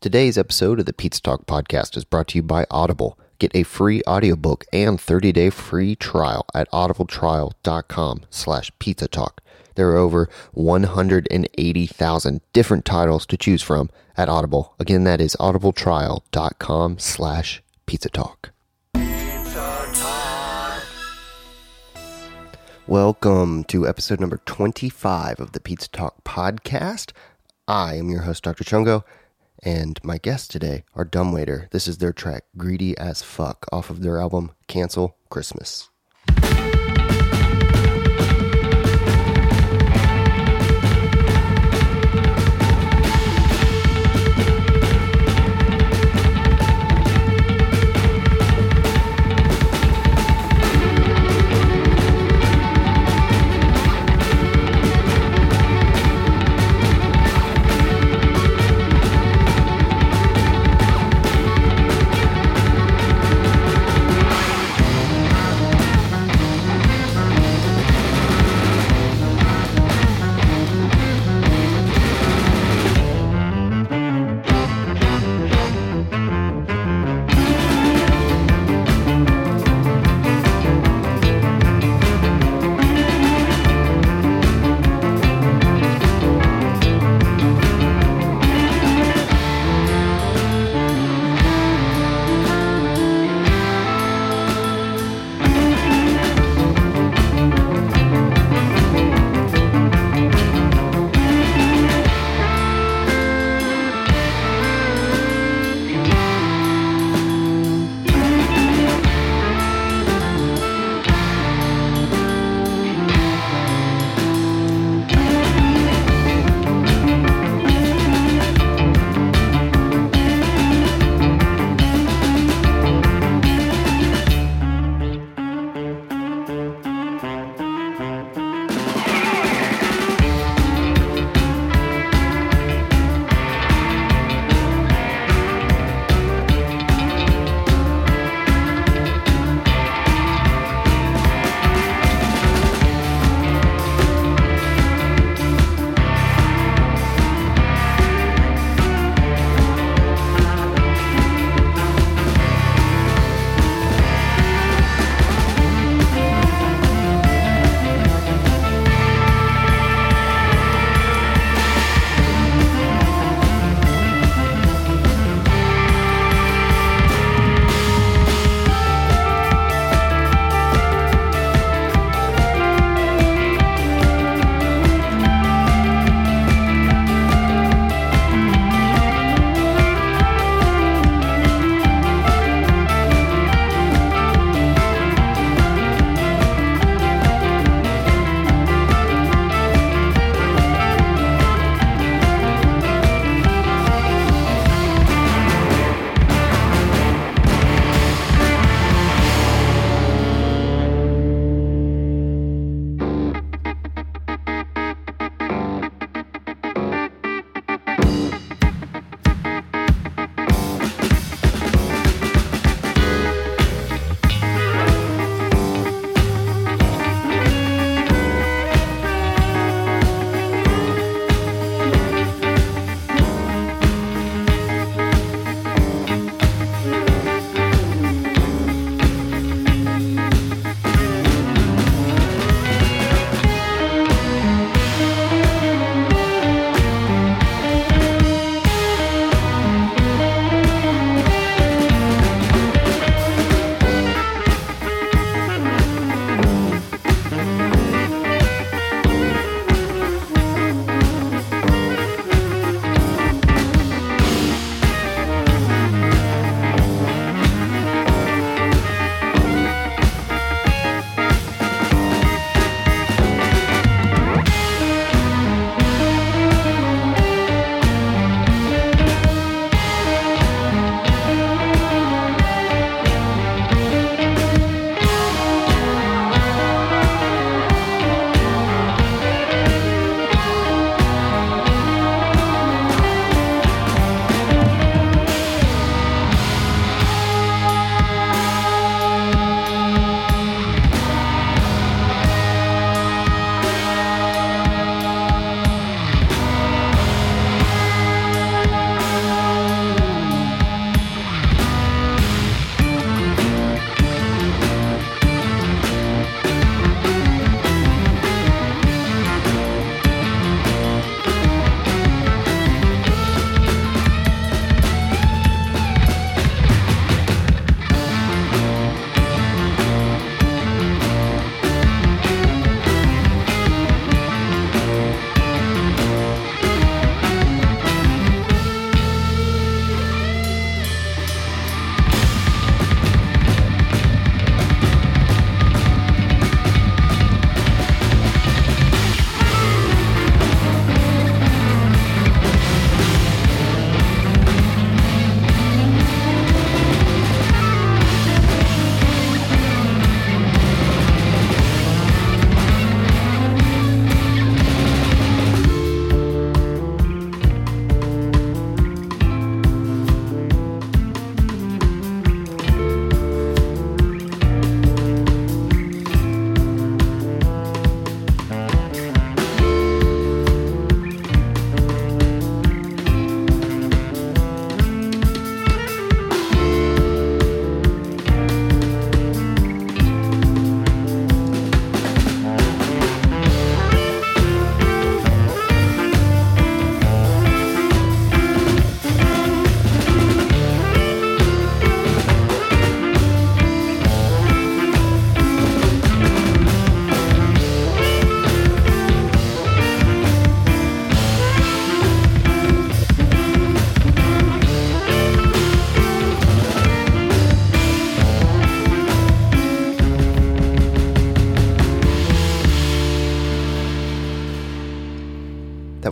Today's episode of the Pete's Talk podcast is brought to you by Audible. Get a free audiobook and 30-day free trial at audibletrial.com slash pizza talk. There are over 180,000 different titles to choose from at Audible. Again, that is audibletrial.com slash pizza talk. Welcome to episode number 25 of the Pizza Talk podcast. I am your host, Dr. Chungo, and my guests today are Dumbwaiter. This is their track, Greedy as Fuck, off of their album, Cancel Christmas.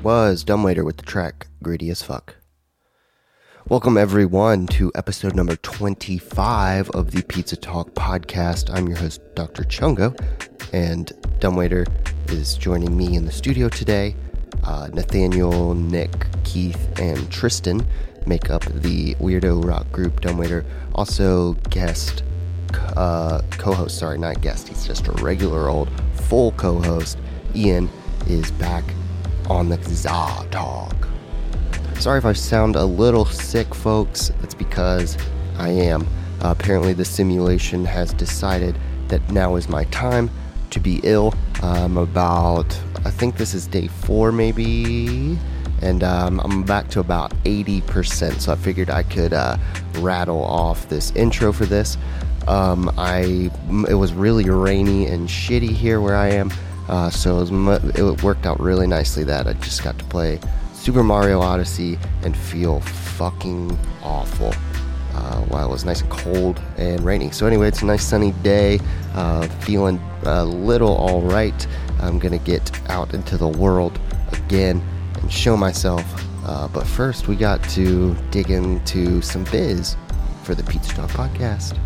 was Dumbwaiter with the track Greedy as Fuck. Welcome, everyone, to episode number 25 of the Pizza Talk podcast. I'm your host, Dr. Chungo, and Dumbwaiter is joining me in the studio today. Uh, Nathaniel, Nick, Keith, and Tristan make up the weirdo rock group Dumbwaiter. Also, guest uh, co host, sorry, not guest, he's just a regular old full co host. Ian is back on the Za Talk. Sorry if I sound a little sick, folks. That's because I am. Uh, apparently, the simulation has decided that now is my time to be ill. I'm about, I think this is day four, maybe, and um, I'm back to about 80%. So I figured I could uh, rattle off this intro for this. Um, I it was really rainy and shitty here where I am, uh, so it, was, mu- it worked out really nicely that I just got to play Super Mario Odyssey and feel fucking awful uh, while it was nice and cold and rainy. So anyway, it's a nice sunny day. Uh, feeling a little all right. I'm gonna get out into the world again and show myself. Uh, but first, we got to dig into some biz for the Pizza Talk podcast.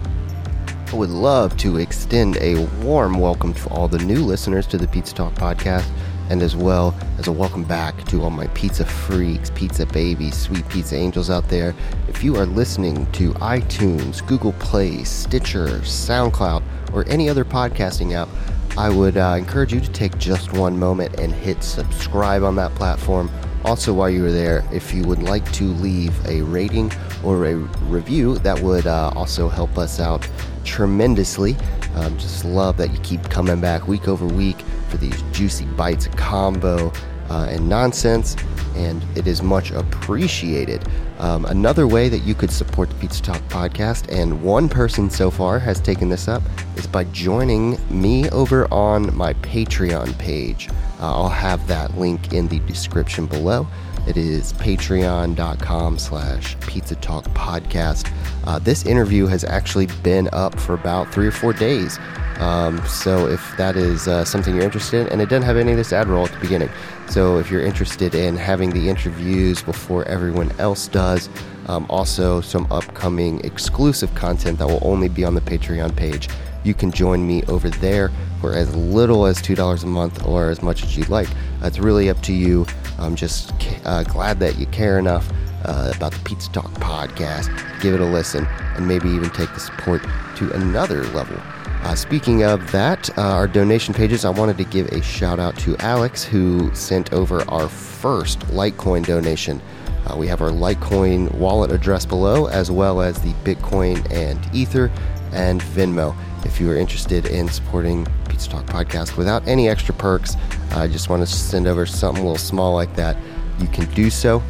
I would love to extend a warm welcome to all the new listeners to the Pizza Talk podcast, and as well as a welcome back to all my pizza freaks, pizza babies, sweet pizza angels out there. If you are listening to iTunes, Google Play, Stitcher, SoundCloud, or any other podcasting app, I would uh, encourage you to take just one moment and hit subscribe on that platform. Also, while you are there, if you would like to leave a rating or a review, that would uh, also help us out tremendously. Um, just love that you keep coming back week over week for these juicy bites of combo uh, and nonsense, and it is much appreciated. Um, another way that you could support the Pizza Talk podcast, and one person so far has taken this up, is by joining me over on my Patreon page. Uh, I'll have that link in the description below. It is patreon.com slash pizza talk podcast. Uh, this interview has actually been up for about three or four days. Um, so if that is uh, something you're interested in, and it doesn't have any of this ad roll at the beginning. So if you're interested in having the interviews before everyone else does, um, also some upcoming exclusive content that will only be on the Patreon page, you can join me over there for as little as $2 a month or as much as you'd like. Uh, It's really up to you. I'm just uh, glad that you care enough uh, about the Pizza Talk podcast. Give it a listen and maybe even take the support to another level. Uh, speaking of that, uh, our donation pages, I wanted to give a shout out to Alex who sent over our first Litecoin donation. Uh, we have our Litecoin wallet address below, as well as the Bitcoin and Ether and Venmo. If you are interested in supporting Pizza Talk Podcast without any extra perks, I just want to send over something a little small like that. You can do so.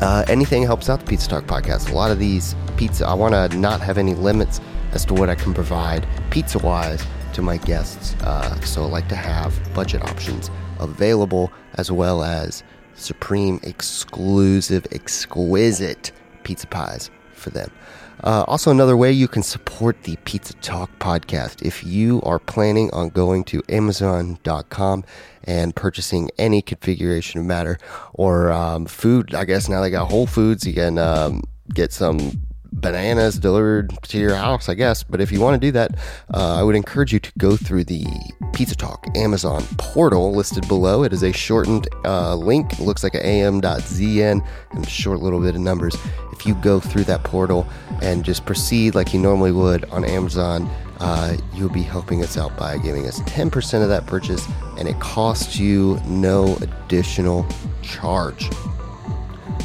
Uh, anything helps out the Pizza Talk podcast. A lot of these pizza, I want to not have any limits as to what I can provide pizza wise to my guests. Uh, so I like to have budget options available as well as supreme, exclusive, exquisite pizza pies for them. Uh, also, another way you can support the Pizza Talk podcast if you are planning on going to Amazon.com and purchasing any configuration of matter or um, food. I guess now they got Whole Foods. You can um, get some bananas delivered to your house, I guess. But if you want to do that, uh, I would encourage you to go through the Pizza Talk Amazon portal listed below. It is a shortened uh, link. It looks like an am.zn and a short little bit of numbers. If you go through that portal and just proceed like you normally would on Amazon, uh, you'll be helping us out by giving us 10% of that purchase, and it costs you no additional charge.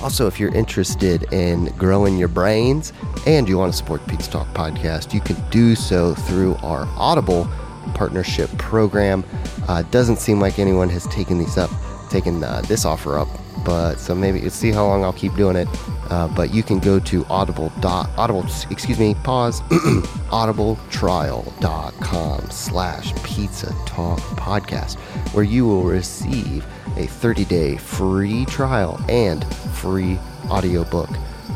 Also, if you're interested in growing your brains and you want to support Pete's Talk podcast, you can do so through our Audible partnership program. Uh, it doesn't seem like anyone has taken these up, taken uh, this offer up, but so maybe it's see how long I'll keep doing it. Uh, but you can go to audible dot audible excuse me pause audibletrial.com slash pizza talk podcast where you will receive a 30-day free trial and free audiobook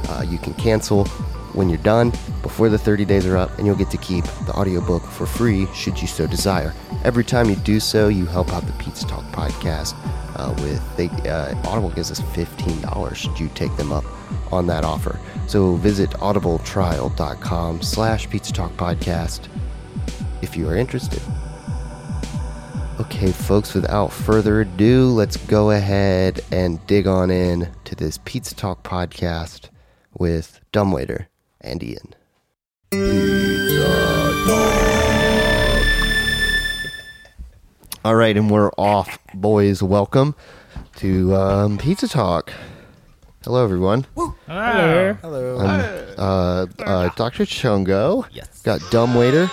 uh, you can cancel when you're done before the 30 days are up and you'll get to keep the audiobook for free should you so desire every time you do so you help out the pizza talk podcast uh, with they uh, Audible gives us fifteen dollars should you take them up on that offer. So visit audibletrial.com/slash Pizza Talk Podcast if you are interested. Okay, folks, without further ado, let's go ahead and dig on in to this Pizza Talk podcast with Dumbwaiter and Ian. All right, and we're off, boys. Welcome to um, Pizza Talk. Hello, everyone. Hello. Uh, uh, Dr. Chongo. Yes. Got Dumbwaiter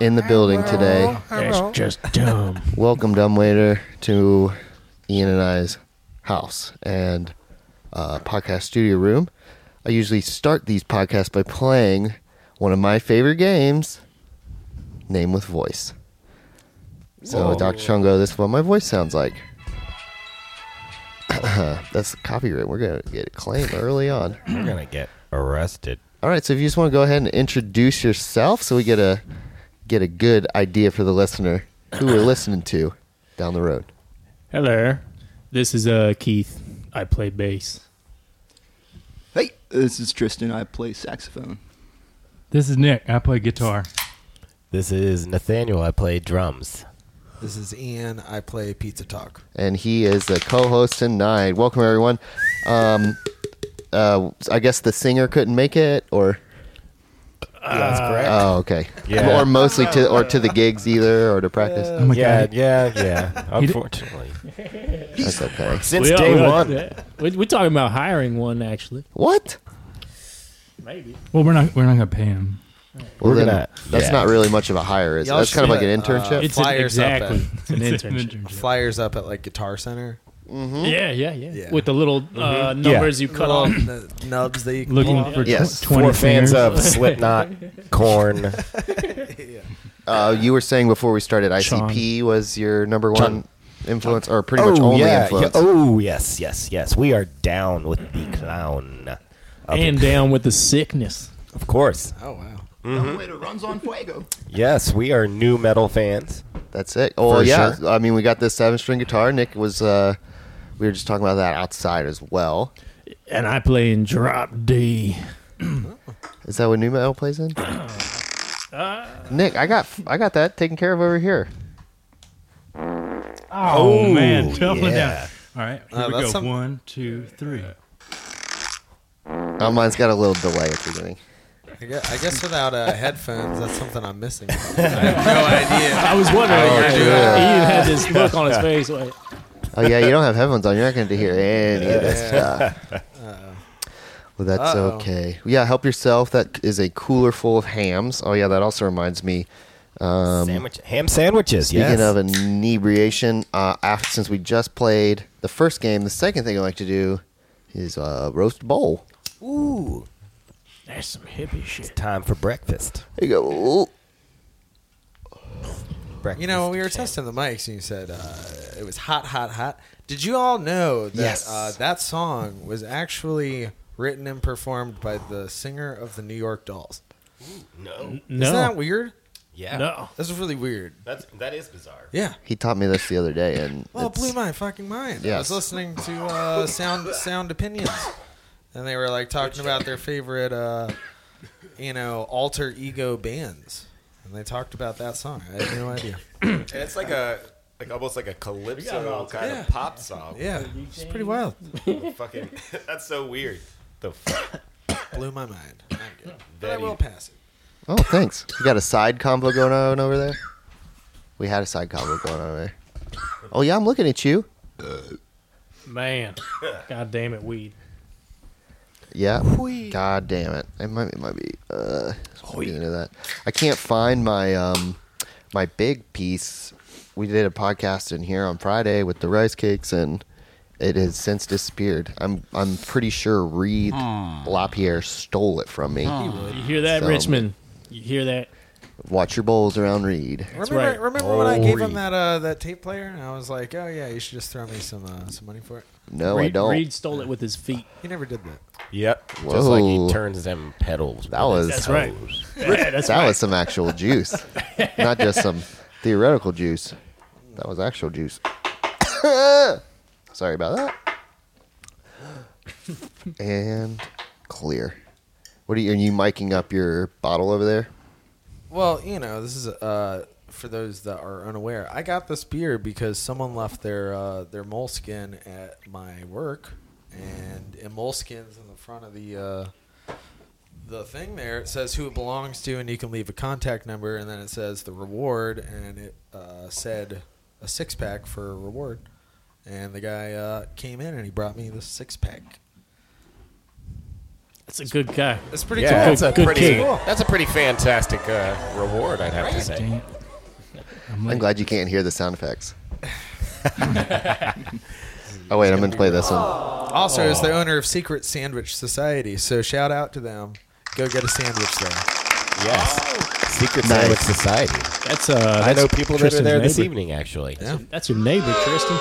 in the building today. That's just dumb. Welcome, Dumbwaiter, to Ian and I's house and uh, podcast studio room. I usually start these podcasts by playing one of my favorite games, Name with Voice. So, Dr. Chungo, this is what my voice sounds like. That's copyright. We're going to get a claim early on. We're gonna get arrested. All right, so if you just want to go ahead and introduce yourself, so we get a get a good idea for the listener who we're listening to down the road. Hello. This is uh Keith. I play bass. Hey, this is Tristan. I play saxophone. This is Nick. I play guitar. This is Nathaniel. I play drums. This is Ian. I play Pizza Talk. and he is the co-host tonight. Welcome everyone. Um, uh, I guess the singer couldn't make it, or that's correct. oh, okay, Yeah. or mostly to or to the gigs either, or to practice. my yeah, God. yeah, yeah. Unfortunately, That's okay. since We- day we- one, We, we're talking about hiring one, actually. What? Maybe. Well, we're not we're not gonna pay him. Well, We're then gonna- that's yeah. not really much of a hire, is it? Y'all That's kind of like should, an uh, internship. It's an, Fire exactly. something. It's an internship. Flyers up at like Guitar Center. Yeah, yeah, yeah, Yeah. With the little uh, numbers you cut off. the nubs that you can Looking pull off. for tw- Yes. twenty four fans fingers. of Slipknot, Corn, uh, you were saying before we started, Sean. ICP was your number one influence, or pretty much Oh, only yeah, influence. yeah. Oh yes, yes, yes. We are down with the clown. Of And down with the sickness. of course, Oh Mm-hmm. wow! Waiter runs on fuego. yes, we are new metal fans. That's it. Oh For yeah, sure. I mean, we got this seven-string guitar. Nick was. Uh, we were just talking about that outside as well. And I play in drop D. Is that what new metal plays in? Nick, I got I got that taken care of over here. Oh, man, tell yeah. it down. All right, here Uh, we that's go. some- One, two, three. Oh, mine's got a little delay at the beginning. I guess, I guess without uh, headphones, that's something I'm missing. I have I was wondering. Oh, Ian had this look on his face. Like, Oh yeah, you don't have headphones on. You're not going to hear any of this stuff. Well, that's Uh-oh. okay. Yeah, help yourself. That is a cooler full of hams. Oh yeah, that also reminds me. Um, Sandwich, ham sandwiches. Speaking yes. of inebriation, uh, after, since we just played the first game, the second thing I like to do is uh, roast bowl. no idea. Ooh, That's some hippie shit. time for breakfast. There you go. Ooh. breakfast. you know when we were testing the mics and you said uh, it was hot, hot, hot. Did you all know that Yes. uh, that song was actually written and performed by the singer of the New York Dolls? No. No. Isn't that weird? Yeah. No. That's really weird. That's that is bizarre. Yeah. He taught me this the other day, and Well, it it's- blew my fucking mind. I Yes. was listening to uh, sound sound opinions, and they were like talking about their favorite, uh, you know, alter ego bands, and they talked about that song. I had no idea. And it's like a like almost like a calypso kind Yeah. of pop song. Yeah, it's pretty wild. Fucking that's so weird. The fuck? Blew my mind. I'm good. But I Very- will pass it. Oh, thanks. You got a side combo going on over there? We had a side combo going on over there. Oh, yeah, I'm looking at you. Man. God damn it, weed. Yeah. God damn it. It might, it might be. Uh, something into that. I can't find my um, my big piece. We did a podcast in here on Friday with the rice cakes, and it has since disappeared. I'm I'm pretty sure Reed Lapierre stole it from me. You hear that, Oh, So- Richmond? You hear that? Watch your bowls around Reed. Remember, right. remember when I gave him that uh, that tape player, and I was like, "Oh yeah, you should just throw me some uh, some money for it." No, I Reed, don't. Reed stole it with his feet. He never did that. Yep. Just like Whoa. he turns them pedals. That was That's right. Yeah, that's that right. was some actual juice, not just some theoretical juice. That was actual juice. Sorry about that. And clear. What are you? Are you miking up your bottle over there? Well, you know, this is uh, for those that are unaware. I got this beer because someone left their uh, their moleskin at my work, and in moleskins in the front of the uh, the thing there. It says who it belongs to, and you can leave a contact number, and then it says the reward, and it uh, said a six pack for a reward. And the guy uh, came in and he brought me the six pack. That's a good guy. It's pretty yeah, cool. that's a Good pretty. kid. That's a pretty fantastic uh, reward, I'd have to say. Dang it. I'm I'm like, glad you can't hear the sound effects. oh wait, I'm gonna play this one. Also, is the owner of Secret Sandwich Society, so shout out to them. Go get a sandwich there. Yes. Secret Nice. Sandwich Society. That's uh. I That's know people that are Tristan's there this neighbor. evening, actually. Yeah. That's your neighbor, Tristan.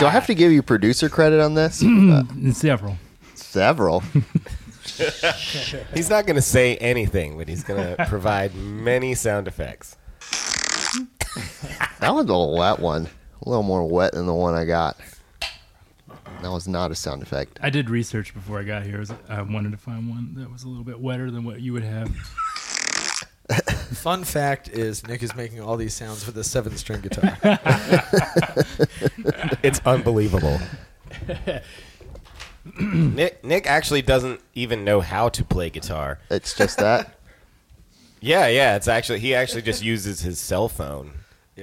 Do I have to give you producer credit on this? it's several. Several. He's not going to say anything, but he's going to provide many sound effects. That was a little wet one. A little more wet than the one I got. That was not a sound effect. I did research before I got here. It was- I wanted to find one that was a little bit wetter than what you would have. Fun fact is Nick is making all these sounds with a seven string guitar. It's unbelievable. Nick, Nick actually doesn't even know how to play guitar. It's just that. Yeah, yeah. It's actually he actually just uses his cell phone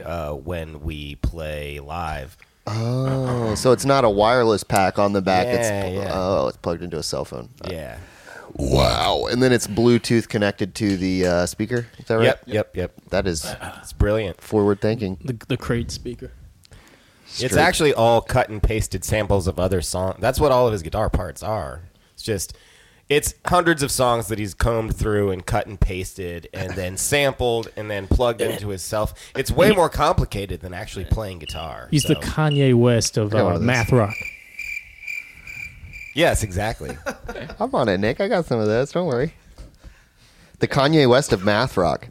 uh, when we play live. Oh, so it's not a wireless pack on the back. it's Yeah, yeah. oh, it's plugged into a cell phone. Uh, Yeah. Wow. And then it's Bluetooth connected to the uh, speaker. Is that right? Yep, yep, yep. That is It's brilliant. forward thinking. The the crate speaker. It's Straight. actually all cut and pasted samples of other songs. That's what all of his guitar parts are. It's just it's hundreds of songs that he's combed through and cut and pasted and then sampled and then plugged into himself. It's way more complicated than actually playing guitar. He's the so- Kanye West of got one uh, of those. math rock. yes, exactly. I'm on it, Nick. I got some of those. Don't worry. The Kanye West of math rock.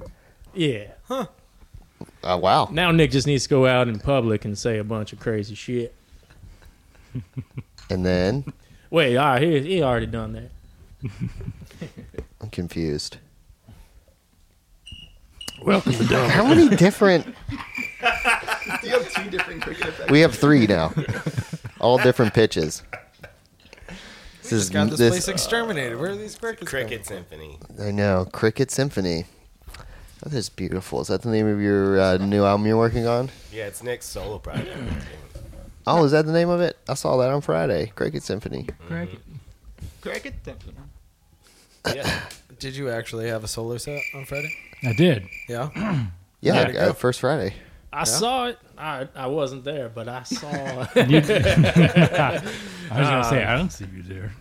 Yeah. Oh, wow. Now Nick just needs to go out in public and say a bunch of crazy shit. And then Wait, all right, he, he already done that. I'm confused. Welcome to Dome. How many different? You have two different cricket effects. We have three now, all different pitches. This is Got this, this- place exterminated. Where are these crickets? coming Cricket Symphony. I know Cricket Symphony. That is beautiful. Is that the name of your uh, new album you're working on? Yeah, it's Nick's solo project. Oh, is that the name of it? I saw that on Friday. Cricket Symphony. Cricket. Yeah. from? Did you actually have a solo set on Friday? I did. Yeah. Yeah, How'd it uh, go? first Friday. I saw it. I I wasn't there, but I saw. I was gonna say I don't see you there.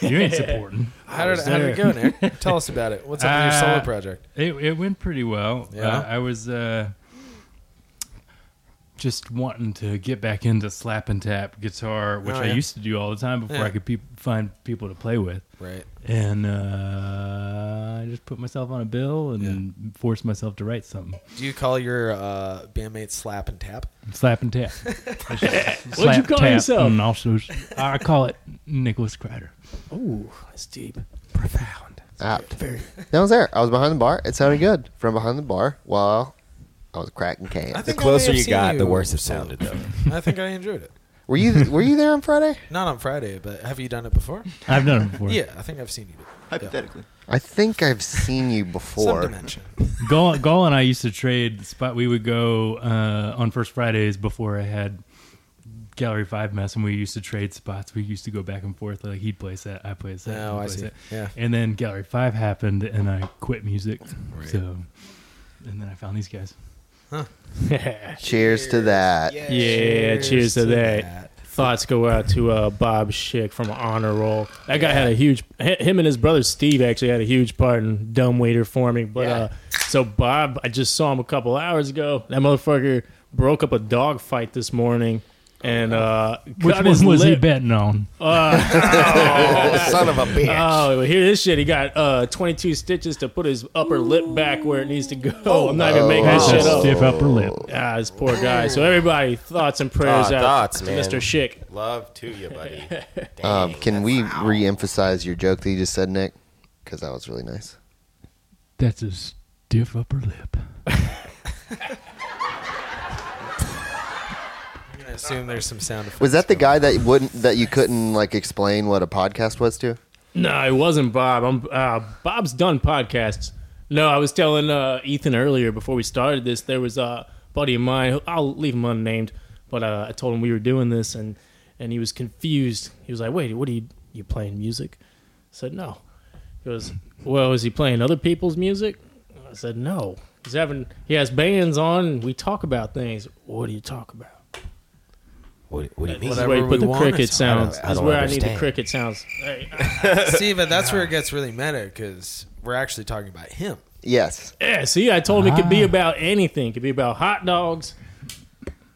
You ain't supporting. How did, how did it go, Nick? Tell us about it. What's up with your Uh, solo project? It, it went pretty well. Yeah? Uh, I was uh, just wanting to get back into slap and tap guitar, which Oh, I yeah. used to do all the time before Yeah. I could peop find people to play with. Right. And uh, I just put myself on a bill and forced myself to write something. Do you call your uh, bandmates slap and tap? Slap and tap. What'd you call yourself? And also, I call it Nicholas Crider. Ooh, that's deep. Profound. Apt. Ah. That was there. I was behind the bar. It sounded good from behind the bar while I was cracking I cans. The think I may closer have you seen got, the you worse it solo. sounded, though. I think I enjoyed it. Were you Were you there on Friday? Not on Friday, but have you done it before? I've done it before. Yeah, I think I've seen you do it. Hypothetically. I think I've seen you Some before. dimension. Gall, Gall and I used to trade the spot. We would go uh, on first Fridays before I had Gallery Five mess, and we used to trade spots. We used to go back and forth. Like he'd play set, I play set. Oh, he'd I play see. set. Yeah. And then Gallery Five happened, and I quit music. So, and then I found these guys. yeah, Cheers to that. cheers, to that. Thoughts go out to uh, Bob Schick from Honor Roll. That guy had a huge. hi- Him and his brother Steve actually had a huge part in Dumb Waiter forming. But uh, so Bob, I just saw him a couple hours ago. That motherfucker broke up a dog fight this morning and uh, cut Which one his was he lip. betting on? son of a bitch. Oh, well, hear this shit. He got uh, 22 stitches to put his upper lip back where it needs to go. I'm not even making that That's shit a up. stiff upper lip. Ah, this poor guy. So everybody, thoughts and prayers Ah, out thoughts, to man. Mr. Schick. Love to you, buddy. Um, can we re-emphasize your joke that you just said, Nick? Because that was really nice. That's a stiff upper lip. I'm gonna assume there's some sound effects. Was that the guy that wouldn't that you couldn't like explain what a podcast was to? No, it wasn't Bob. I'm uh, Bob's done podcasts. No, I was telling uh, Ethan earlier before we started this. There was a buddy of mine. Who, I'll leave him unnamed, but uh, I told him we were doing this, and and he was confused. He was like, "Wait, what are you you playing music?" I said, "No." He goes, "Well, is he playing other people's music?" I said, "No." He's having he has bands on. And we talk about things. What do you talk about? What, what do you mean? This Whatever is where you put we the want to cricket talk sounds. about. I This is don't where I need understand. the cricket sounds. Hey, See, but that's where it gets really meta because we're actually talking about him. Yes, Yeah, see, I told him it could be about anything. It could be about hot dogs.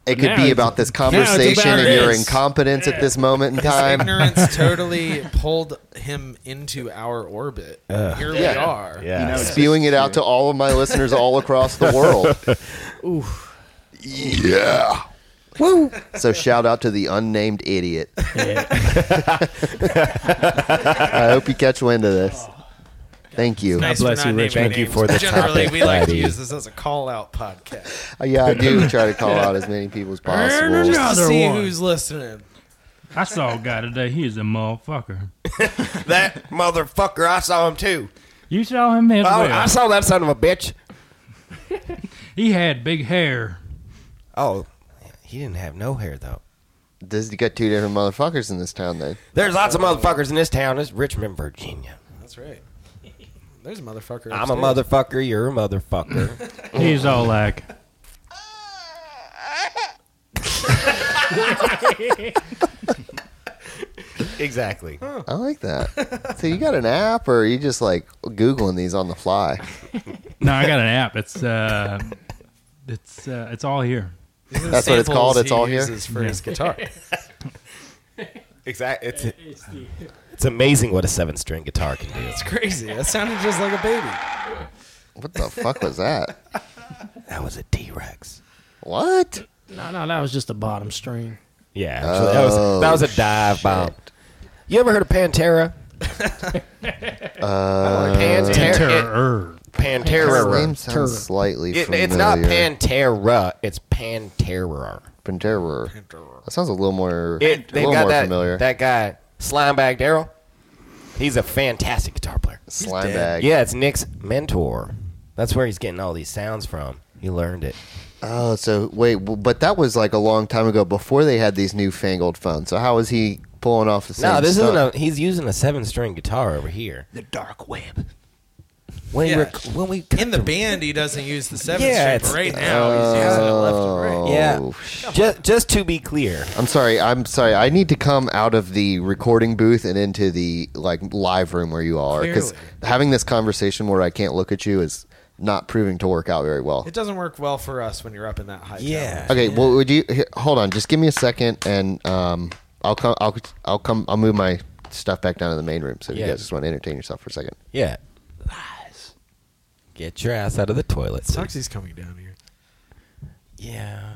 it could Now be it's- about this it's conversation about and your this. incompetence at this moment in time. Ignorance totally pulled him into our orbit. Here we Yeah. are. yeah. know, Spewing it out to all of my listeners all across the world. Yeah. Woo. So shout out to the unnamed idiot. I hope you catch wind of this. Thank you. Nice bless for you, not naming Richard. Thank you names. for the Generally, topic, we like to buddy. use this as a call out podcast. Uh, Yeah, I do try to call out as many people as possible. Just to Another see one. who's listening. I saw a guy today. He is a motherfucker. that motherfucker, I saw him too. You saw him as Oh, well. I saw that son of a bitch. he had big hair. Oh, he didn't have no hair though. This you got two different motherfuckers in this town then. There's lots of motherfuckers in this town. It's Richmond, Virginia. That's right. There's a motherfucker. I'm a upstairs. motherfucker. You're a motherfucker. He's all like, exactly. I like that. so you got an app or are you just like googling these on the fly? "No, I got an app. It's uh, it's uh, it's all here. These are the That's what it's samples called? It's he all here? uses for his guitar. Exactly. It's, it's amazing what a seven string guitar can do. It's crazy. That sounded just like a baby. What the fuck was that? That was a T Rex. What? No, no, that was just the bottom string. Yeah, actually, that Oh, was that was a dive bomb. You ever heard of Pantera? uh, Pantera. Terror. His name Pantera. sounds slightly It- familiar. it's not Pantera. It's Pantera. Pantera. That sounds a little more, It, a they've little got more that, familiar. that guy, Slimebag Daryl. He's a fantastic guitar player. Slime bag. Yeah, it's Nick's mentor. That's where he's getting all these sounds from. He learned it. Oh, so wait, w- but that was like a long time ago before they had these newfangled phones. So how is he pulling off the same no, this stunt? isn't a. He's using a seven string guitar over here. The dark web. When Yeah. we rec- when we cut In the band, he doesn't use the seventh Yeah, yeah, it's- string. Right now, he's using it left and right. Yeah. Oh, Just, just to be clear, I'm sorry. I'm sorry. I need to come out of the recording booth and into the like live room where you all are because Clearly. having this conversation where I can't look at you is not proving to work out very well. It doesn't work well for us when you're up in that high. Yeah. Okay. Well, would you here, hold on? Just give me a second, and um, I'll come. I'll I'll come. I'll move my stuff back down to the main room. So if Yeah. you guys just want to entertain yourself for a second. yeah. Lies. Get your ass out of the toilet. tower. Sucks please. he's coming down here. Yeah.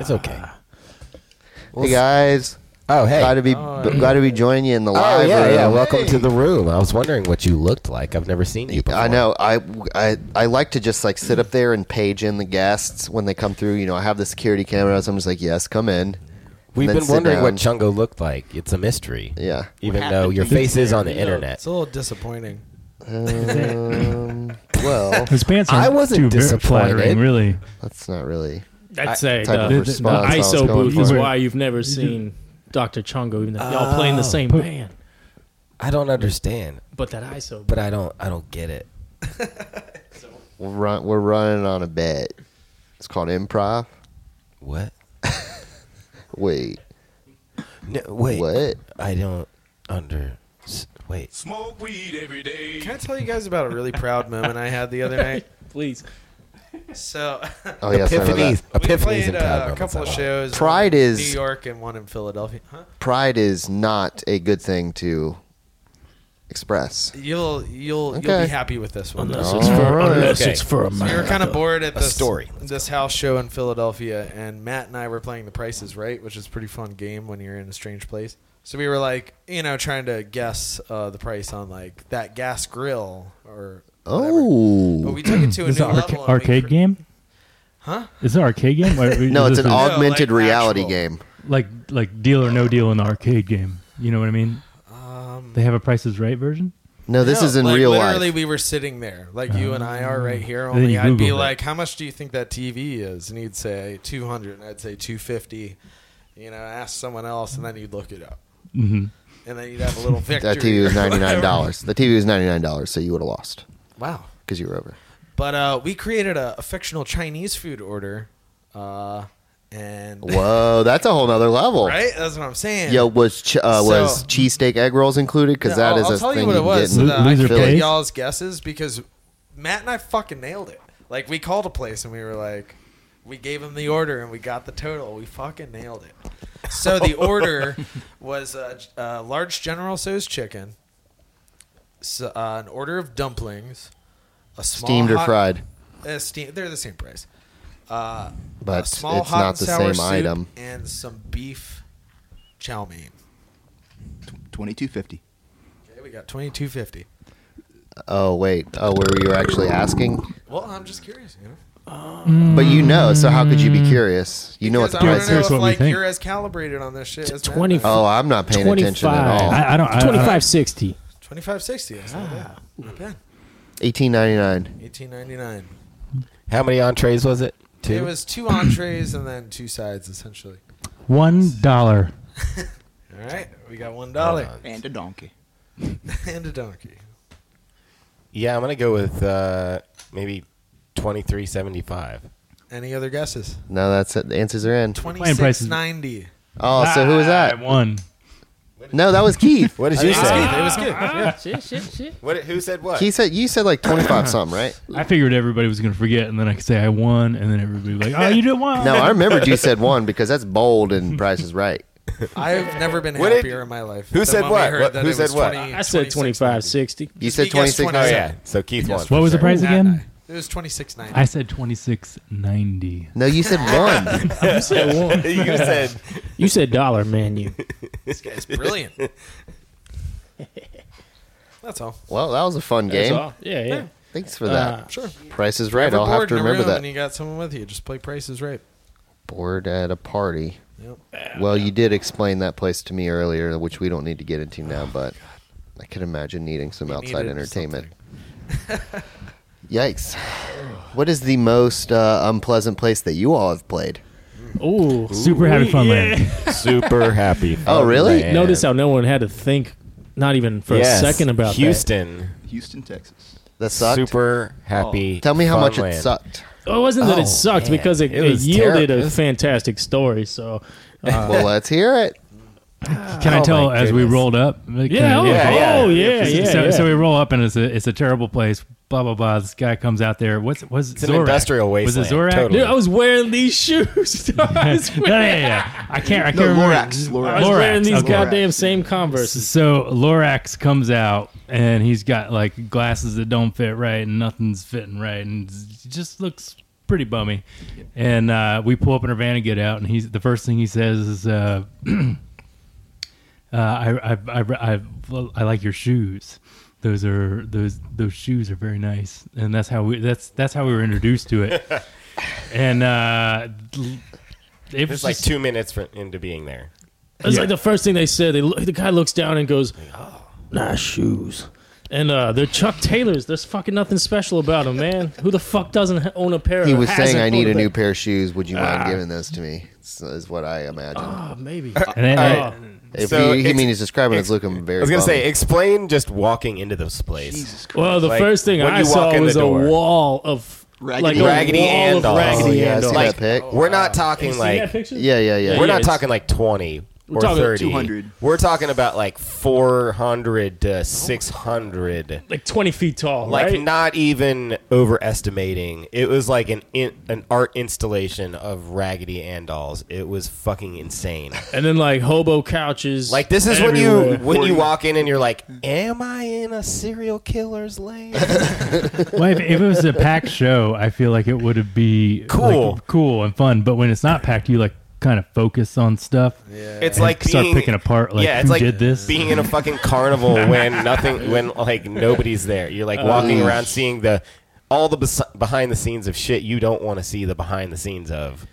it's okay. hey guys, Oh hey. glad to be glad to be joining you in the Oh live yeah, room. yeah. Welcome to the room. I was wondering what you looked like. I've never seen you before. I know. I, I I like to just like sit up there and page in the guests when they come through. You know, I have the security cameras. I'm just like, yes, come in. We've And then been sit wondering what down. Chungo looked like. It's a mystery. Yeah. Even though your face is on the internet. It's a little disappointing. Um, well, His pants I aren't wasn't too very disappointed. flattering, really. that's not really That's a type the, of the response. I was ISO going booth is for. for. why you've never seen Dr. Chongo, even though y'all playing the same band. I don't understand, But that ISO booth. but I don't. I don't get it. We're, run, we're running on a bet. It's called improv. What? Wait, No, wait. what? I don't under. s- Wait. Smoke weed every day. Can I tell you guys about a really proud moment I had the other night? Please. So Oh yeah, sorry about Epiphanies. that. we Epiphanies played in uh, Cosmo. a couple of That's shows. one Pride in is- New York and one in Philadelphia. Huh? Pride is not a good thing to express. You'll you'll you'll Okay. be happy with this one. Oh. though. it's for- unless it's for a So we were kind of bored at A this story. this house show in Philadelphia, and Matt and I were playing The Prices Right, which is a pretty fun game when you're in a strange place. So we were like, you know, trying to guess uh, the price on like that gas grill or whatever. But Oh we took it to a new This is an arca- level. and we arcade cre- game. Huh? Is it an arcade game? Or is no, it's this an a- all- augmented like, reality actual- game. like like deal or no deal in the arcade game. You know what I mean? Um, They have a Prices Right version. No, this no, is in like, real Literally, life. we were sitting there, like you and I are right here. Oh. Then Only you I'd be Googled it. like, "How much do you think that TV is?" And he'd say two hundred, and I'd say two fifty. You know, ask someone else, and then you'd look it up, Mm-hmm. and then you'd have a little victory. That TV was or ninety nine whatever. dollars. The TV was ninety nine dollars, so you would have lost Wow. because you were over. But uh, we created a, a fictional Chinese food order, uh, and Whoa, that's a whole nother level. right, that's what I'm saying. Yo, was ch- uh, So- was cheesesteak egg rolls included? Because Yeah, that I'll- is I'll a tell thing you what it can was. get So in that I Loser can get pays. y'all's guesses because Matt and I fucking nailed it. Like we called a place and we were like, we gave him the order and we got the total. We fucking nailed it. So the order was a, uh large General So's chicken, s uh, an order of dumplings, a small steamed or hot- fried, uh, steam, they're the same price. Uh, but a it's small hot not and the sour same soup item. And some beef chow mein. Twenty two fifty. Okay, we got twenty two fifty. Oh wait, oh where you were actually asking, Well, I'm just curious, you know. but you know, so how could you be curious? You know what the Because I wanna price is. don't know Here's if what we like think. you're as calibrated on this shit. as Matt. Twenty- Oh, I'm not paying attention at all. I, I don't. I, Twenty I, five sixty. 2560. That's Ah. not bad. Not bad. Eighteen ninety nine. 1899. How many entrees was it? It was two entrees and then two sides essentially. one dollar. All right, we got one dollar And a donkey. and a donkey. Yeah, I'm gonna go with uh, maybe twenty three seventy five. Any other guesses? No, that's it. The answers are in. Twenty six ninety. Oh, so who was that? One. No, that was Keith. What did you say? It was good. Shit, shit, shit. What, who said what? Keith said you said like twenty five something, right? I figured everybody was gonna forget, and then I could say I won, and then everybody would be like, "Oh, you did one." No, I remembered you said one because that's bold and Price is right. I've never been What did- happier in my life. who than said when we what? heard What- that who it said was what? 20 I said 25 60. You said He guessed twenty six. Oh 27. yeah, so Keith won. What was the for sure. price again? It was twenty six ninety. I said twenty six ninety. No, you said one. You said one. you said You said dollar menu. This guy's brilliant. That's all. well, that was a fun That's game. all. Yeah, yeah. Thanks for that. Sure. Price is right. Ever I'll have bored to in a remember room that. And you got someone with you. Just play Price is Right. Bored at a party. Yep. Well, you did explain that place to me earlier, which we don't need to get into now, but I can imagine needing some outside Oh, needed entertainment. Yikes. What is the most uh, unpleasant place that you all have played? Ooh. Super happy fun land. super happy. Oh, really? Man. Notice how no one had to think, not even for Yes, a second about Houston. Houston, Texas. That sucked. Oh. Super happy. Tell me how fun much land. it sucked. that. Oh, it wasn't that Oh, it sucked man. because it, It it was yielded terrible. a fantastic story. So, uh, well, let's hear it. Can I Oh, tell my as we goodness. rolled up? Can yeah, I- oh, yeah, yeah. yeah, oh, yeah, So- yeah. so, yeah. so we roll up and it's a it's a terrible place. Blah blah blah. This guy comes out there. What's was an industrial Was it wasteland, Zorak? totally. Dude, I was wearing these shoes. I was No, yeah, yeah, yeah. I can't. I can't No, remember. Lorax, Lorax. I was wearing these okay. goddamn same Converse. So Lorax comes out and he's got like glasses that don't fit right and nothing's fitting right and it just looks pretty bummy. And uh, we pull up in our van and get out and he's the first thing he says is, uh, uh, I, I, I, I, I like your shoes. Those are those those shoes are very nice, and that's how we that's that's how we were introduced to it. and uh, it was It's like just- two minutes for, into being there. It's Yeah. like the first thing they said. They look, the guy looks down and goes, "Nice shoes." And uh, they're Chuck Taylors. There's fucking nothing special about them, man. Who the fuck doesn't ha- own a pair? He or was hasn't saying, I need a owned new pair?" pair of shoes. Would you Ah. mind giving those to me? Is- Is what I imagine. Ah, maybe. and then- Ah. if so he, he ex- means he's describing ex- it's looking very. I was gonna bummed. say, explain just walking into this place. Jesus Christ. well, the Like, first thing when I you walk saw in the was a door. wall of Raggedy like a Ann. Raggedy wall Ann of dolls. oh, Raggedy yeah, I see Ann dolls. that pic. We're not talking See that like picture? Yeah, yeah, yeah. Oh. we're Yeah, not it's- talking like twenty. We're or talking 30. 200. We're talking about like 400 to 600. like twenty feet tall, Like right? not even overestimating. It was like an in, an art installation of Raggedy Ann dolls. It was fucking insane. and then like hobo couches. Like this is when you everywhere. when you walk in and you're like, "Am I in a serial killer's lane?" well, if, if it was a packed show, I feel like it would be like, Cool. cool and fun. But when it's not packed, you like kind of focus on stuff. Yeah. It's like start being, picking apart, like, yeah, who it's like did this? Being in a fucking carnival when nothing, when like nobody's there. You're like walking Oh. around seeing the all the bes- behind the scenes of shit you don't want to see the behind the scenes of.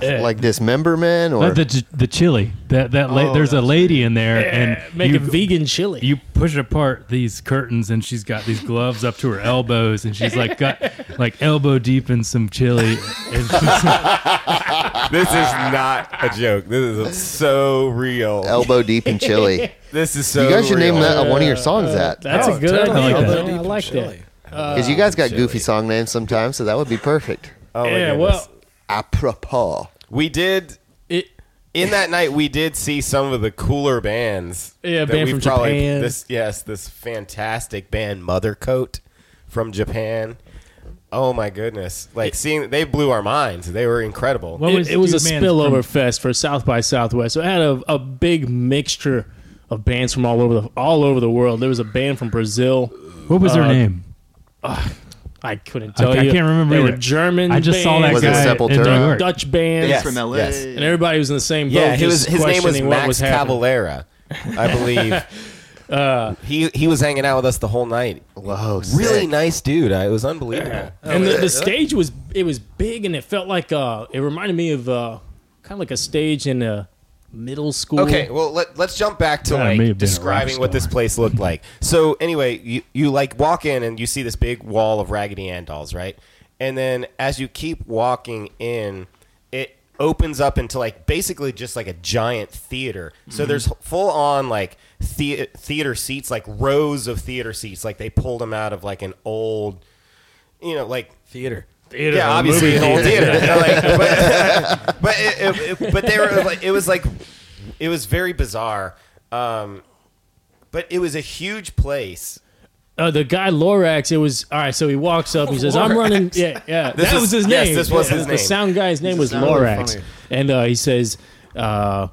Yeah. Like dismemberment or the ch- the chili that that la- Oh, there's a lady in there and and make you, it vegan chili. you push apart these curtains and she's got these gloves up to her elbows and she's like got like elbow deep in some chili and she's like, This is not a joke. This is so real. elbow deep in chili. This is so. you guys should name real. that uh, one of your songs that. That's Oh, a good totally. idea. I like that. though. I like that. Because you guys got goofy song names sometimes, so that would be perfect. Oh my yeah, well, goodness. Apropos. we did it, in that night. We did see some of the cooler bands. Yeah, that band we've from probably, Japan. This yes, this fantastic band Mother Coat from Japan. Oh my goodness! Like seeing they blew our minds. They were incredible. what it, it was a your man's from- spillover fest for South by Southwest. So it had a, a big mixture of bands from all over the all over the world. There was a band from Brazil. what was her Uh, name I couldn't I- tell I you. can't remember They either. were German. I just saw that bands, Was it guy in Sepultura? New York. Dutch bands, Yes, from LA. yes. and everybody was in the same boat. yeah, he was. just His name was questioning what Max was happening. Uh, Cavalera, I believe. he he was hanging out with us the whole night. Whoa, Really sick. nice dude. I, it was unbelievable. and the, the stage was it was big and it felt like uh it reminded me of uh kind of like a stage in a middle school Okay, well let, let's jump back to Yeah, it may have been a like rock describing what this star. place looked like. So anyway, you, you like walk in and you see this big wall of Raggedy Ann dolls, right? And then as you keep walking in, it opens up into like basically just like a giant theater. So there's full on like the- theater seats, like rows of theater seats, like they pulled them out of like an old, you know, like Theater. Theater, yeah, a obviously movie an old theater. theater. Like, but but, it, it, it- but they were like, it was like it was very bizarre. Um, but it was a huge place. Uh, the guy Lorax, it was all right. So he walks up, he says, "I'm running." Yeah, yeah. This that is- was his yes, name. this was Yeah, his the name. sound guy's name was sound really Lorax, funny. and uh, he says, uh,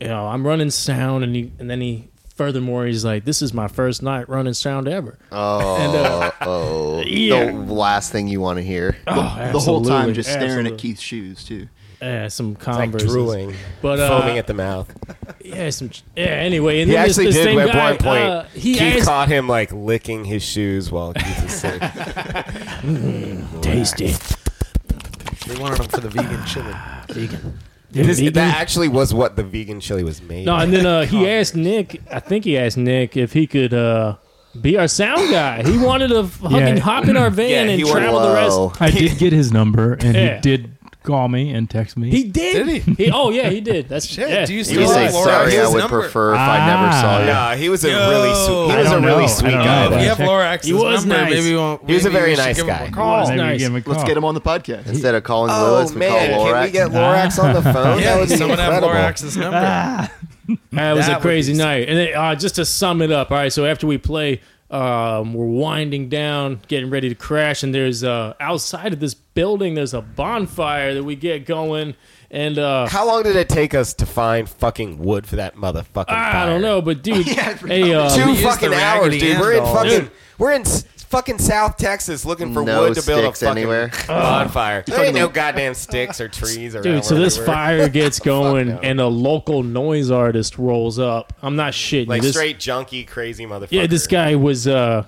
"You know, I'm running sound," and he, and then he. Furthermore, he's like, "This is my first night running sound ever." Oh, And, uh, oh. Yeah. The last thing you want to hear. the whole time Absolutely, just staring absolutely. at Keith's shoes too. yeah, uh, some Like Converse, drooling, but uh, foaming at the mouth. yeah, some yeah. Anyway, and He then this- actually this, did same at guy, one point. uh, he Keith asked, caught him like licking his shoes while Keith was sitting. "Taste it, They wanted them for the vegan chili. vegan." This- Vegan? that Oh. actually was what the vegan chili was made. No, of. and then uh, he asked Nick. I think he asked Nick if he could uh, be our sound guy. He wanted to fucking Yeah. hop in our van Yeah, he and wanted- travel the Whoa. rest. I did get his number and Yeah. he did call me and text me He did. Did he? Oh yeah, he did. That's Shit, yeah. do you You still just say, have Laura sorry, I X's would number? prefer if I never saw you. Ah. Nah, he was a Yo. really sweet. He I was a don't know. really I sweet don't guy. know. We Yeah. have Laura X's He was number. nice. Maybe we'll, He was a maybe we very should nice give him a guy. call. Nice. Never give him a Let's call. get him on the podcast. Instead of calling Oh Lewis, we man, call can Lorax. we get Lorax on the phone? Yeah, that would be someone have incredible. Laura X's number. That was That a would crazy be- night. And then, uh, just to sum it up, all right. So after we play, um, we're winding down, getting ready to crash, and there's uh, outside of this building, there's a bonfire that we get going, and uh, How long did it take us to find fucking wood for that motherfucking? I fire? don't know, but dude, hey, uh, Two We used fucking the hours, Raggedy dude. Ann We're in doll. fucking. Dude. We're in s- fucking South Texas looking for No wood to build a sticks fucking anywhere. bonfire. There ain't Fucking- no goddamn sticks or trees or. Dude, so this whatever. fire gets going, and a local noise artist rolls up. I'm not shitting. you. Like this, straight junkie, crazy motherfucker. yeah, this guy was. uh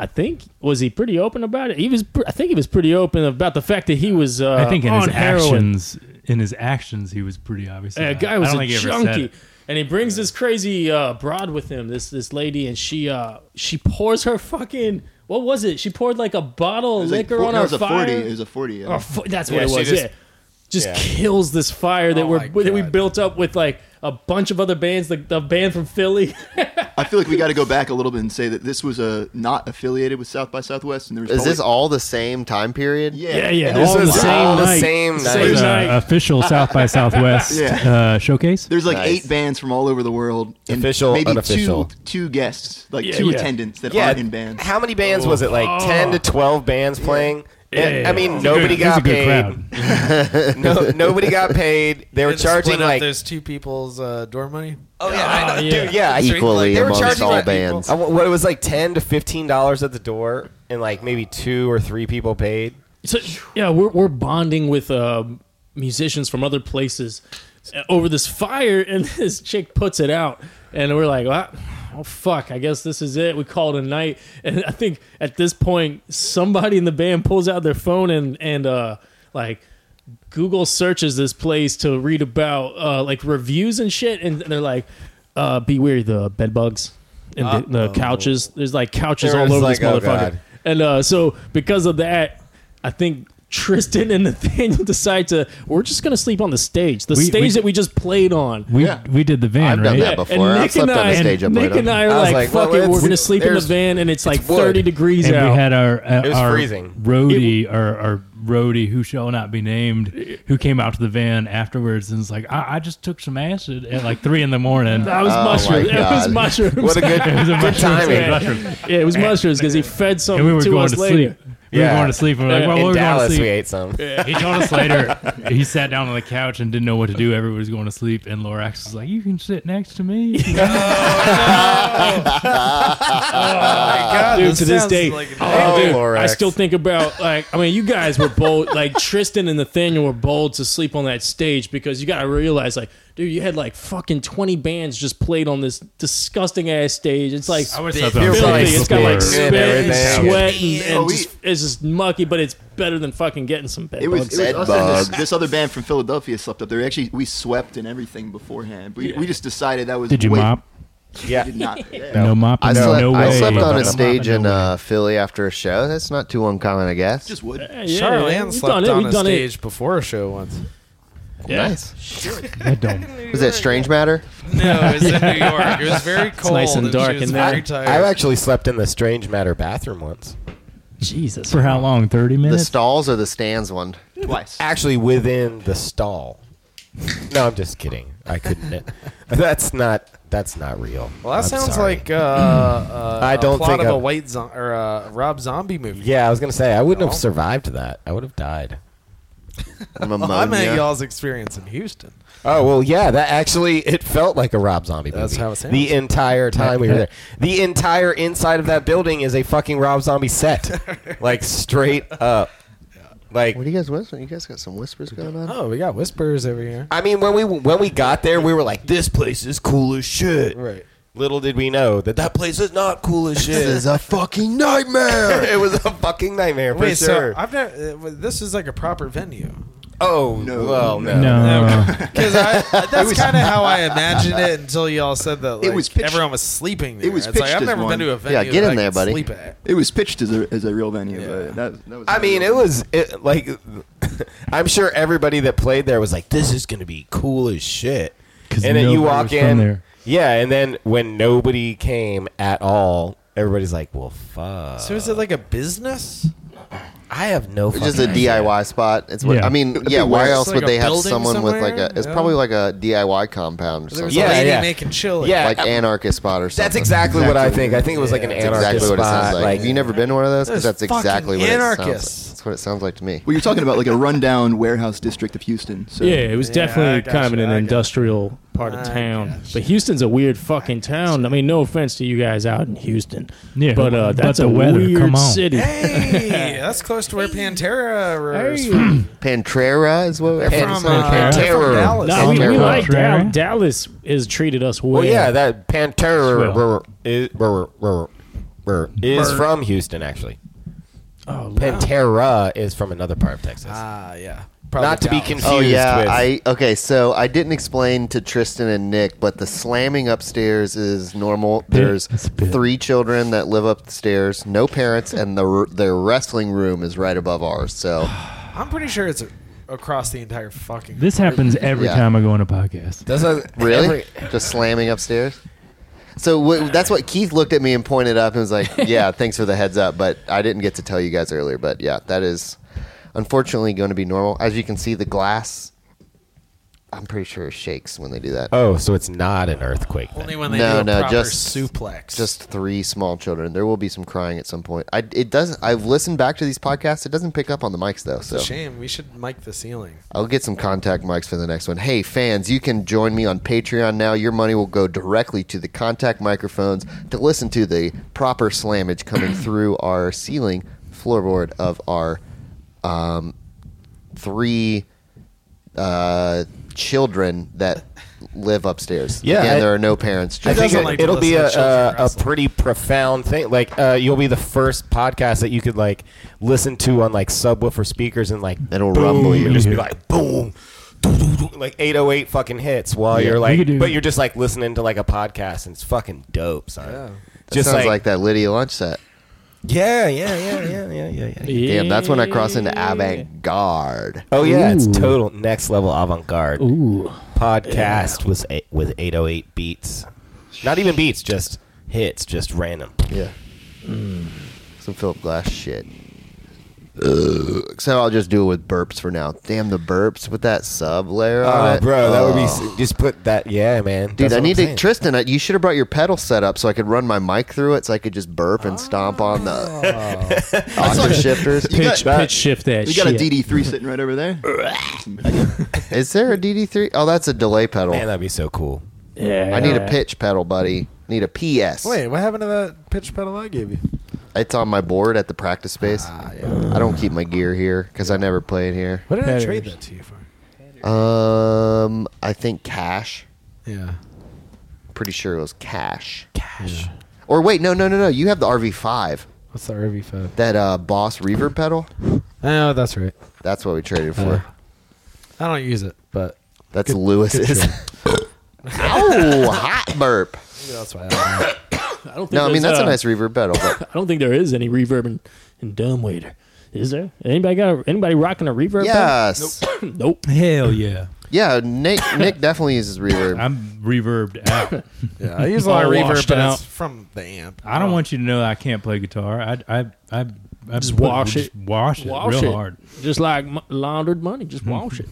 I think was he pretty open about it. He was. Pr- I think he was pretty open about the fact that he was. Uh, I think in on his heroin. actions in his actions he was pretty obvious A about it. guy I was don't a think he ever said junkie, it. and he brings this crazy uh, broad with him. This this lady, and she uh she pours her fucking what was it? She poured like a bottle of It was, like, liquor four- on it our was a fire. forty. It was a forty. yeah. Or Oh, fu- that's Yeah, what it she was. just- yeah. Just yeah. kills this fire that Oh we're my that we God. built up with like a bunch of other bands, like the band from Philly. I feel like we got to go back a little bit and say that this was a not affiliated with South by Southwest, and there was Is this probably- all the same time period? yeah, yeah. This all was the same all the night. same Same night. Uh, night. official South by Southwest Yeah. uh, showcase. There's like Nice. eight bands from all over the world. And Official, maybe unofficial. two two guests, like Yeah, two yeah. attendants that Yeah, aren't in bands. How many bands was it? Oh. Like ten to twelve bands playing. And- I mean, nobody It was a got good paid. crowd. No, nobody got paid. They were Did it split charging up like those two people's uh, door money. Oh yeah, I know. yeah. dude. Yeah, I- Equally they were amongst charging all like- bands. I- What it was like ten to fifteen dollars at the door, and like maybe two or three people paid. So, yeah, we're, we're bonding with uh, musicians from other places uh, over this fire, and this chick puts it out, and we're like, "Ah, oh fuck, I guess this is it. We call it a night, and I think at this point, somebody in the band pulls out their phone and and uh, like. Google searches this place to read about uh, like reviews and shit, and they're like, uh, "Be wary of the bed bugs and the, the couches." There's like couches There all was over this like, oh, motherfucker. God. And uh, so because of that, I think Tristan and Nathaniel decide to we're just gonna sleep on the stage, the We- stage we- that we just played on. We we did the van I've right. done that before. and I've Nick slept and on I, a stage up Nick laght and up. I are I was like, like, "Fuck well, it, we're it's- gonna sleep in the there's- van," and it's like wood. thirty degrees and out. we had our uh, It was our freezing. roadie, our, our roadie who shall not be named, who came out to the van afterwards and was like, I, I just took some acid at like three in the morning. that was Oh my mushrooms. It was God. mushrooms. What a good, good timing. yeah. yeah, it was mushrooms because he fed some and we were to going us to later. sleep. We Yeah. were going to sleep. And we're Yeah. like, well, In we're In going to Dallas, sleep. Oh, we ate some. He told us later. He sat down on the couch and didn't know what to do. Everybody was going to sleep, and Lorax was like, "You can sit next to me." Oh God, dude, to this sounds day, like an- oh, dude, Lorax. I still think about like I mean, you guys were bold, like Tristan and Nathaniel were bold to sleep on that stage because you got to realize, like, dude, you had like fucking twenty bands just played on this disgusting ass stage. It's like I was filthy. up there You're like It's got like spit spit and everything. sweat and, and Oh, we- just, it's just mucky, but it's better than fucking getting some bed It was, bugs. it was us and Bedbugs. this, this other band from Philadelphia slept up there. Actually, we swept and everything beforehand. We, we just decided that was. Did you way- mop? We Yeah. did not. Yeah. No mop. I no, slept, no I way. slept on No a mop, stage no in way. uh, Philly after a show. That's not too uncommon, I guess. Just would. Yeah, yeah, Charlene we've slept done it, on we've a done it. stage before a show once. Yeah. Nice. I don't. Was that Strange Matter? No, it was in New York. It was very cold. nice and dark she was in there. very tired. I've actually slept in the Strange Matter bathroom once. Jesus, For how long? Thirty The minutes. stalls or the stands one? Twice. Actually, within the stall. No, I'm just kidding. I couldn't. That's not. That's not real. well, I'm that sounds sorry. like uh, uh, I a don't plot think of I- a white zo- or a Rob Zombie movie. Yeah, I was gonna say I wouldn't have No. survived that. I would have died. Well, I meant Pneumonia. y'all's experience in Houston. Oh well, yeah. That actually, it felt like a Rob Zombie movie. That's how it sounds. The entire time we were there, the entire inside of that building is a fucking Rob Zombie set, like straight up. Like, What are you guys whispering? You guys got some whispers going on? Oh, we got whispers over here. I mean, when we when we got there, we were like, "This place is cool as shit." Right. Little did we know that that place is not cool as This shit. is a fucking nightmare. it was a fucking nightmare for Wait, sure. so I've never. Uh, this is like a proper venue. oh no, well, no. no. Because that's kind of how I imagined it until y'all said that. Like, It was pitched- everyone was sleeping there. it was it's like pitched I've as never one. been to a venue. Yeah, get in that I there, could buddy. Sleep at. It was pitched as a, as a real venue, but that, that was. I mean, it was it, like I'm sure everybody that played there was like, "This is going to be cool as shit." 'Cause And then you nobody walk was from in, there. yeah, and then when nobody came at all, everybody's like, "Well, fuck." So is it like a business? I have no. It's just a fucking idea. DIY spot. It's what Yeah. I mean. be Yeah, why weird. else It's would like a they have building someone with like somewhere, a? It's yeah. probably like a DIY compound or There something. was Yeah, a lady yeah. making chili. Yeah, like anarchist spot or something. That's exactly, what I think. I think it was like an Yeah, anarchist exactly what it spot. sounds like. Have you never been to one of those? Because Those that's exactly fucking what it sounds like. anarchists. That's what it sounds like to me. Well, you're talking about like a rundown warehouse district of Houston. So Yeah, it was Yeah, I definitely gotcha, kind of an I gotcha. industrial part of I town. gotcha. But Houston's a weird fucking town. I mean, no offense to you guys out in Houston. Yeah, but uh, but that's the a weather, weird come on. city. Hey, that's close to where Pantera roars Hey. from. Pantrera is what. They're everyone from, says. uh, they're Pantera. from Dallas. No, we, we Pantera. like Dal- Pantera. Dallas has treated us well. Well, yeah, that Pantera Swell. rur- is, rur- rur- rur- is from Houston, actually. Oh, Pantera is from another part of Texas. Ah, yeah. Not to be Dallas. confused Oh yeah, with. I okay. So I didn't explain to Tristan and Nick, but the slamming upstairs is normal. There's spit. three children that live upstairs, no parents, and the r- their wrestling room is right above ours. So I'm pretty sure it's a across the entire fucking. This happens every Yeah. time I go on a podcast. Doesn't Really? every- Just slamming upstairs? So wh- that's what Keith looked at me and pointed up and was like, "Yeah, thanks for the heads up." But I didn't get to tell you guys earlier. But yeah, that is unfortunately going to be normal. As you can see, the glass. I'm pretty sure it shakes when they do that. oh, so it's not an earthquake. Then. Only when they No, do a no, proper just- suplex. Just three small children. There will be some crying at some point. I it doesn't. I've listened back to these podcasts. It doesn't pick up on the mics though. So It's a shame. We should mic the ceiling. I'll get some contact mics for the next one. Hey, fans, you can join me on Patreon now. Your money will go directly to the contact microphones to listen to the proper slammage coming through our ceiling floorboard of our um, three uh, children that live upstairs. Yeah, Again, I- there are no parents. I Just think doesn't it, like to it'll be listen a, to children a, a wrestle. pretty profound thing. Like uh, you'll be the first podcast that you could like listen to on like subwoofer speakers and like It'll boom, rumble you. You'll just be like boom, doo, doo, doo, like eight oh eight fucking hits while Yeah, you're we like, could do- but you're just like listening to like a podcast and it's fucking dope, son. Yeah. that sounds like, that Lydia lunch set. yeah, yeah, yeah, yeah, yeah, yeah, yeah. Damn, that's when I cross into avant garde. Oh yeah, it's Ooh. total next level avant garde. Ooh. Podcast was eight, with eight oh eight beats, not even beats, just hits, just random. Yeah. Mm. Some Philip Glass shit. So I'll just do it with burps for now. Damn the burps with that sub layer on Oh, it, bro, that would be Oh. s- just put that. Yeah, man, Dude, That's I what I'm need to saying. Tristan. I, you should have brought your pedal set up so I could run my mic through it, so I could just burp and stomp on the Oh. Ah. octave shifters. You got- Pitch, pitch shift that We shit. got a DD3 sitting right over there. Is there a DD three? Oh, that's a delay pedal. Man, that'd be so cool. Yeah. I need a pitch pedal, buddy. Need a PS. Wait, what happened to that pitch pedal I gave you? It's on my board at the practice space. Ah, I don't keep my gear here because I never play it here. What did Headers. I trade that to you for? Um, I think cash. Yeah. pretty sure it was cash. Cash. Or wait, no, no, no, no. You have the RV5, What's the RV5? that uh, Boss reverb pedal. Oh, that's right. That's what we traded for. Uh, I don't use it, but That's Lewis's. Ow, hot burp. maybe that's why I don't know. I don't think No, I mean there's, that's a uh, nice reverb pedal, but I don't think there is any reverb in, in Dumbwaiter. Is there? Anybody got a, anybody rocking a reverb? yes, pedal? Nope. Hell yeah. yeah. Nick Nick definitely uses reverb. I'm reverbed out. Yeah, I use a lot of All reverb, washed but out. it's from the amp. I don't want you to know I can't play guitar. I I I, I Just put- wash just it. Wash it Wash real it. hard. Just like m- laundered money. Just wash it.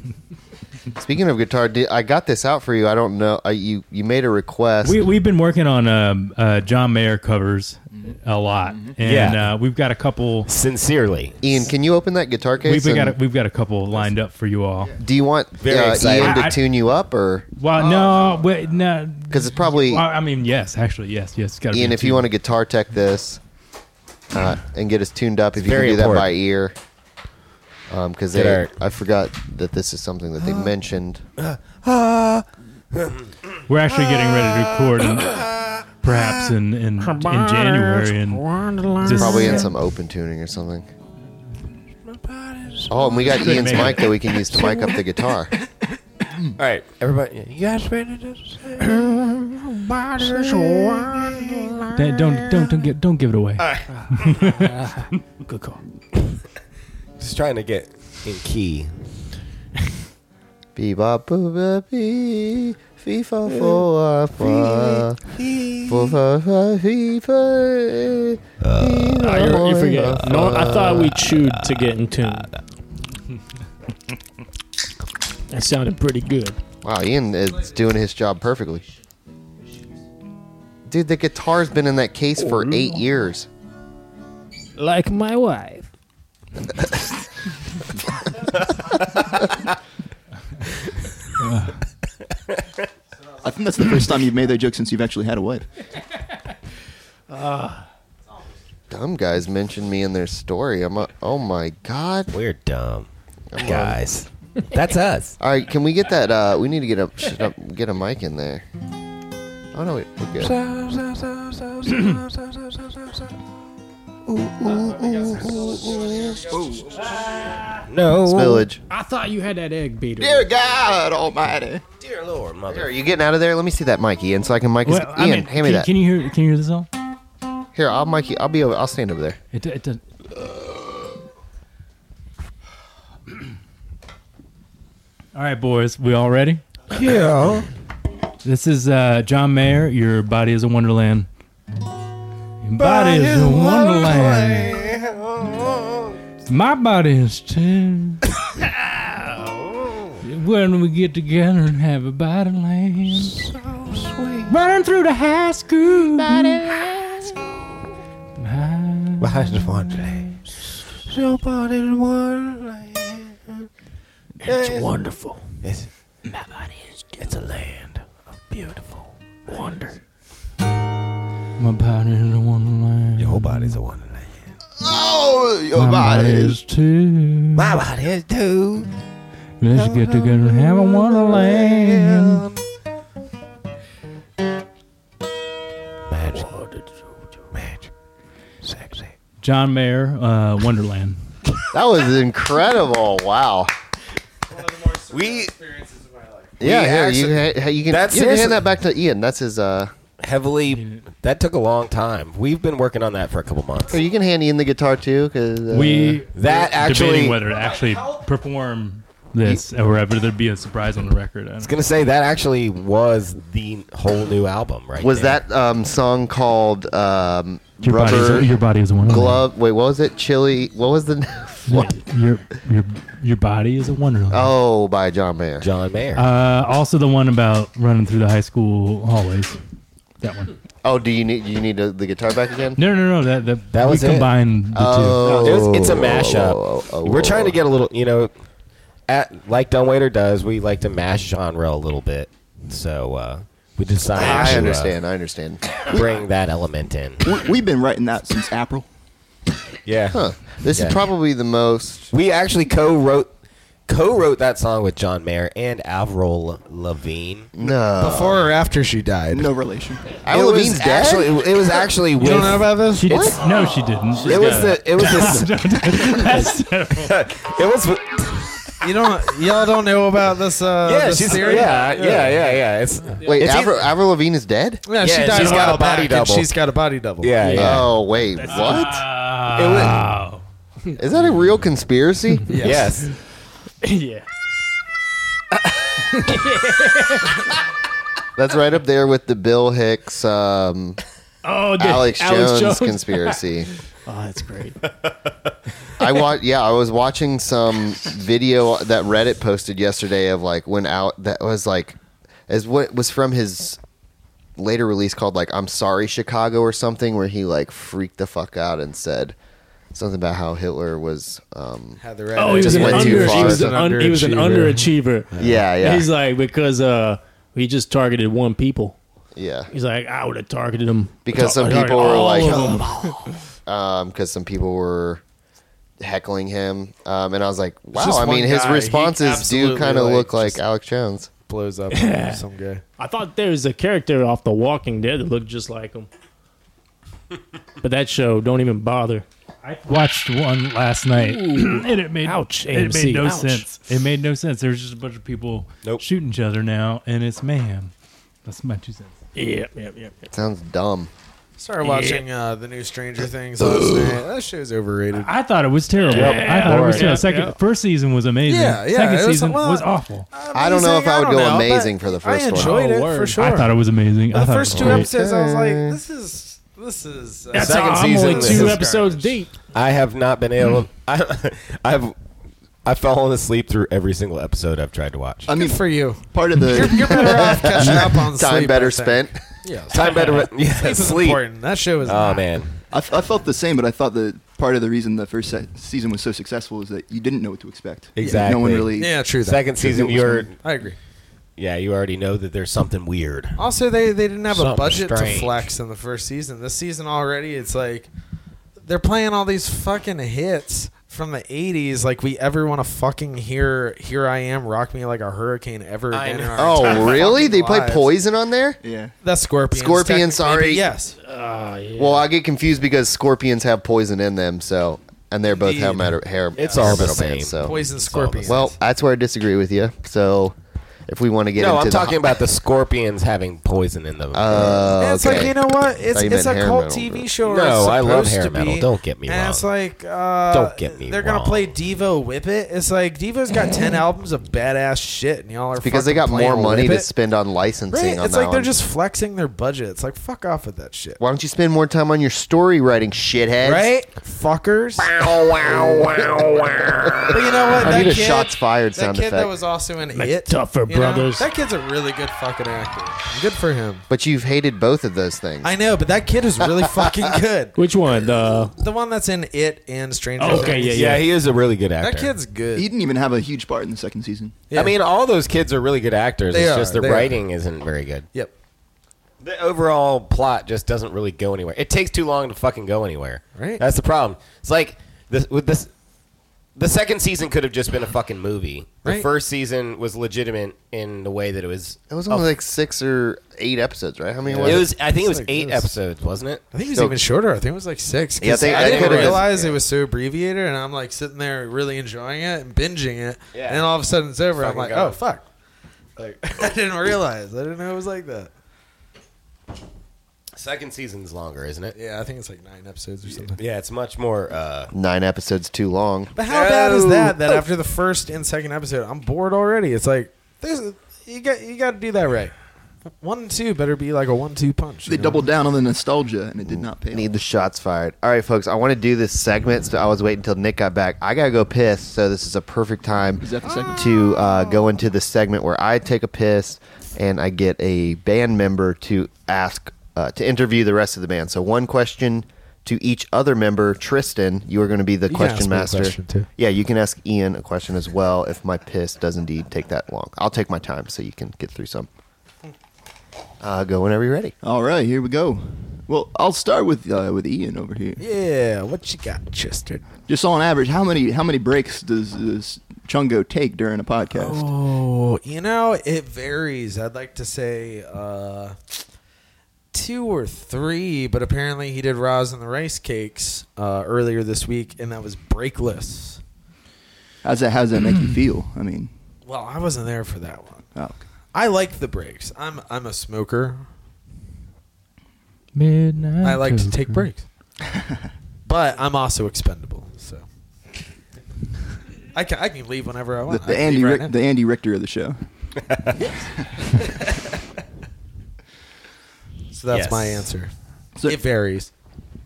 Speaking of guitar, did, I got this out for you. I don't know. I, you you made a request. We we've been working on um, uh, John Mayer covers a lot, and Yeah. uh, we've got a couple. Sincerely, Ian, can you open that guitar case? We've got a, and we've got a couple lined up for you all. do you want Very uh, excited. Ian I- to I- tune you up, or Well, Oh. no, wait, no, because it's probably Well, I mean, yes, actually, yes, yes. Got Ian, if you want to guitar tech this uh, and get us tuned up, if you can Uh-huh. very do that by important. ear, because Get they, our- I forgot that this is something that they mentioned. we're actually getting ready to record, in, perhaps in in, in January, and just, Probably in some open tuning or something. Oh, and we got Ian's make mic that we can use to mic up the guitar. all right, everybody. You guys ready to? Don't don't don't don't give don't give it away. Good call. Just trying to get in key. Bebop, boop, boop, bee, fee, fo, fo, ah, fa, fo, fa, fa, fee, fa, Uh, eh, fee, Ah, you're, you fa, forget. fa, No, I thought we chewed to get in tune. That sounded pretty good. Wow, Ian is doing his job perfectly. Dude, the guitar's been in that case for Oh, eight years. Like my wife. I think that's the first time you've made that joke since you've actually had a wife. Dumb guys mentioned me in their story. I'm a, oh my god. We're dumb guys. That's us. All right, can we get that? Uh, we need to get a shit up, get a mic in there. Oh no, wait, we're good. No Spillage. I thought you had that egg beater. Dear God Almighty. Dear Here, are Lord, mother. you getting out of there? Let me see that mic, Ian, so I can mic. his Well, I Ian, mean, hand me can, that. Can you hear? Can you hear this all? Here, I'll mic you. I'll be over. I'll stand over there. It, it does. All right, boys, we all ready? Yeah. This is uh, John Mayer. Your body is a wonderland. Your body is a wonderland. My body is too. when we get together and have a body land. So sweet. Running through the high school. High- It's wonderful. It's a land of beautiful wonder. My body is a wonderland. Your body's a wonderland. Oh, your My body body. is too. My body is too. Let's get together and have a wonderland. Magic. Magic. Sexy. John Mayer, uh, Wonderland. That was incredible. Wow. We Yeah, We here, you, ha- you can, That's you can seriously- hand that back to Ian. That's his. Uh, heavily. That took a long time. We've been working on that for a couple months. or you can hand Ian the guitar too, because uh, we That actually, debating I whether to actually perform this or whether there'd be a surprise on the record. I don't was gonna say that actually was the whole new album, right? was there. that um, song called um, Your body's Rubber a, your body's a wonderland. Glove. Wait, what was it? Chili. What was the? Your, what? your your your body is a wonderland. Oh, by John Mayer. John Mayer? Uh, also the one about running through the high school hallways. That one. Oh, do you need do you need uh, the guitar back again? No, no, no. That that, That we was it. combined the Oh. No, it was- it's a Oh, mashup. oh, oh, oh, We're oh, trying oh. to get a little, you know, at like Dunwaiter does. We like to mash genre a little bit, so uh, we decided. to, I uh, understand. I understand. bring that element in. We, we've been writing that since April. Yeah. Huh. This Yeah. is probably the most. We actually co-wrote co-wrote that song with John Mayer and Avril Lavigne. No. Before or after she died? No relation. Avril it was Lavigne's dead? actually it was actually You with don't know about this? two. She did, no, she didn't. She's it was got the it was the That's terrible. it was with- You don't. Y'all don't know about this? Uh, yeah this she's theory? yeah yeah yeah yeah it's Wait, It's e- Avril, either- Avril Lavigne is dead. Yeah, she Yeah, died she's a got while a body back, double. And she's got a body double. yeah yeah Oh wait, what? It was- Is that a real conspiracy? yes. yeah. That's right up there with the Bill Hicks, um, Oh, dude. Alex, Jones, Jones. conspiracy. Oh, that's great. I watch. Yeah, I was watching some video that Reddit posted yesterday of like when out that was like, as what was from his later release called like "I'm Sorry Chicago" or something, where he like freaked the fuck out and said something about how Hitler was. Um, Had the red Oh, he was Just an went too under. far. He was an, un- he was an underachiever. yeah, yeah, He's like because uh, he just targeted one people. yeah. He's like, I would have targeted him Because some I targeted people were all like, of 'em. Um, because some people were heckling him, um, and I was like, wow. just I mean, one his guy. He responses do absolutely, kind of like, look like just- Alex Jones. blows up on some guy. I thought there was a character off The Walking Dead that looked just like him. but that show don't even bother. I watched one last night, and it made Ouch, It AMC, made no ouch. sense. It made no sense. There's just a bunch of people Nope. shooting each other now, and it's mayhem. That's my two cents. Yeah, yeah, yeah. yeah. Sounds dumb. Started watching uh, the new Stranger Things last night. That show's overrated. I thought it was terrible. I thought it was boring. terrible. Second, Yeah. first season was amazing. Yeah, yeah, Second it was- season well, was awful. I don't know if I would go but amazing for the first I one. enjoyed Oh, it for word. sure. I thought it was amazing. I the thought it first was two great. episodes, I was like, this is this is. Uh, That's Second all, I'm season only was two garbage. episodes deep. I have not been able I I've I've fallen asleep through every single episode I've tried to watch I mean, good for you. part of the You're, you're better off catching up on Time sleep, I better think. spent. Yeah, time better yeah sleep is sleep important. That show is. oh not. man I, f- I felt the same, but I thought that part of the reason the first se- season was so successful is that you didn't know what to expect. Exactly. No one really. Yeah, true. That. second season you're I agree. yeah you already know that there's something weird Also, they, they didn't have Something a budget strange. to flex in the first season. This season already, it's like they're playing all these fucking hits from the '80s. Like we ever want to fucking hear "Here I Am," "Rock Me Like a Hurricane" ever I again? in know. our entire Oh, really? fucking They play lives. Poison on there? Yeah. That's Scorpion. Scorpion, sorry. Yes. Ah, Well, I get confused because scorpions have poison in them, so and they're both have matter hair. It's uh, all the metal same. bands, So, Poison Scorpion. well, that's where I disagree with you. So, If we want to get no, into I'm the talking about the Uh, scorpions having poison in them. Oh, And it's okay. like you know what? It's you it's a meant hair cult metal, TV but- show. or No, it's I love supposed hair to metal. be, Don't get me and It's wrong. like uh, Don't get me They're gonna wrong. play Devo Whip It. It's like Devo's got ten albums of badass shit, and y'all are because they got fucking more playing money Whip to It. spend on licensing. Right? on It's that like they're one. just flexing their budget. It's like fuck off with that shit. Why don't you spend more time on your story writing, shitheads? Right, fuckers. but you know what? I that need a kid, shots fired that sound kid effect. that was also in Like it. Tougher you know? Brothers. That kid's a really good fucking actor. Good for him. But you've hated both of those things. I know, but that kid is really fucking good. Which one? The The one that's in it and Stranger okay, Things. yeah, yeah. yeah, he is a really good actor. That kid's good. He didn't even have a huge part in the second season. Yeah. I mean, all those kids are really good actors. They it's are, just their they are. writing isn't very good. yep. The overall plot just doesn't really go anywhere. It takes too long to fucking go anywhere. Right. That's the problem. It's like this with this. The second season could have just been a fucking movie. The Right. first season was legitimate in the way that it was. It was only like six or eight episodes, right? How many was it it? was. I think it was like eight this. episodes, wasn't it? I think it was So- even shorter. I think it was like six. 'cause Yeah, I think- I, I didn't could've- realize it was so abbreviated, and I'm like sitting there really enjoying it and binging it, Yeah. and then all of a sudden it's over. I'm Fucking like, go. oh fuck! Like I didn't realize. I didn't know it was like that. Second season's longer, isn't it? Yeah, I think it's like nine episodes or something. Yeah, it's much more. Uh, Nine episodes too long. But how bad is that? That after the first and second episode, I'm bored already. It's like there's you got you got to do that right. One and two better be like a one-two punch. They you know? doubled down on the nostalgia, and it did not pay. Need off. the shots fired. All right, folks, I want to do this segment, so I was waiting until Nick got back. I got to go piss, so this is a perfect time Is that the segment? to uh, go into the segment where I take a piss and I get a band member to ask, uh, to interview the rest of the band. So one question to each other member. Tristan, you are going to be the You can question ask me a master. question, too. Yeah, you can ask Ian a question as well if my piss does indeed take that long. I'll take my time so you can get through some. Uh, go whenever you're ready. All right, here we go. Well, I'll start with uh, with Ian over here. Yeah, what you got, Chester? Just on average, how many how many breaks does this Chungo take during a podcast? Oh, you know, it varies. I'd like to say uh, two or three, but apparently he did Roz and the Rice Cakes uh, earlier this week, and that was breakless. How's that? How's that make you feel? I mean, Well, I wasn't there for that one. oh, I like the breaks. I'm I'm a smoker. Midnight. I like to Cobra. take breaks, but I'm also expendable. So I can I can leave whenever I the, want. I the can Andy leave right Ric- now. the Andy Richter of the show. so that's Yes. my answer. So, it varies.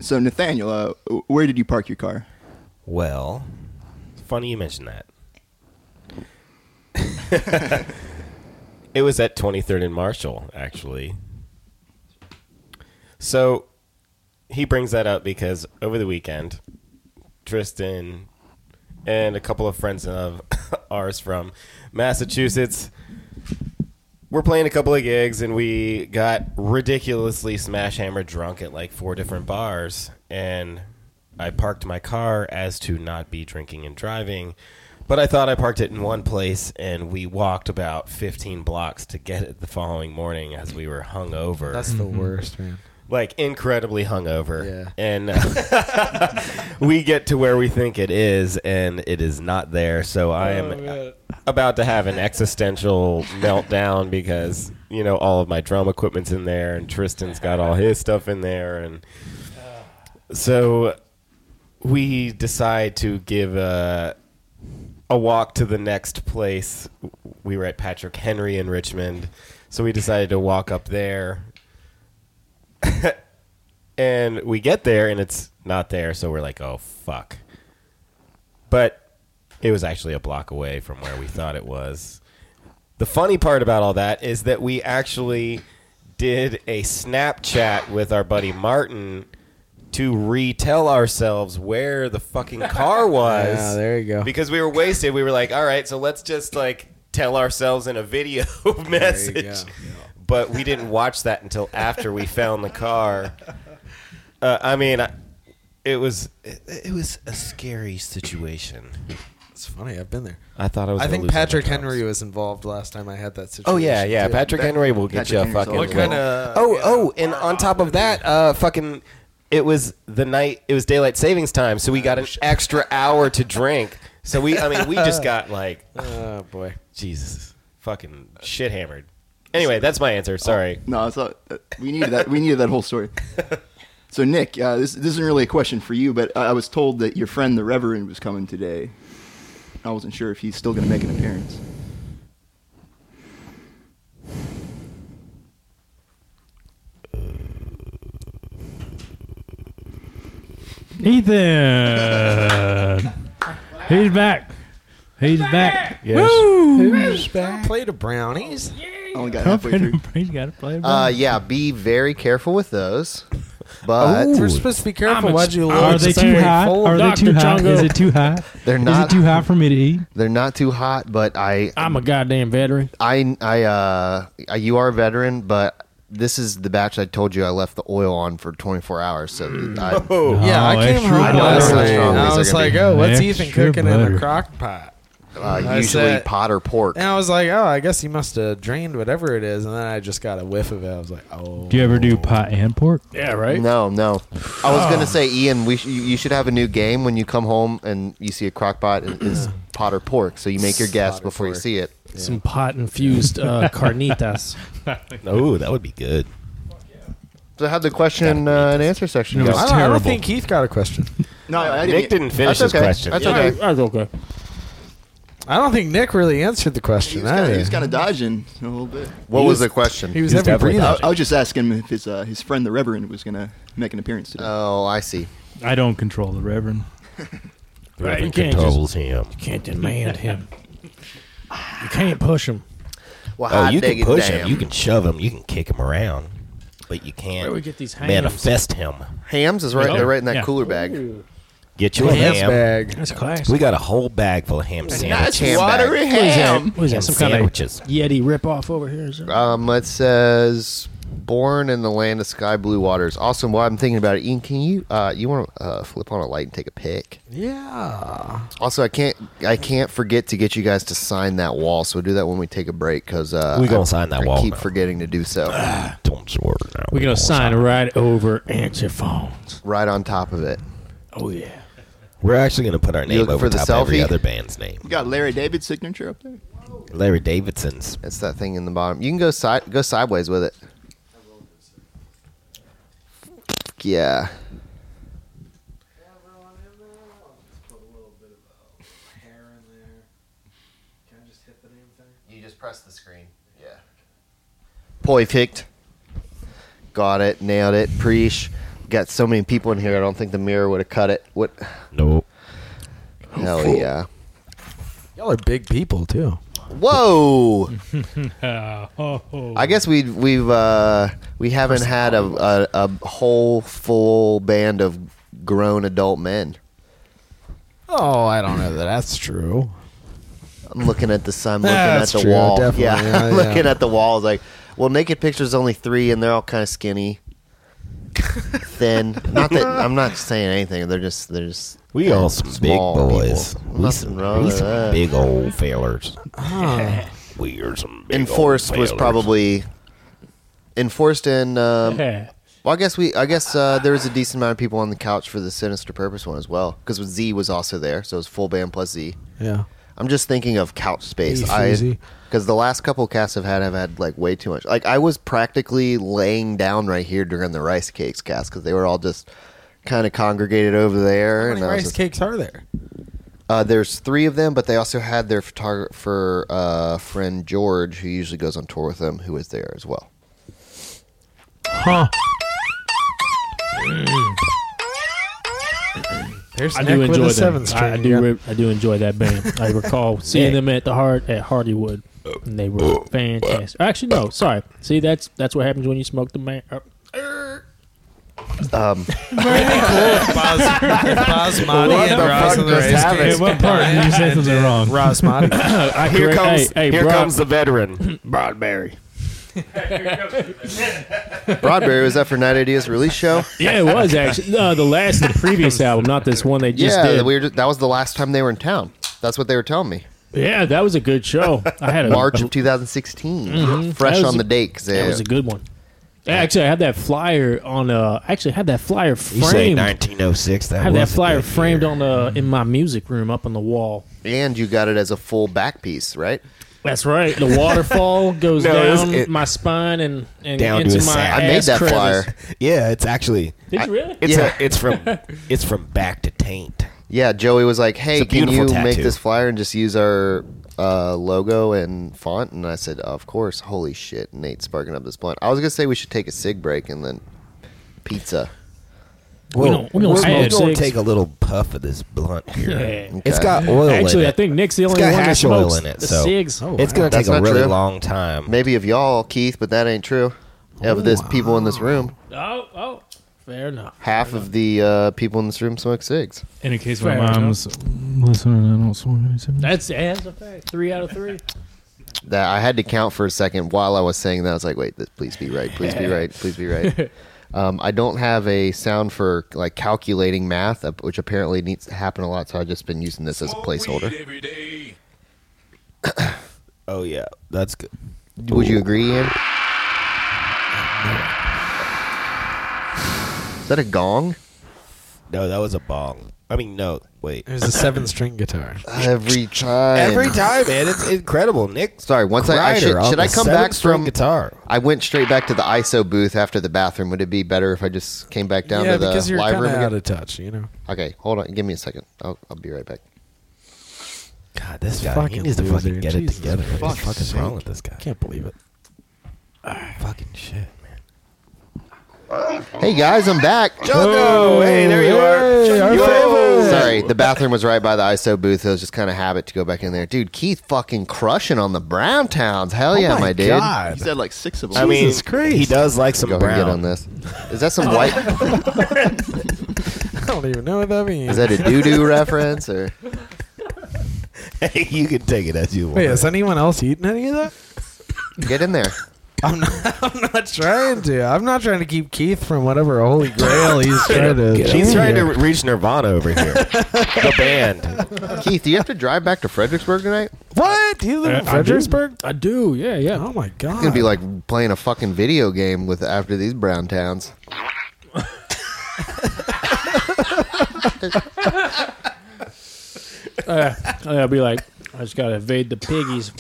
so Nathaniel, uh, where did you park your car? well, funny you mentioned that. it was at 23rd and Marshall, actually. So he brings that up because over the weekend, Tristan and a couple of friends of ours from Massachusetts were playing a couple of gigs and we got ridiculously smash hammer drunk at like four different bars and I parked my car as to not be drinking and driving. But I thought I parked it in one place and we walked about 15 blocks to get it the following morning as we were hung over That's the worst, man. like incredibly hungover. Yeah. And uh, we get to where we think it is, and it is not there. So I am about to have an existential meltdown because you know all of my drum equipment's in there, and Tristan's got all his stuff in there, and so we decide to give a a walk to the next place. We were at Patrick Henry in Richmond, so we decided to walk up there and we get there and it's not there so we're like oh fuck but it was actually a block away from where we thought it was the funny part about all that is that we actually did a snapchat with our buddy martin to retell ourselves where the fucking car was Yeah, there you go. because we were wasted we were like all right so let's just like tell ourselves in a video message go. but we didn't watch that until after we found the car. Uh, I mean, I- it was it, it was a scary situation. It's funny. I've been there. I thought I was. I gonna think lose all my Patrick props. Henry was involved last time I had that situation. Oh yeah, yeah. too. Patrick Henry will get Patrick you a Henry's fucking. always What kind of? oh oh, and on top of that, uh, fucking. It was the night. It was daylight savings time, so Oh, we got an extra hour to drink. So we, I mean, we just got like Oh boy. Jesus. fucking shit hammered. Anyway, that's my answer. Sorry. No, it's not, uh, we needed that. We needed that whole story. So Nick, uh, this, this isn't really a question for you, but I, I was told that your friend the Reverend was coming today. I wasn't sure if he's still going to make an appearance. Ethan. He's back. He's back. Play to brownies. I only got halfway through. He's got to play. Um, it Uh, back. yeah, be very careful with those. But We're Uh, supposed to be careful. I'm a- Why'd you I'm Are look they so too full hot? of- Are they too Dr. hot? Jungle. Is it too hot? They're Is not- it too hot for me to eat? they're not too hot. But I, I'm a goddamn veteran. I, I, uh, I- you are a veteran, but this is the batch I told you I left the oil on for 24 hours. So I, Yeah, I Oh, came extra home butter. last Extra night and strawberries I are was gonna like, be "Oh, what's Ethan extra cooking in butter. the crock pot?" uh, I usually said- pot or pork. And I was like, "Oh, I guess he must have drained whatever it is." And then I just got a whiff of it. I was like, "Oh." Do you ever do pot and pork? Yeah, right. No, no. I was gonna say, Ian, we sh- you you should have a new game when you come home and you see a crock pot and it's pot or pork. So you make your guess Pot or before you pork. see it. Some pot infused uh, carnitas. Oh, that would be good. So how'd the question uh, and answer section I go? was- don't, I don't Terrible. think Keith got a question. No, I didn't. Nick didn't finish That's his okay. question. That's Yeah. okay. That's okay. I don't think Nick really answered the He question was kinda- either. he was kind of dodging a little bit. What was the question? He was heavy breathing. I, I was just asking him if his uh, his friend the Reverend was going to make an appearance Uh, today. oh, I see. I don't control the reverend. Right, you Reverend can't controls him. Can't demand him. You can't push him. Well, Oh, hot you can diggity push damn. him, you can shove him, you can kick him around, but you can't Where we get these hams? manifest him. Hams is right. Yeah. They're right in that Yeah. cooler bag. Get you a Yes, ham. bag. That's class. We got a whole bag full of ham That's sandwiches. ham Watery bag. ham. What is Ham that? Some kind of sandwiches. Yeti ripoff over here? Is there? Um, it says born in the land of sky blue waters. Awesome. While I'm thinking about it, Ian, can you uh, you want to uh, flip on a light and take a pic? Yeah. Also, I can't I can't forget to get you guys to sign that wall. So do that when we take a break because uh, We gonna I- sign that I wall Keep now. forgetting to do so. Don't you worry. now. We're gonna Don't sign right over answer phones. right on top of it. Oh yeah. We're actually gonna put our name looking over for the top of every selfie? other band's name. You got Larry David's signature up there. Larry Davidson's. It's that thing in the bottom. You can go side go sideways with it. Yeah. You just press the screen. Yeah. Perfect. Got it. Nailed it. Preach. Got so many people in here. I don't think the mirror would have cut it. What? No. Hell yeah. Y'all are big people too. Whoa. Oh, oh. I guess we've we've uh, we haven't had a, a a whole full band of grown adult men. Oh, I don't know that that's true. I'm looking at the sun, looking at That's the true, wall. definitely, Yeah, yeah, yeah. looking at the walls. Like, well, naked pictures only three, and they're all kind of skinny, thin. Not that I'm not saying anything. They're just they're just We all some Small big boys. people. We Nothing some, wrong we with that. some big old fellers. We are some big enforced old was fellers. probably enforced in. Um, Yeah. Well, I guess we. I guess uh, there was a decent amount of people on the couch for the sinister purpose one as well, because Z was also there, so it was full band plus Z. Yeah. I'm just thinking of couch space. Hey, I Susie. because the last couple casts I've had, I've had like way too much. Like I was practically laying down right here during the rice cakes cast because they were all just kind of congregated over there. How and many I was rice just- cakes are there? uh, there's three of them, but they also had their photographer uh, friend George, who usually goes on tour with them, who was there as well. There's I do Nick with enjoy a them. seven I, I string, do. yeah. re- I do enjoy that band. I recall seeing them at the heart at Hardywood, and they were fantastic. Actually, no, sorry. See, that's that's what happens when you smoke the man. Uh, Basmati and rice Hey, what part? Did you say something wrong? Basmati. I Uh, Here correct- comes hey, hey, here Brock- comes the veteran. Broadberry. Broadberry was that for Night Ideas release show? Yeah, it was actually uh, the last, the previous album, not this one they just yeah, did. we were just, that was the last time they were in town. That's what they were telling me. yeah, that was a good show. I had a March of 2016, fresh uh, Mm-hmm. That was on a- the date. 'cause That they- was a good one. Yeah, Actually, I had that flyer on. Uh, actually, I had that flyer You say framed. I 1906. That had that was a flyer good framed uh, year. on the in my music room up on the wall. and you got it as a full back piece, right? That's right. The waterfall goes No, it was- down it- my spine and, and Down to into his my sack. I made ass that crevice. flyer. Yeah, it's actually Did you really? it's Yeah. a, it's from it's from back to taint. Yeah, Joey was like, "Hey, It's a can you beautiful make tattoo. this flyer and just use our uh, logo and font?" And I said, "Of course." Holy shit, Nate's sparking up this blunt. I was gonna say we should take a sig break and then pizza. Whoa, we don't- we don't smoke cigs. take a little puff of this blunt here. Yeah. It's got oil Actually, in it. I think Nick's the only got one that hash oil smokes in it, the so- cigs. Oh, it's gonna That's take a not really true. long time. Maybe of y'all, Keith, but that ain't true. Of this people in this room, oh, oh, fair enough. half of the uh, people in this room smoke cigs. And in case Fair my mom enough. was listening, I don't smoke any That's cigarettes. that's a fact. Three out of three. That I had to count for a second while I was saying that. I was like, "Wait, this, please be right. Please be right. Please be right." Um, I don't have a sound for like calculating math, uh, which apparently needs to happen a lot. So I've just been using this as a placeholder. Oh yeah, that's good. Would you agree, Ian? Is that a gong? No, that was a bong. I mean, no, wait. There's a seven string guitar. Every time. Every time, man, it's incredible. Nick, Sorry, once I, I Kreider should, on should the I come back seven-string from guitar? I went straight back to the ISO booth after the bathroom. Would it be better if I just came back down yeah, to the because you're live kind room of again? out of touch, you know. okay, hold on. Give me a second. I'll, I'll be right back. God, this guy fucking he needs to loser. fucking get Jesus it together. What the fuck's fuck is sake. wrong with this guy? Can't believe it. fucking shit, man. Hey guys, I'm back. Jocko, hey, there you are. Sorry, the bathroom was right by the ISO booth. It was just kind of habit to go back in there. Dude, Keith fucking crushing on the Brown Towns. Oh Hell yeah, my, dude. He said like six of them. I mean, Jesus Christ. he does like some Go ahead brown. and get on this. Is that some white? I don't even know what that Is means. that a doo doo reference or Hey, you can take it as you want. Wait, is anyone else eating any of that? get in there? I'm not. I'm not trying to. I'm not trying to keep Keith from whatever holy grail he's trying to. He's achieve trying to here. re- reach Nirvana over here. the band. Keith, do you have to drive back to Fredericksburg tonight? What? Do you live in I- I do. Fredericksburg? I do. Yeah, yeah. Oh my god! It's gonna be like playing a fucking video game with after these Brown Towns. Oh, I'll be like, I just gotta evade the piggies.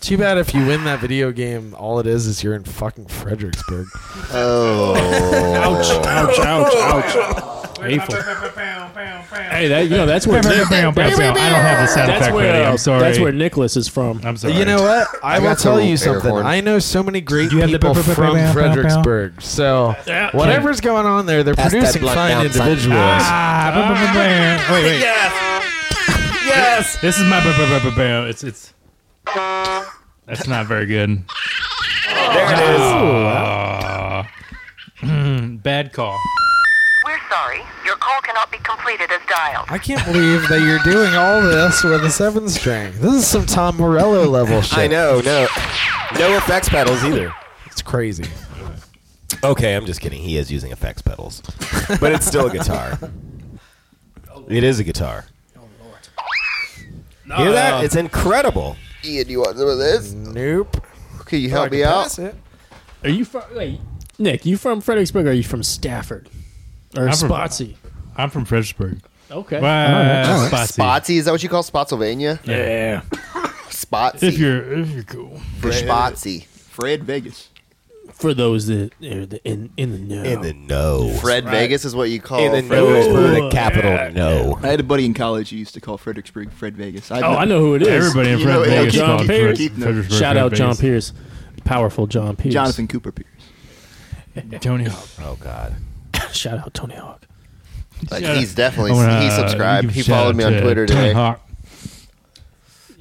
Too bad if you win that video game, all it is is you're in fucking Fredericksburg. Ouch! Ouch! Ouch! Ouch! Painful. Hey, that you know that's where Nick, Bam, bam, bam, bam. I don't have the sound that's effect where ready. uh, I'm sorry. that's where Nicholas is from. I'm sorry. you know what? I, I will got tell some you air something. horn. I know so many great You have the people bow, bow, bow, from bow, bow, bow. Fredericksburg. So Yeah. whatever's going on there, they're Pass that producing blunt fine down, son. individuals. Ah, bam, bam, bam, bam. Wait, wait. Yes. This is my bam, bam, bam, bam, bam. It's it's. That's not very good. There it is. Bad call. We're sorry. Your call cannot be completed as dialed. I can't believe that you're doing all this with a seven string. This is some Tom Morello level shit. I know. No, no effects pedals either. It's crazy. Okay, I'm just kidding. He is using effects pedals, but it's still a guitar. It is a guitar. Hear that? It's incredible. Ian, you want some of this? Nope. Can you help I me can out? pass it. Are you from? Wait, Nick, you from Fredericksburg? or Are you from Stafford or I'm from- Spotsy? I'm from Fredericksburg. Okay. Wow, Spotsy. Spotsy, is that what you call Spotsylvania? Yeah. Spotsy. If you're if you're cool. for Spotsy. Fred Vegas. For those that are the, in in the know. In the no. Fred Vegas is what you call In the Fredericksburg. no. The capital no. I had a buddy in college who used to call Fredericksburg Fred Vegas. I've oh, I know who it is. Everybody in You know, Fred yeah, Vegas John called Pierce. Fred- Keith knows. Fredericksburg. Shout Fred out John Vegas. Pierce, powerful John Pierce. Jonathan Cooper Pierce. Tony Hawk. Oh God. Shout out Tony Hawk. Like, Shout he's out. definitely I wanna, he subscribed. Oh, uh, give He a shout followed out me on to Twitter Tony today. Hawk.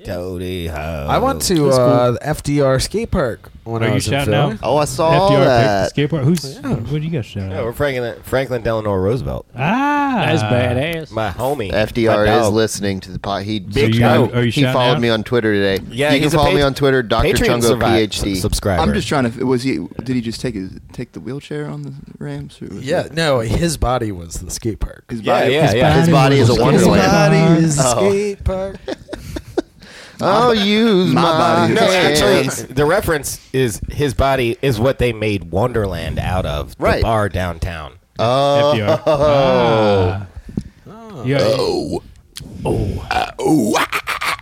Tony Ho. I went to uh, the FDR skate park when Are I you was in shouting Philly. out? Oh, I saw FDR that. pick, skateboard. Who's what do you guys shout Yeah, out? we're Franklin, Franklin Delano Roosevelt. Ah, That's badass. My homie. My FDR is dog. listening to the pot. He So you- no, are you he shouting followed out? me on Twitter today. Yeah, you can he's a follow me pat- on Twitter, Dr. Patreon Chungo survi- PhD. subscriber. I'm just trying to. Was he? Did he just take his take the wheelchair on the ramps? Or was Yeah, it no, his body was the skate park. his Yeah, body. yeah, yeah. His body is a His wonderland. body is the Oh. skate park. I'll use my, My body. No, actually, hands. the reference is his body is what they made Wonderland out of. Right. The bar downtown. FDR. Oh. Yeah, Oh.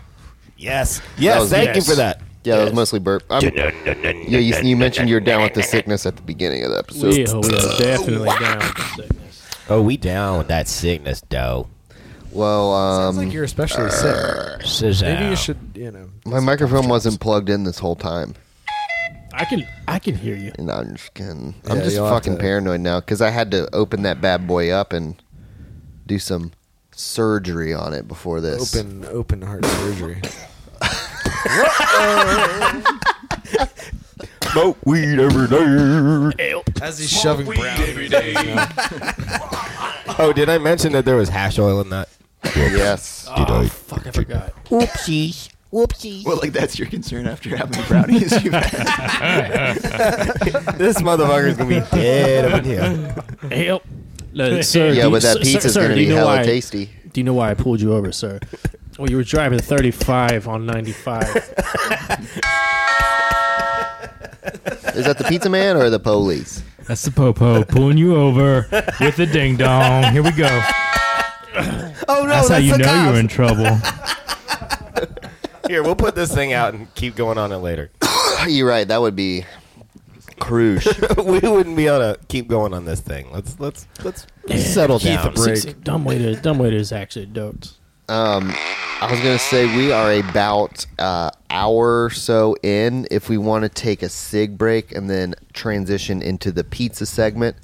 Yes. Yes. thank you for that. Yeah, that was mostly burp. I'm, yeah, you, you mentioned you're down with the sickness at the beginning of the episode. yeah, we are definitely down with the sickness. Oh, we down with that sickness, though. Well, um, Sounds like you're especially sick. Maybe you should, you know. my microphone wasn't plugged in this whole time. I can I can hear you. No, I'm just kidding. I'm Yeah, just you'll have fucking to- paranoid now because I had to open that bad boy up and do some surgery on it before this. Open, open heart surgery. Smoke weed every day. As he's shoving brown. Oh, did I mention that there was hash oil in that? Yes. Fuck, I forgot. Whoopsies. Whoopsies. Well, like that's your concern after having brownies. You've had. this motherfucker's gonna be dead up in here. Help. No, sir, do yeah, you- but that sir- pizza's sir, going to do be you know hella why- tasty. Do you know why I pulled you over, sir? Well, you were driving 35 on 95. Is that the pizza man or the police? That's the popo pulling you over with the ding dong. Here we go. Oh no, That's how you the know cops. you're in trouble. Here, we'll put this thing out and keep going on it later. You're right. That would be cruise. we wouldn't be able to keep going on this thing. Let's let's let's settle down. Dumbwaiter, Dumbwaiter is actually adult. I was going to say we are about uh, hour or so in. If we want to take a sig break and then transition into the pizza segment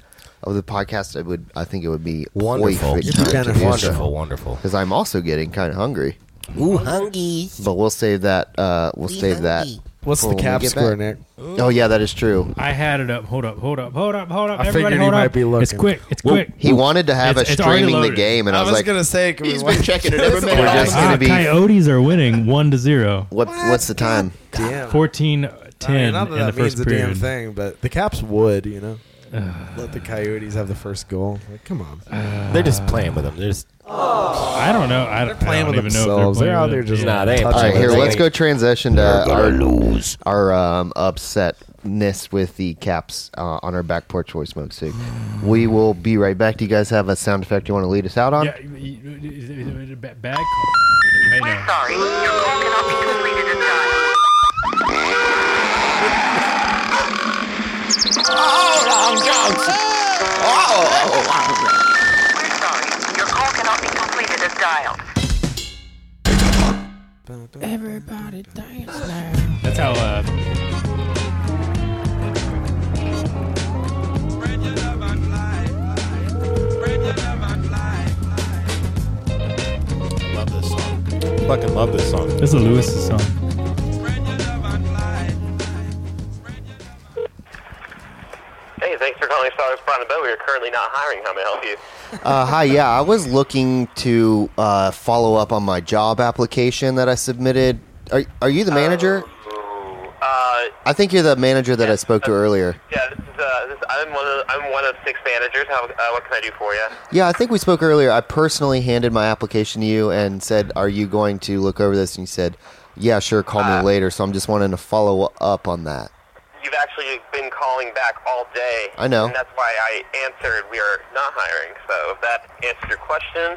of the podcast, I would. I think it would be Wonderful. perfect It'd be time to kind of do so. Wonderful, wonderful. because I'm also getting kind of hungry. Ooh, hungies. But we'll save that. Uh, we'll We save that. hungry. What's for when the we cap get score, back. Nick? Oh yeah, that is true. I had it up. Hold up. Hold up. Hold up. Hold up. I figured Everybody, he hold might up. be looking. It's quick. It's quick. He wanted to have It's- us it's already streaming the loaded. game, and I, was, like, gonna say, can He's been checking it every "We're minute. just gonna Ah, be coyotes are winning one to zero. what, What's the time? damn. 14 I mean, 10 not that in that the means first a period. damn thing, but the Caps would, you know, let the Coyotes have the first goal. Like, come on, They're just playing with them. They're just I don't know. I, they're playing I don't with even know if themselves. They're, They're out playing there with them. just Yeah. nah. They ain't All right, playing here, with them. let's go transition to our lose. our um, upsetness with the Caps uh, on our back porch voice smoke suit. We will be right back. Do you guys have a sound effect you want to lead us out on? Yeah, you- you- you- you- bad bad call. Right We're now. sorry. Your call cannot be completed as dialed. We're sorry. Your call cannot be completed as dialed. Everybody dance now. That's how. Uh, Love this song. Fucking love this song. this is Lewis's song. Hey, thanks for calling Stars Prime and Bow. We are currently not hiring. How may I help you? Uh, hi, yeah, I was looking to uh, follow up on my job application that I submitted. Are, are you the manager? Uh, I think you're the manager that I spoke to earlier. yeah, this is, uh, this, I'm one of I'm one of six managers. How uh, what can I do for you? Yeah, I think we spoke earlier. I personally handed my application to you and said, "Are you going to look over this?" And you said, "Yeah, sure, call me later." So I'm just wanting to follow up on that. You've actually been calling back all day. I know. And that's why I answered we are not hiring. So if that answered your question,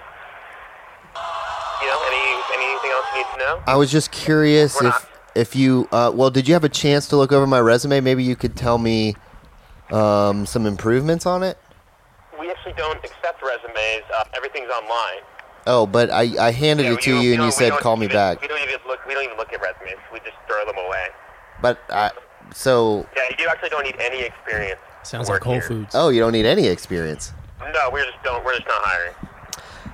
you know, any anything else you need to know? I was just curious We're if not- if you uh, well, did you have a chance to look over my resume? Maybe you could tell me um, some improvements on it. We actually don't accept resumes. Uh, everything's online. Oh, but I, I handed Yeah, it we to don't- you and we you don't- we said, don't "Call me even- back." We don't even look. We don't even look at resumes. We just throw them away. But I so Yeah, you actually don't need any experience. to Sounds like work Whole here. Foods. oh, you don't need any experience. No, we're just don't. We're just not hiring.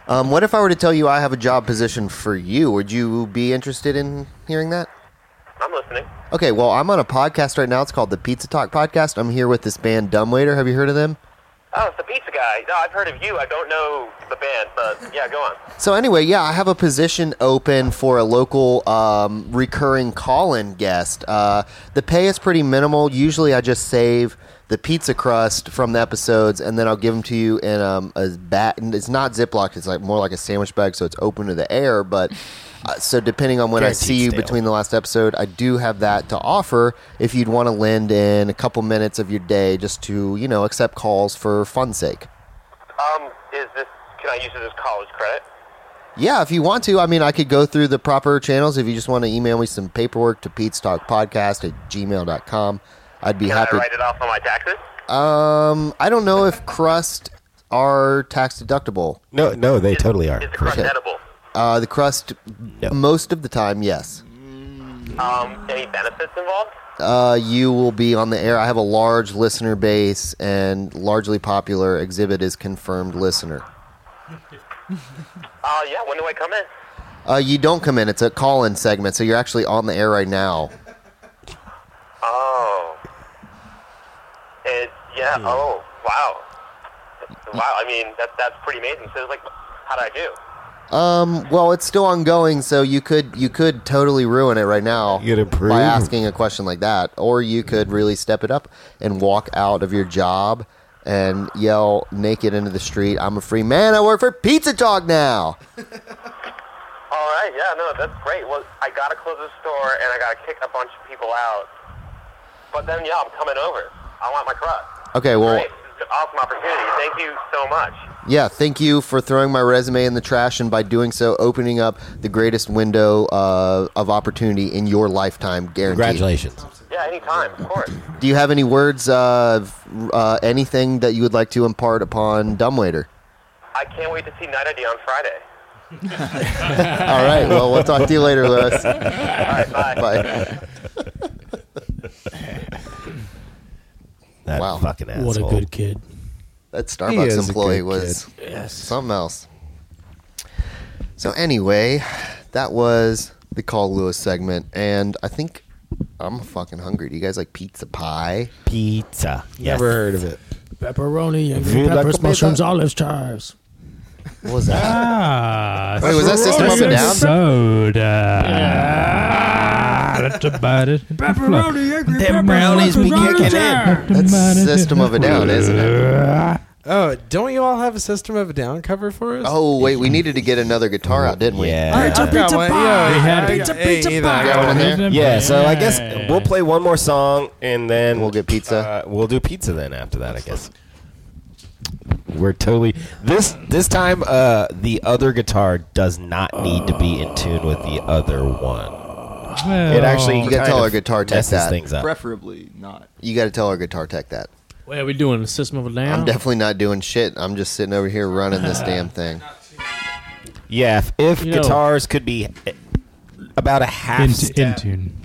Um, what if I were to tell you I have a job position for you? Would you be interested in hearing that? I'm listening. Okay, well, I'm on a podcast right now. It's called the Pizza Talk Podcast. I'm here with this band Dumbwaiter. Have you heard of them? Oh, it's the pizza guy. No, I've heard of you. I don't know the band, but yeah, go on. So anyway, yeah, I have a position open for a local um, recurring call-in guest. Uh, the pay is pretty minimal. Usually, I just save the pizza crust from the episodes, and then I'll give them to you in um, a bat. and It's not Ziploc; it's like more like a sandwich bag, so it's open to the air. But uh, so depending on when I Guaranteed see you stale. between the last episode, I do have that to offer. If you'd want to lend in a couple minutes of your day just to you know accept calls for fun's sake. Um, is this? Can I use it as college credit? Yeah, if you want to, I mean, I could go through the proper channels. If you just want to email me some paperwork to Pete's Talk Podcast at gmail.com, I'd be Can happy. I write it off on my taxes? Um, I don't know if crust are tax deductible. No, no, they totally are. Is the crust Okay. edible? Uh, the crust, most of the time, yes. Um, any benefits involved? Uh, you will be on the air. I have a large listener base, and largely popular exhibit is confirmed listener. Uh, yeah. When do I come in? Uh, you don't come in; it's a call-in segment, so you're actually on the air right now. Oh. It, yeah. Oh. Wow. Wow. I mean, that that's pretty amazing. So it's like, how do I do? Um, well, it's still ongoing, so you could you could totally ruin it right now You could improve. by asking a question like that, or you could really step it up and walk out of your job and yell naked into the street, "I'm a free man. I work for Pizza Talk now." All right. Yeah. No, that's great. Well, I gotta close the store and I gotta kick a bunch of people out. But then, yeah, I'm coming over. I want my crust. Okay, well, Great. This is an awesome opportunity. Thank you so much. yeah, thank you for throwing my resume in the trash and by doing so opening up the greatest window uh, of opportunity in your lifetime, guaranteed. Congratulations. Yeah. Anytime. Of course. Do you have any words uh, v- uh, anything that you would like to impart upon Dumbwaiter? I can't wait to see Night ID on Friday. All right. Well, we'll talk to you later, Lewis. All right. Bye. Bye. That Wow. fucking asshole. What a good kid. That He is a Starbucks good employee kid. was something else. So anyway, that was the Call Lewis segment, and I think I'm fucking hungry. Do you guys like pizza pie? pizza. Never heard of it. Pepperoni, and you like peppers, to make mushrooms, olives, chives. What was that? Ah, Wait, was that System Up and Down? Soda. uh, That's about it. Them brownies be kicking in. That's System of a Down, isn't it? Oh, don't you all have a System of a Down cover for us? Oh wait, we needed to get another guitar out, didn't we? Yeah. I got one. Yeah, They had I pizza, got- hey, pizza either I pie. got Got one in there? Yeah, so I guess we'll play one more song and then We'll get pizza. Uh, we'll do pizza then after that, I guess. We're totally this this time uh the other guitar does not need to be in tune with the other one. It actually You gotta kind tell of our guitar tech messes that. things up. Preferably not. You got to tell our guitar tech that. Wait, are we doing a system of a down? I'm definitely not doing shit. I'm just sitting over here running this damn thing. Yeah, if, if You know- guitars could be about a half In, step in tune.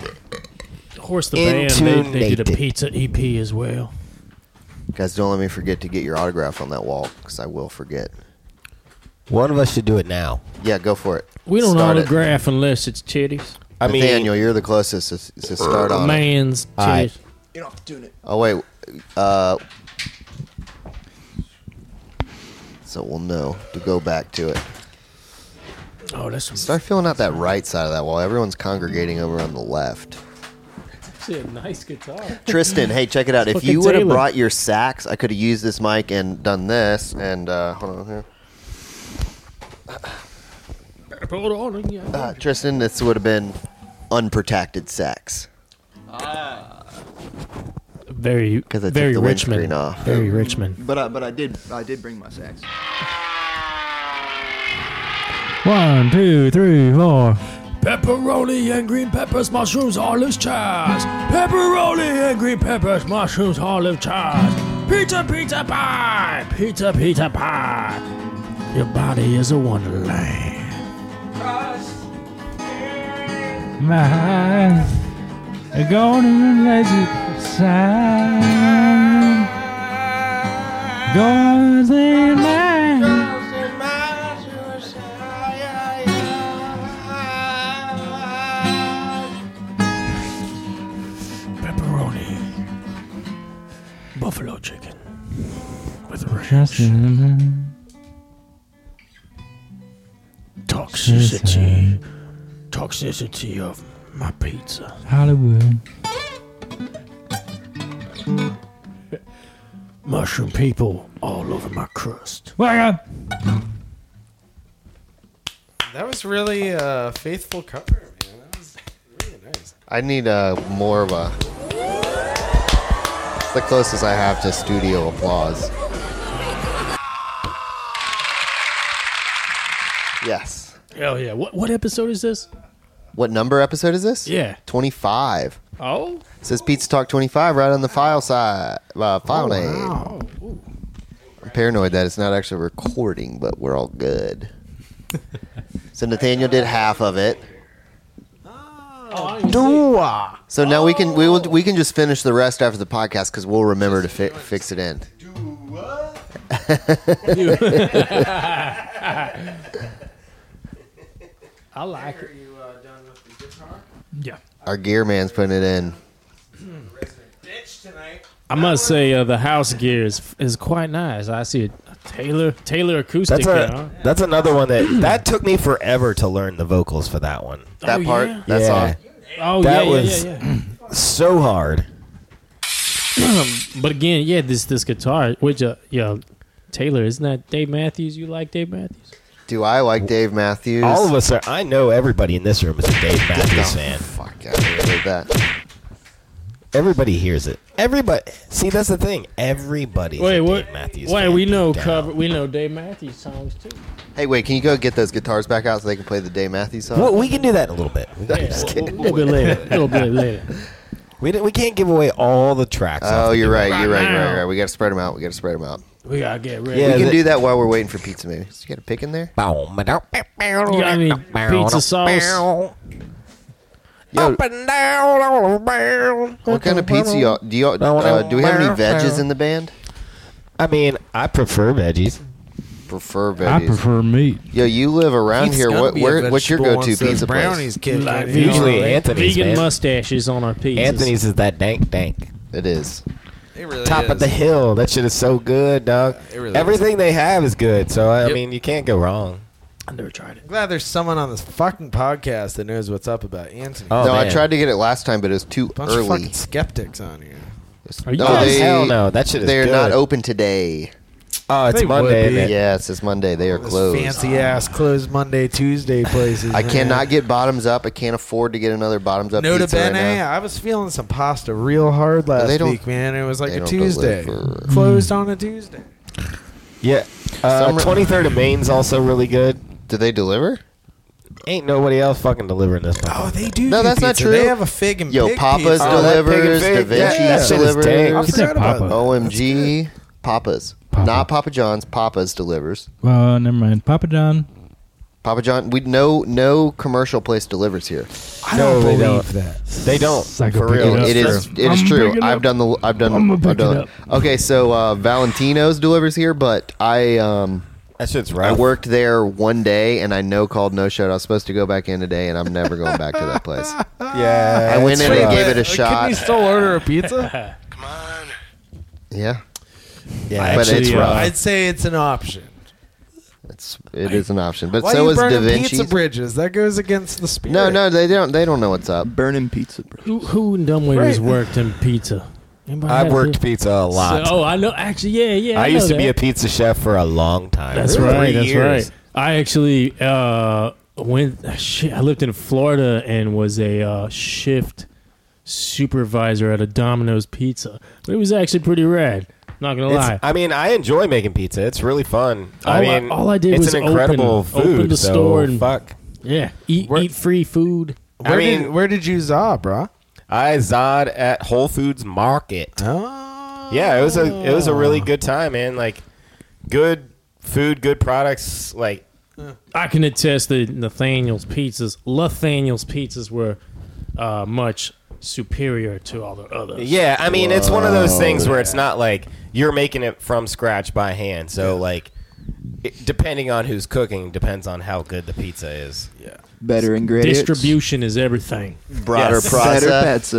Horse the In band. They, they did a tune-ated. pizza EP as well. Guys, don't let me forget to get your autograph on that wall because I will forget. One of us should do it now. Yeah, go for it. We don't Start it. autograph unless it's titties. I mean, Nathaniel, you're the closest to, to start on. it. Man's All right. titties. Oh wait, uh, so we'll know to go back to it. Oh, that's some Start feeling out that right side of that wall. Everyone's congregating over on the left. Actually, a nice guitar. Tristan, hey, check it out. If Fucking you would have Taylor. brought your sax, I could have used this mic and done this. And uh, hold on here, Hold on, yeah. uh, Tristan, this would have been unprotected sax Very, because I very took the windscreen Richmond. off. Very Richmond. But I, but I did I did bring my sax. One, two, three, four. Pepperoni and green peppers, mushrooms, olives, chives. Pepperoni and green peppers, mushrooms, olive chives. Pizza, pizza pie. Pizza, pizza pie. Your body is a wonderland. My eyes are going to let you sign. Goes in mine. Pepperoni. Buffalo chicken. With Just ranch. in Toxicity. Toxicity of my pizza. Hollywood. Mushroom people all over my crust. Wake up. That was really uh, faithful cover, man. That was really nice. I need uh, more of a. It's the closest I have to studio applause. Yes. Hell yeah! What what episode is this? What number episode is this? Yeah. 25. Oh. It says Pete's Talk 25 right on the file side, uh, file name. I'm paranoid that it's not actually recording, but we're all good. so Nathaniel did half of it. So now we can we will we can just finish the rest after the podcast because we'll remember to fi- fix it in. I like it. Yeah. Our gear man's putting it in. I must say uh, the house gear is is quite nice. I see a Taylor Taylor acoustic. That's there, huh? a, that's another one that that took me forever to learn the vocals for that one. That Oh, part, yeah. that's all. Oh that yeah, was yeah, yeah, so hard. yeah. but again, yeah, this this guitar, which uh, yeah, Taylor, isn't that Dave Matthews? You like Dave Matthews? Do I like Dave Matthews? All of us are. I know everybody in this room is a Dave Matthews fan. Fuck out of here with that. Everybody hears it. Everybody. See, that's the thing. Everybody's Wait, a what? Dave Matthews. Wait, fan we deep know down. cover. We know Dave Matthews songs too. Hey, wait, can you go get those guitars back out so they can play the Dave Matthews song? Well, we can do that in a little bit. We can- Yeah, a little bit later. A little bit later. We, don't- we can't give away all the tracks. off Oh, the you're new right. You're right. You're now. right. right. We got to spread them out. We got to spread them out. We gotta get ready. Yeah, we can that- do that while we're waiting for pizza, maybe. So you got a pick in there? album. You got any pizza sauce? Yo, what kind of pizza y'all do? Y'all, uh, do we have any veggies in the band? I mean, I prefer veggies. Prefer I veggies. prefer meat. Yo, you live around Keith's here. gotta What? be a Where, what's your vegetable go-to once those pizza brownies place? Kid, Like you know, Usually they- Anthony's, Vegan man. mustaches on our pizzas. Anthony's is that dank dank. It is. It really Top of is. the hill. That shit is so good, dog. It really Everything they have is good. So I Yep. mean, you can't go wrong. I never tried it. I'm glad there's someone on this fucking podcast that knows what's up about Anthony. Oh, no, I man. tried to get it last time, but it was too bunch of early. fucking skeptics on here. It's- Are you no, guys- they, Oh, Hell no, that shit is They're not good. open today. Oh, it's They would Monday. be. man. Yes, it's Monday. Oh, They are closed. Fancy ass closed Monday, Tuesday places. I man. cannot get bottoms up. I can't afford to get another bottoms up Nota pizza right bene, now. I was feeling some pasta real hard last they don't- week, man. It was like they a don't deliver. Mm. Tuesday. Closed on a Tuesday. Yeah. Uh, Some- 23rd of Maine's also really good. Do they deliver? Ain't nobody else fucking delivering this one. Oh, they do. No, do that's not pizza. true. They have a fig and Yo, pig Papa's pizza. Oh, that pig and delivers. Da pig, yeah, that Vinci's shit is delivers. dank. Get that forgot about Papa. that. OMG, Papa's. Papa. Not Papa John's. Papa's delivers. Well, never mind. Papa John. Papa John. We no no commercial place delivers here. I don't No, they believe don't. that. They don't. Psycho For pick real, up. it is. It is I'm true. picking I've up. done the. I've done. I'ma pick I've done. it up. Okay, so uh, Valentino's delivers here, but I um That shit's I right. worked there one day, and I no called no showed. I was supposed to go back in today, and I'm never going back to that place. Yeah. I went in it's and rough. gave it a Can shot. we still order a pizza? Yeah, Yeah, but it's actually, uh, rough. I'd say it's an option. It's it is an option, but Why so you is Da burning Vinci's. pizza bridges? That goes against the spirit. No, no, they don't. They don't know what's up. Burning pizza. Bro. Who who in dumb waiters Right. worked in pizza? Anybody I've had worked pizza a lot. So- oh, I know. Actually, yeah, yeah. I, I used know to be a that. pizza chef for a long time. That's Three right. That's years. right. I actually uh, went. Shit, I lived in Florida and was a uh, shift supervisor at a Domino's Pizza. It was actually pretty rad. Not gonna It's- lie. I mean, I enjoy making pizza. It's really fun. I All I- mean, all I did it's was an incredible open- food. open the so store and- fuck. yeah, eat Where- eat free food. Where I mean- did, where did you za, bro? I zod at Whole Foods Market. Oh, Yeah, it was a it was a really Ah. good time, man. Like good food, good products. Like I can attest that Nathaniel's pizzas, Nathaniel's pizzas were uh, much superior to all the others. yeah, I mean, it's one of those things where it's not like you're making it from scratch by hand. So like, it, depending on who's cooking, depends on how good the pizza is. Better ingredients. Distribution is everything. Broader Yes. Better process. pizza.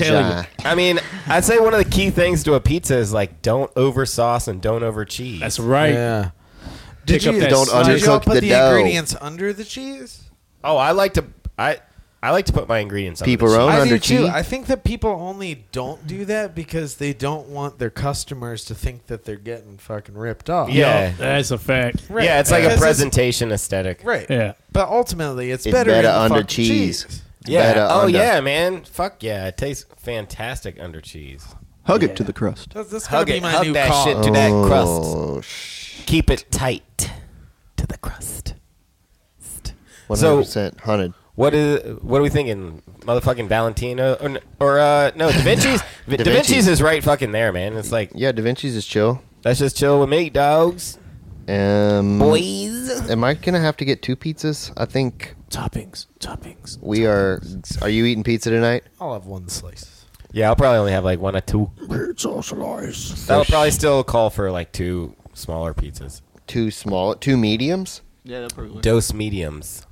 Telling you. Prazaja. I mean, I'd say one of the key things to a pizza is like don't over sauce and don't over cheese. That's right. Yeah. Pick up that Don't slice. Did y'all undercook put the the, dough. ingredients under the cheese? oh, I like to I I like to put my ingredients. under the People cheese. roll. Don't I under do too. cheese? I think that people only don't do that because they don't want their customers to think that they're getting fucking ripped off. Yeah. That's a fact. Right. Yeah, it's like a Because presentation aesthetic. Right. Yeah. But ultimately, it's, It's better, better than under fucking cheese. Yeah. Better oh under- yeah, man. Fuck yeah. It tastes fantastic under cheese. Hug it to the crust. That's, that's Hug gotta be it. my Hug new that call. shit to that crust. Oh, sh- Keep it tight to the crust. 100% haunted. What is what are we thinking? Motherfucking Valentino or, or uh no, Da Vinci's Da da, Vinci's Vinci's. is right fucking there, man. It's like Yeah, Da Vinci's is chill. That's just chill with me, dogs. Um, Boys. Am I gonna have to get two pizzas? I think toppings. Toppings. we are. Are you eating pizza tonight? I'll have one slice. Yeah, I'll probably only have like one or two. Pizza slice. That'll probably still call for like two smaller pizzas. Two small, two mediums. Yeah, that probably. Dose mediums.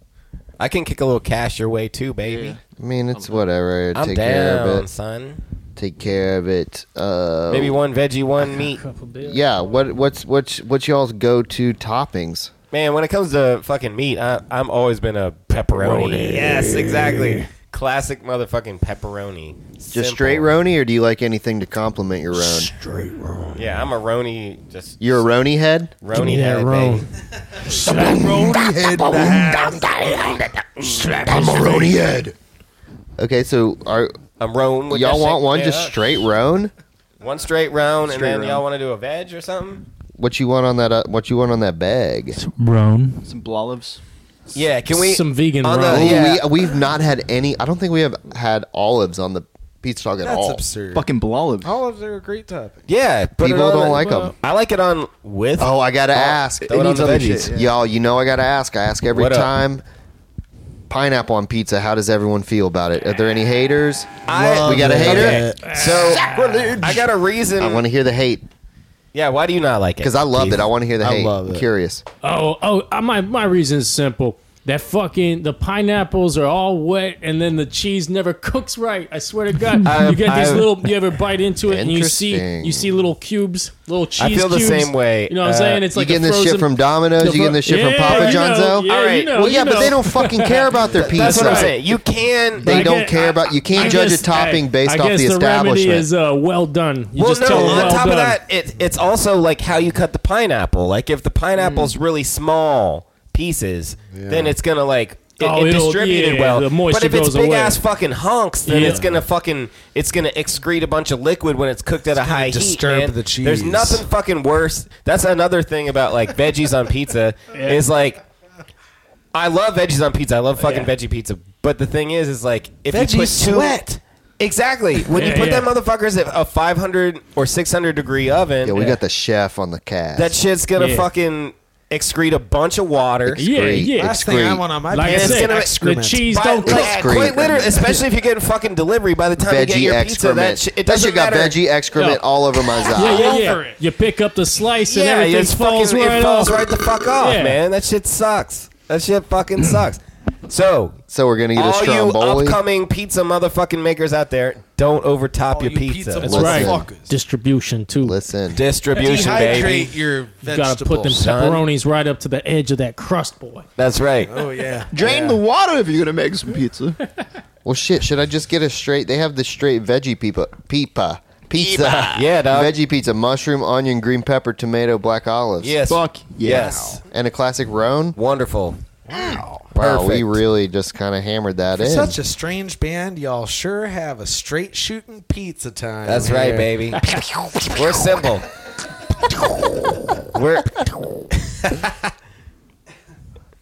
I can kick a little cash your way too, baby. I mean, it's whatever. I'm Take care of down, it, son. Take care of it. Uh, Maybe one veggie, one meat. Yeah. What? What's what's what's y'all's go-to toppings? Man, when it comes to fucking meat, I, I'm always been a pepperoni. Yes, exactly. Classic motherfucking pepperoni. Just straight roni, or do you like anything to complement your roan? Yeah, I'm a roni. Just You're a roni head. roni head, baby. I'm a roni head. Okay, so are I'm roan. With y'all that want shit. one just Yeah. straight roan? One straight round, Straight and then round. y'all want to do a veg or something? What you want on that? Uh, what you want on that bag? Roan. Some blollives. Yeah, can we Some vegan on round. the, Ooh, yeah, we, we've not had any. I don't think we have had olives on the pizza talk at That's all. absurd. Fucking blollives. Olives are a great topping. yeah, put it People on don't the- like 'em. I like it on with. Oh, I gotta ask. Throw it on needs the other veggies. shit, Y'all, you know I gotta ask. I ask every What up? time. Pineapple on pizza. How does everyone feel about it? Are there any haters? I- we got a Love hater. it. So I got a reason. I want to hear the hate yeah, why do you not like it? because I love it. I want to hear the I hate. love I'm it. curious. Oh, oh, uh, my my reason is simple. That fucking the pineapples are all wet, and then the cheese never cooks right. I swear to God, you get these I've- little. You ever bite into it, and you see Interesting. you see little cubes, little cheese. I feel the cubes. same way. You know what I'm Uh, saying? It's like you a getting this shit frozen- from Domino's? the You getting fro- this shit from Yeah, Papa you John's? know, though? yeah, All right. you know, well, yeah, you but know. they don't fucking care about their pizza. That's what I'm Right. saying. You can. They I don't guess- care I- about. You can't I judge guess- a topping hey, based I off guess the establishment. remedy is uh, well done. You Well, just no. tell them on well top done. of that, it, it's also like how you cut the pineapple. Like if the Mm. pineapple's really small pieces, then it's gonna like it, Oh, it it'll- distributed yeah, well. the moisture but if it's goes big away. ass fucking hunks, then Yeah. it's gonna fucking it's gonna excrete a bunch of liquid when it's cooked at a high disturb heat. man. the cheese. There's nothing fucking worse. That's another thing about like veggies on pizza is like. I love veggies on pizza. I love fucking Yeah. veggie pizza. But the thing is, is like if Veggies you put two, sweat. Exactly. When you Yeah, put yeah. that motherfuckers at a 500 or 600 degree oven, yeah, we got the chef on the cast. that shit's gonna Yeah. fucking excrete a bunch of water. Yeah, Excrete, yeah. Last thing I excrete. want on my like I it's said, gonna- the excrement. cheese By- don't cook. like, Excrete. quite literally, especially if you're getting fucking delivery. By the time you get Veggie your pizza, excrement. that shit it doesn't shit got matter. veggie excrement No. all over my Yeah, side. yeah, Over yeah. it. You pick up the slice and Yeah, everything it's falls fucking, right it falls off. right the fuck off, Yeah. man. That shit sucks. That shit fucking sucks. So. So we're gonna get a All you stromboli. upcoming pizza motherfucking makers out there, don't overtop All your you pizza. pizza That's right. Motherfuckers. Distribution too. Listen, Distribution, Dehydrate baby. your you gotta vegetables. put them son. pepperonis right up to the edge of that crust, boy. That's right. Oh yeah. Drain the water if you're gonna make some pizza. well, shit. Should I just get a straight? They have the straight veggie pizza. Pizza. Pizza. Yeah, dog. Veggie pizza: mushroom, onion, green pepper, tomato, black olives. Yes. Fuck Yes. And a classic roan. Wonderful. Wow, we Perfect. really just kind of hammered that in. Such a strange band, y'all sure have a straight shooting pizza time. That's right, here. baby. We're simple. We're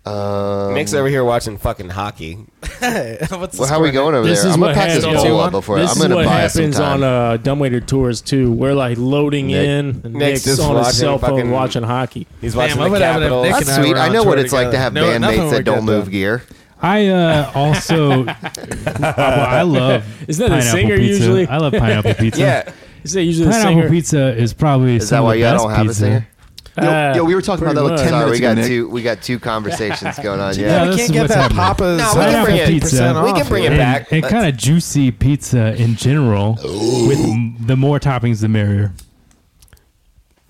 Um, Nick's over here watching fucking hockey. What's the Well, how are we score now? going over This there? is I'm gonna what pack this happens. bowl up before this I'm is gonna what buy us some happens on time. uh, dumbwaiter tours too. We're like loading Nick- in, and Nick's Nick's, just on watching his cell phone fucking- watching hockey. He's Man, watching what the would happen if Capitals. Nick That's and I sweet. were I on know tour what it's like to together. have No, nothing bandmates that would get don't move done. gear. I uh, also, I love. Isn't that a pineapple singer pizza. usually? I love pineapple pizza. Yeah. Is that usually the pineapple singer? pizza is probably Is that why y'all don't have a singer? Yo, Ah, yo, we were talking about that pretty like much. ten Sorry, we minutes got ago. Nick. two. We got two conversations going on. Yeah, Yeah. we this can't is get what's that happening. Papa's No, we can pineapple bring it- pizza. we can bring it and, back. And Let's- kind of juicy pizza in general, with m- the more toppings the merrier.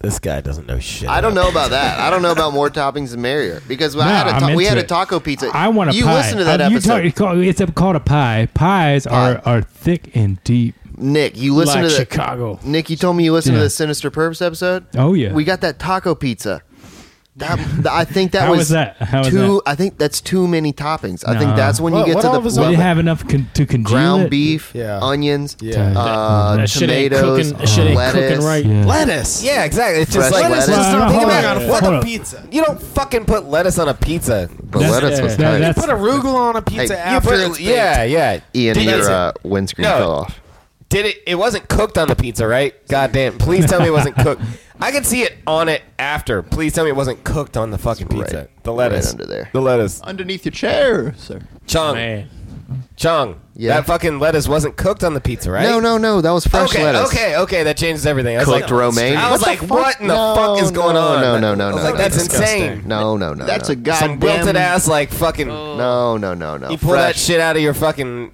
This guy doesn't know shit. I don't know about that. I don't know about more toppings than merrier because when I No, had a I'm ta- we into had a it. taco pizza. I want a you pie. listen to that Uh, you episode, talk- it's called- it's called a pie. Pies Pie. Are, are thick and deep. Nick. You listen like to the, Chicago. Nick. You told me you listened to Yeah. the Sinister Purpose episode. Oh, yeah. We got that taco pizza. That, th- I think that How was, was that? How was too. I think that's too many toppings. I think No. that's when you What- get what to all the of a We sudden- didn't have enough con- to congeal ground it. beef, Yeah. onions, Yeah. uh, that shit ain't tomatoes, cooking- that shit ain't cooking lettuce. right. Yeah. Lettuce. Yeah, exactly. It's Fresh just like lettuce. Just Well, think hold about on, it. hold What on. the pizza? You don't fucking put lettuce on a pizza. But lettuce was tight. you put arugula on a pizza Hey, you after put- it's baked. yeah, yeah. Ian, Did- your is it- uh, windscreen No. fell off. Did it? It wasn't cooked on the pizza, right? God damn! Please tell me it wasn't cooked. I can see it on it after. Please tell me it wasn't cooked on the fucking pizza. the lettuce right under there. The lettuce. Underneath your chair, sir. Chung. Chung. Yeah. That fucking lettuce wasn't cooked on the pizza, right? No, no, no. That was fresh okay, lettuce. Okay, okay, that changes everything. I was Cooked like, oh, romaine. I was What the like, what in the No, fuck is going no, on? No, no, no, I no. was like, no, that's no. insane. No, no, no. That's Uh, no. a Some goddamn- wilted ass, like, fucking. No, no, no, no. You pull that Fresh. shit out of your fucking,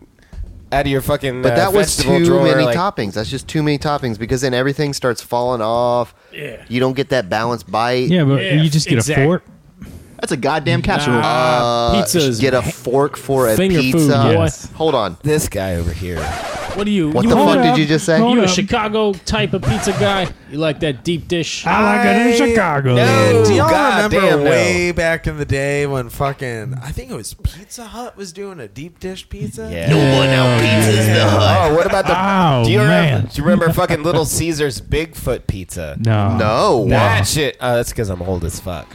out of your fucking. But uh, that was vegetable too drawer, many like, toppings. That's just too many toppings because then everything starts falling off. Yeah. You don't get that balanced bite. Yeah, but you just get a fork. That's a goddamn casserole. Uh, Pizza's Get a fork for a finger pizza. food, Yes. Hold on. This guy over here. What do you? What you the hold fuck did up. you just say? You Hold a up. Chicago type of pizza guy? You like that deep dish? I like it in Chicago. And do y'all God remember damn, no. way back in the day when fucking I think it was Pizza Hut was doing a deep dish pizza? Yeah. No one out pizzas the hut. Oh, what about the? Oh, do you man. remember? Do you remember fucking Little Caesars Bigfoot pizza? No. No. That shit. Oh, that's because I'm old as fuck.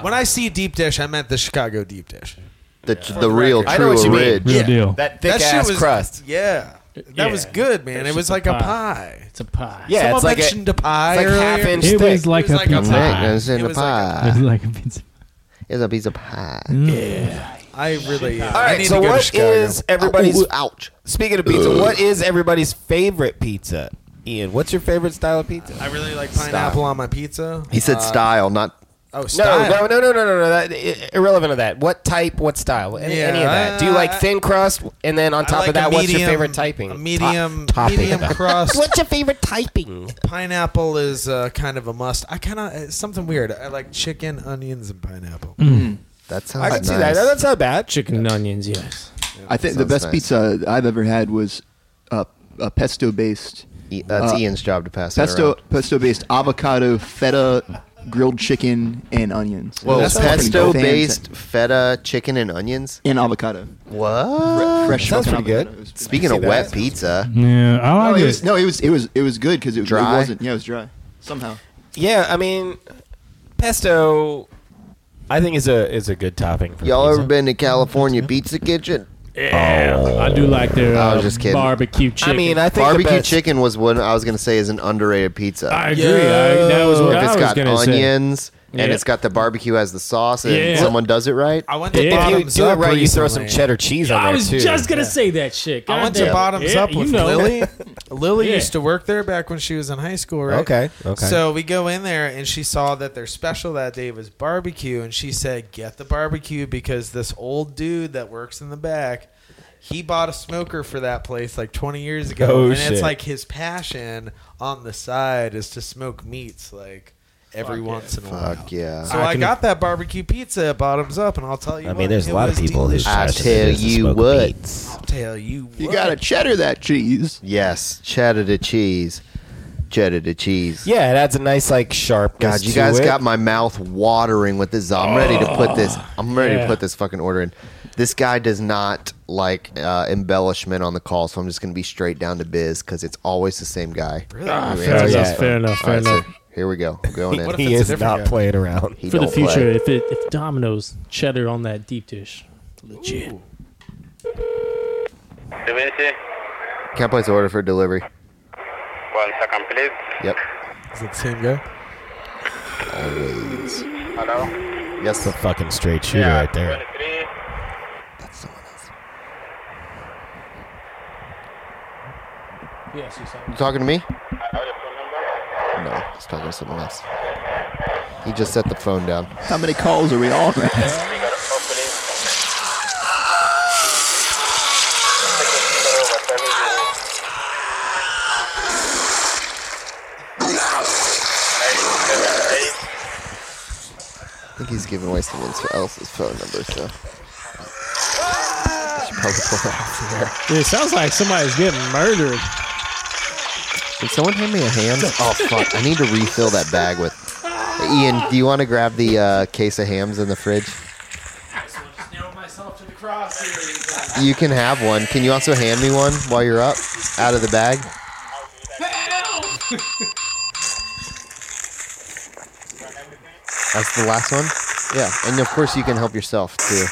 When I see deep dish, I meant the Chicago deep dish. The, the real, I know true what you mean. ridge. Real deal. That thick ass was, crust. Yeah. That Yeah. was good, man. It's it was just like a a pie. pie. It's a pie. Yeah, Someone it's like a- mentioned a, pie. it's like half earlier. inch It thick. was like It was a like a pizza. pie. Nick, it's in It the was like It was pie. like a pizza. It's a piece of pie. I really. uh, All I right. need So to go to what Chicago. is everybody's? Ooh, ouch. Speaking of pizza, what is everybody's favorite pizza? Ian, what's your favorite style of pizza? I really like pineapple on my pizza. He said Uh, style, not Oh, style. No, no, no, no, no, no, no. That, i- irrelevant of that. What type? What style? Any, Yeah, any of that? Do you like thin crust? And then on I top like of that, a what's your medium- favorite typing? a medium, Top- topping. medium crust. your favorite typing? pineapple is uh, kind of a must. I kind of it's something weird. I like chicken, onions, and pineapple. that sounds I can nice. see that. That's not bad. Chicken and onions, yes. I think the Sounds best nice. pizza I've ever had was uh, a pesto based E- That's Uh, Ian's job to pass that pesto around. pesto based avocado feta grilled chicken and onions. Whoa, That's fucking pesto fantastic. based feta, chicken, and onions. and avocado. What? Fresh Sounds pretty fucking good. avocado. It was- Speaking I see of wet that. Mm-hmm. pizza, Yeah, I No, like it it. was, no, it was it was it was good because it, it Dry? wasn't. Yeah, it was dry. Somehow. Yeah, I mean, pesto. I think is a is a good topping. For y'all pizza. ever been to California Pizza Kitchen? Yeah, I do like their I was uh, just kidding. barbecue chicken. I mean, I think the Barbecue best- chicken was one I was gonna say is an underrated pizza. I agree. I, that was So what if I it's was got gonna say. onions and Yeah. it's got the barbecue as the sauce, and Yeah. someone does it right, I went to Yeah. If you bottoms do it up right, you throw some recently. cheddar cheese on I there was too. just gonna say that shit. I went to Goddamn. bottoms Yeah, up you with know. Lily. Lily Yeah. used to work there back when she was in high school, right? Okay, okay. So we go in there, and she saw that their special that day was barbecue, and she said, "Get the barbecue because this old dude that works in the back, he bought a smoker for that place like 20 years ago, Oh, and shit. it's like his passion on the side is to smoke meats like every once in a while." fuck yeah. So I, got that barbecue pizza at Bottoms Up, and I'll tell you. I what, mean, there's a it lot of was people who delicious. I try to tell produce the you smoke what. meats. I'll tell you. You what. gotta cheddar that cheese. Yes, cheddar to cheese, cheddar to cheese. Yeah, it adds a nice like sharpness. God, you to guys it. got my mouth watering with this. I'm ready to put this. I'm ready to yeah. put this fucking order in. This guy does not like uh, embellishment on the call, so I'm just going to be straight down to biz because it's always the same guy. Ah, Yeah, fair, yeah. enough, Yeah. fair enough. All Fair right, enough. so here we go. I'm going in. He it's a is different not guy? playing around. He For the don't play. future, if it if Domino's cheddar on that deep dish, legit. Divinity, can't place order for delivery. one second, please. Yep. Is it the same guy? Hello? Yes. It's a fucking straight shooter right there. 23. Yes, yes. You talking to me? Hello, your phone number? No, he's talking to someone else. He just set the phone down. How many calls are we on? We got a opening. I think he's giving away someone else's phone number, so. Should probably pull that out from there. It sounds like somebody's getting murdered. Did someone hand me a ham? Oh fuck! I need to refill that bag with. Ian, do you want to grab the uh, case of hams in the fridge? You can have one. Can you also hand me one while you're up out of the bag? That's the last one. Yeah, and of course you can help yourself too.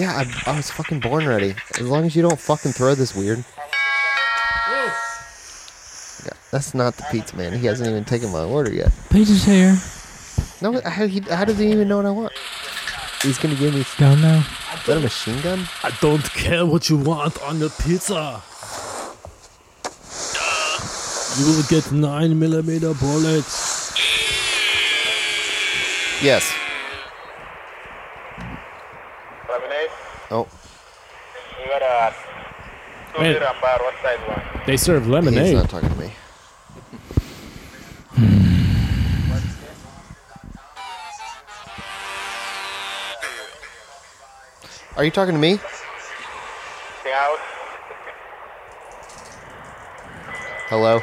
Yeah, I, I was fucking born ready. As long as you don't fucking throw this weird. Yeah, that's not the pizza man. He hasn't even taken my order yet. Pizza's here. No, how, he, how does he even know what I want? He's gonna give me. Don't know. Is that a machine gun? I don't care what you want on your pizza. You will get 9 millimeter bullets. Yes. Lemonade? Oh, You got a. Two Wait. liter bar, what size one? They serve he's lemonade. not talking to me. Hmm. Are you talking to me? Thing out? Hello.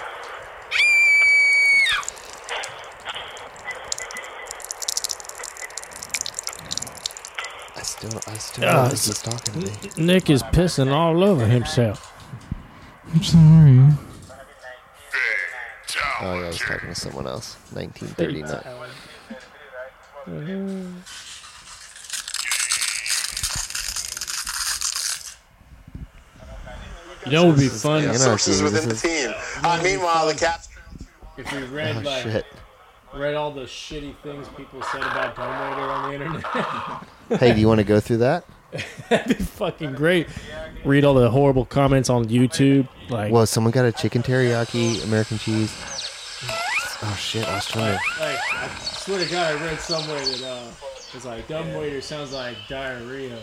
I still, I still Ah, don't think it's- he's talking to me. Nick is pissing all over himself. I'm sorry. Oh yeah, he's talking to someone else. 1939. You know, it would be fun. Anarchy, this is- team. Uh, meanwhile, the Caps. If we read oh, like shit. read all the shitty things people said about Dome Raider on the internet, Hey, do you want to go through that? that'd be fucking great. Read all the horrible comments on YouTube. Like, Well, someone got a chicken teriyaki, American cheese. Oh shit, I was trying to. like I swear to God, I read somewhere that uh, it's like Dumb Waiter sounds like diarrhea.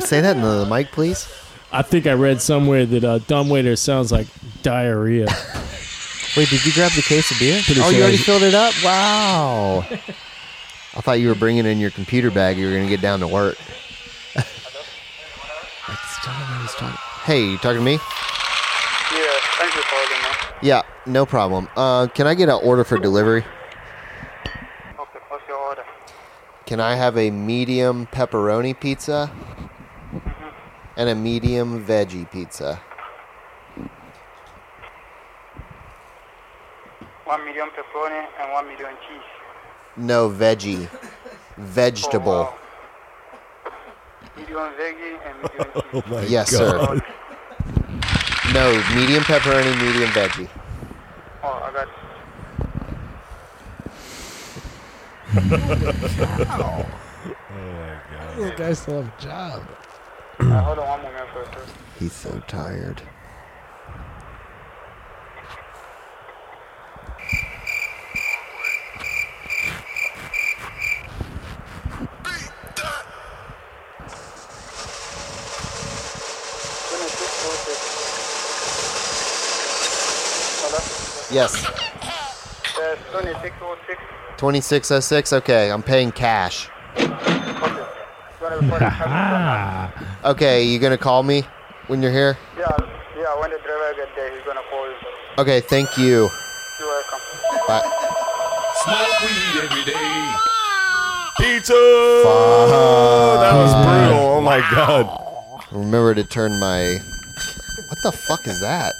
Say that in the mic, please. I think I read somewhere that uh, Dumb Waiter sounds like diarrhea. Wait, did you grab the case of beer? Pretty oh, sure you I already did. filled it up? Wow. I thought you were bringing in your computer bag. You were going to get down to work. I still don't know who's talking. Hey, you talking to me? Yeah, thanks for holding man. Yeah, no problem. Uh, can I get an order for delivery? Okay, what's your order? Can I have a medium pepperoni pizza and a medium veggie pizza? One medium pepperoni and one medium cheese. No, veggie. Vegetable. Oh, wow. Medium veggie and medium cheese. Oh my Yes, God. sir. No, medium pepperoni, medium veggie. Oh, I got. These guys still have a job. Uh, hold on one moment for sir. He's so tired. Yes. There's 2606. 2606. Okay, I'm paying cash. You wanna report it? Okay, you gonna call me when you're here? Yeah, yeah, when the driver get there, he's gonna call you. Okay, thank you. You're welcome. Bye. Smoke weed every day. Pizza. That was brutal. Oh my god. Remember to turn my. What the fuck is that?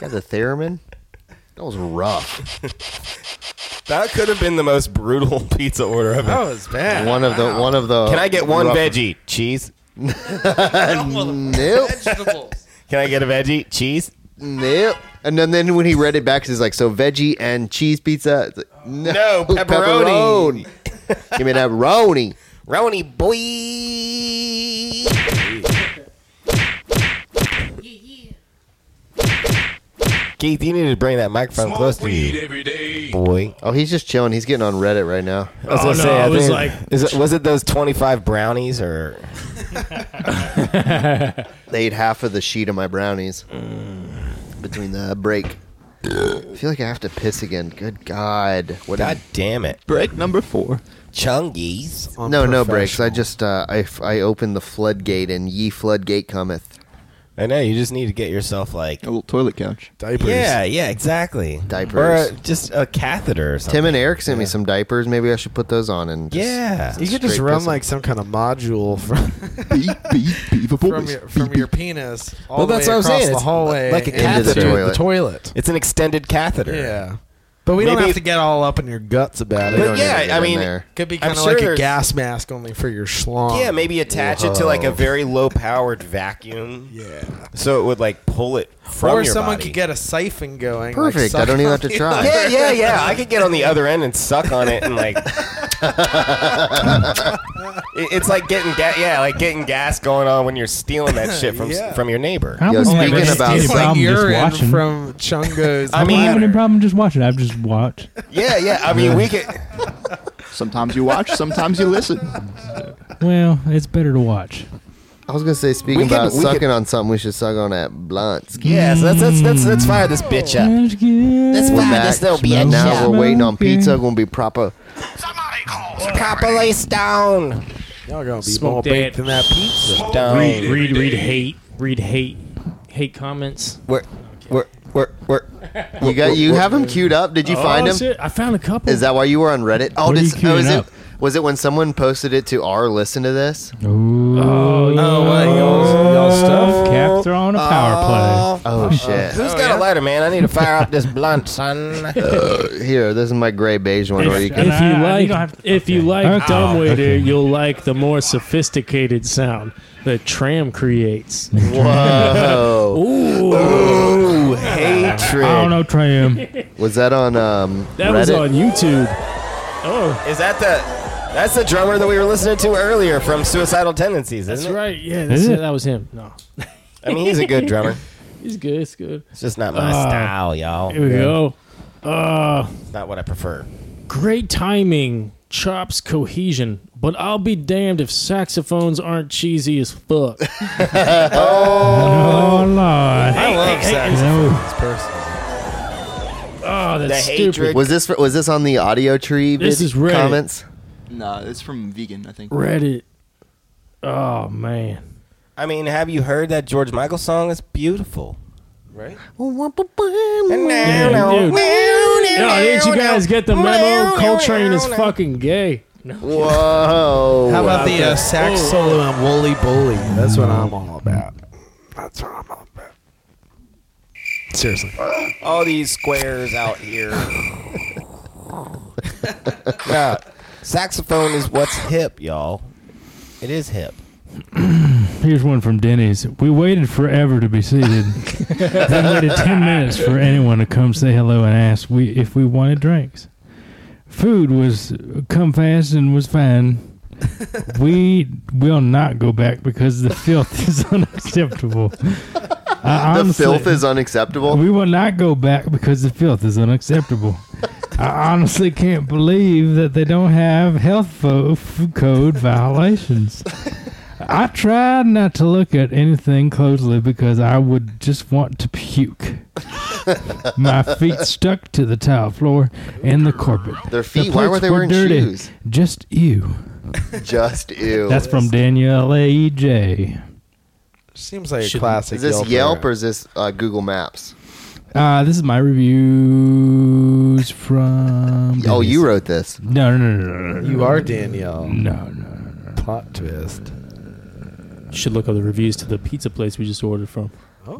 Got the theremin? That was rough. That could have been the most brutal pizza order ever. That was bad. One of the one of Oh. the. Can I get one rough- veggie? Cheese. Nope. Vegetables. Can I get a veggie? Cheese. Nope. And then, then when he read it back, he's like, "So veggie and cheese pizza." It's like, no, No, pepperoni." pepperoni. Give me that roni. Roni boy. Keith, you need to bring that microphone close to you, every day. boy. Oh, he's just chilling. He's getting on Reddit right now. I was Oh, gonna no, say, I was think- like- is it, was it those twenty-five brownies or? They ate half of the sheet of my brownies Mm. between the break. I feel like I have to piss again. Good God! What? God damn it, Break number four. Chungies! no, no breaks. I just uh, I, f- I opened the floodgate and ye floodgate cometh. I know you just need to get yourself like a little toilet couch, diapers. Yeah, yeah, exactly. Diapers. or uh, just a catheter or something. Tim and Eric sent me some diapers. Maybe I should put those on and just- Yeah. You could just straight run pissing. like some kind of module from from your from your penis all well, the that's way what I'm across saying. the It's hallway like a into cathetor. the toilet. It's an extended catheter. Yeah, but we don't Maybe- have to get all up in your guts about it. But yeah, I mean, could be I'm kind of sure like a there's- gas mask only for your schlong. Oh. Yeah, maybe attach it to like a very low powered vacuum. Yeah. So it would like pull it from or your someone body. could get a siphon going. like, Perfect. I suck don't even have on to the try. yeah, yeah, yeah. I could get on the other end and suck on it and like. It- it's like getting ga- yeah, like getting gas going on when you're stealing that shit from Yeah. from your neighbor. I don't think I've ever speaking had about- any It's It's like problem just urine watching. from Chungo's. I I don't have mean, any problem just watching. I've just watched. yeah, yeah. I mean, we could. Sometimes you watch, sometimes you listen. Well, it's better to watch. I was gonna say, speaking We could- about we could- sucking on something, we should suck on that blunt. Yeah, so that's that's that's that's fire this bitch up. That's We're back. now we're waiting on pizza. Gonna be proper. Properly down. Y'all gonna be Smoke more that. baked than that pizza. Oh, Down. Read, read, read hate. Read hate. Hate comments. We're we're we're we're. You got you have him queued up. Did you find oh, him? Shit, I found a couple. Is that why you were on Reddit? Oh, What are did, you oh, is queuing it up? was it when someone posted it to our listen to this? Oh, Oh, what, y'all, y'all stuff? Cap throwing a power Oh shit! Who's got a lighter, man? I need to fire up this blunt, son. Here, this is my gray beige one where you And can. If I- I- you you don't like, have to- if you like Okay. Dumb Waiter, Okay. you'll like the more sophisticated sound that Tram creates. Whoa! Ooh, hatred. play. I don't know, Tram. Was that on um, That Reddit? was on YouTube. Oh, Is that the? That's the drummer that we were listening to earlier from Suicidal Tendencies, isn't that's it? right. Yeah, that's Is it? it? that was him. No, I mean, he's a good drummer. he's good. It's good. It's just not my Uh, style, y'all. Here we go. Uh, It's not what I prefer. great timing chops cohesion, but I'll be damned if saxophones aren't cheesy as fuck. Oh, Lord. I love saxophones. No. Oh, that's The stupid. hatred. Was this was this on the audio tree? This vid- is Reddit. comments. Nah, it's from vegan, I think. Reddit. Oh man. I mean, have you heard that George Michael song? It's beautiful. Right? Yeah, dude. Yo, did you guys get the memo? Coltrane is fucking gay. Whoa! How about the uh, sax solo on Wooly Bully? That's what I'm all about. That's what I'm all about. Seriously. All these squares out here. yeah, saxophone is what's hip, y'all. It is hip. Here's one from Denny's. We waited forever to be seated. then waited 10 minutes for anyone to come say hello and ask we if we wanted drinks. Food was come fast and was fine. we will not go back because the filth is unacceptable. I the honestly- filth is unacceptable. We will not go back because the filth is unacceptable. I honestly can't believe that they don't have health fo- f- code violations. I tried not to look at anything closely because I would just want to puke. My feet stuck to the tile floor and the carpet. Their The feet. Why were plates they wearing dirty. shoes? Oh, Just ew. Just ew. That's from Danielle A.J. Seems like a Should- classic. is this Yelp, Yelp or is this uh, Google Maps? Uh, this is my reviews from. Oh, Denny's. you wrote this. No, no, no, no, no, no. You are Danielle. No, no. Plot twist. Should look up the reviews to the pizza place we just ordered from.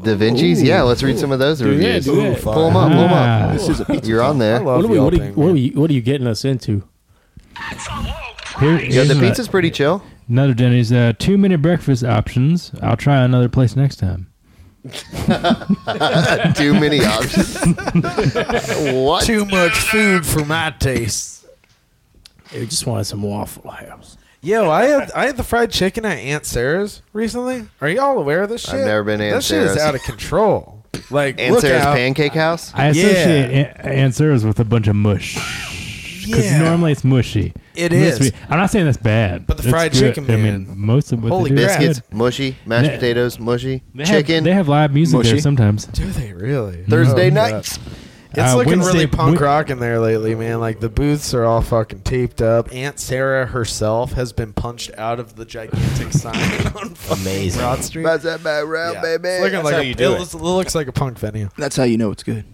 Da Vinci's. Yeah, let's read some of those reviews. do that. Pull them up. Pull them up. Ah. This is a pizza. You're on I there. love Eh, What are, we, what, are, you- Yelping, what, are man. we, what are you getting us into? Here- Yeah, here's the another- pizza's pretty chill. Another Denny's uh, two minute breakfast options. I'll try another place next time. Too many options. what? Too much food for my taste. I just wanted some Waffle House. Yo, I had I had the fried chicken at Aunt Sarah's recently. Are y'all aware of this shit? I've never been to Aunt That shit is Sarah's. out of control. Like Aunt look Sarah's out. Pancake House. Yeah. I associate a- answers with a bunch of mush. Because Yeah. normally it's mushy. It Must is. be- I'm not saying that's bad. But the It's fried good. chicken, I man. mean, most of what Holy they do is Biscuits, good. mushy. Mashed They- potatoes, mushy. They have- Chicken. they have live music Mushy. there sometimes. Do they really? Thursday Oh, nights. It's Uh, looking Wednesday- really punk Wed- rock in there lately, man. Like the booths are all fucking taped up. Aunt Sarah herself has been punched out of the gigantic sign on fucking Amazing. Broad Street. That's that bad round, Yeah. baby. It's looking That's like how a, you do it it. looks- it looks like a punk venue. That's how you know it's good.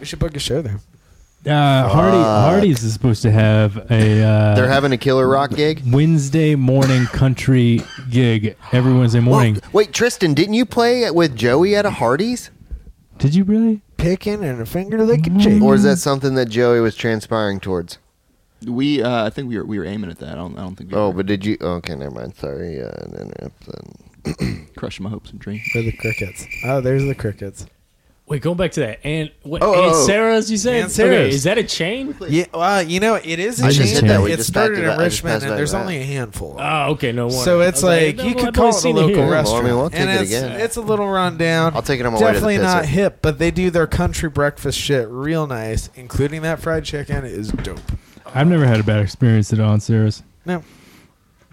We should book a show there. Uh, Hardy Fuck. Hardy's is supposed to have a uh, They're having a killer rock gig. Wednesday morning country gig every Wednesday morning. Wait, Tristan, didn't you play it with Joey at a Hardee's? Did you really? Picking and a finger licking chick. Or is that something that Joey was transpiring towards? We, uh, I think we were we were aiming at that. I don't, I don't think we Oh, were but did you? Okay, never mind. Sorry. Uh, I interrupted. crushing my hopes and dreams. Or the crickets. Oh, there's the crickets. Wait, going back to that. And what, Oh, oh, Aunt oh. Sarah's, you said? Aunt Sarah's. Okay, is that a chain? Yeah, well, you know it is. I A just chain. hit that. We It just started backed it in up. I just Richmond, passed and back there's that. only a handful. Oh, okay, no wonder. So it's I was like, no, you I've could only call it a seen local here. Well, I mean, restaurant, we'll take and it it's, again. it's a little rundown. I'll take it on my way to the Definitely pizza. not hip, but they do their country breakfast shit real nice, including that fried chicken is dope. I've never had a bad experience at On Sarah's. No,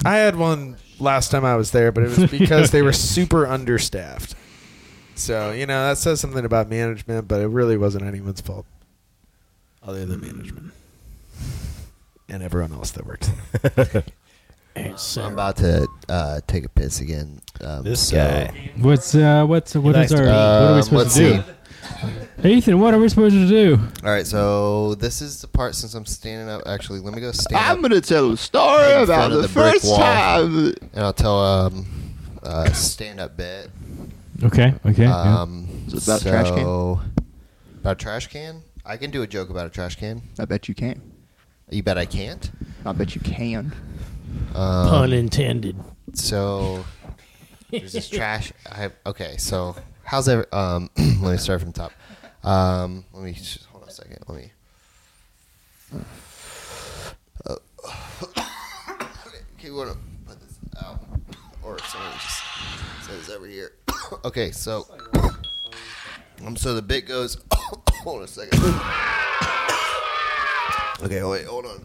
I had one last time I was there, but it was because they were super understaffed. So you know that says something about management, but it really wasn't anyone's fault, other than management and everyone else that works. there. I'm about to uh, take a piss again. Um, This so- guy. What's uh, what's what Nice is our to- what are we Um, supposed let's to do? see. Ethan, what are we supposed to do? All right, so this is the part since I'm standing up. Actually, let me go stand I'm up gonna tell a story In about front of the, the brick first wall. time. and I'll tell um, uh, stand up bit. Okay, okay. yeah. Um, Is it about a trash can? so- About a trash can? I can do a joke about a trash can. I bet you can. You bet I can't. I bet you can. Um, Pun intended. So there's this trash. I have, okay. So how's ever? Um, let me start from the top. Um, let me just hold on a second. Let me. Uh, okay, you want to put this out, or someone just says over here. okay, so um, so the bit goes. hold on a second. okay, wait, hold on.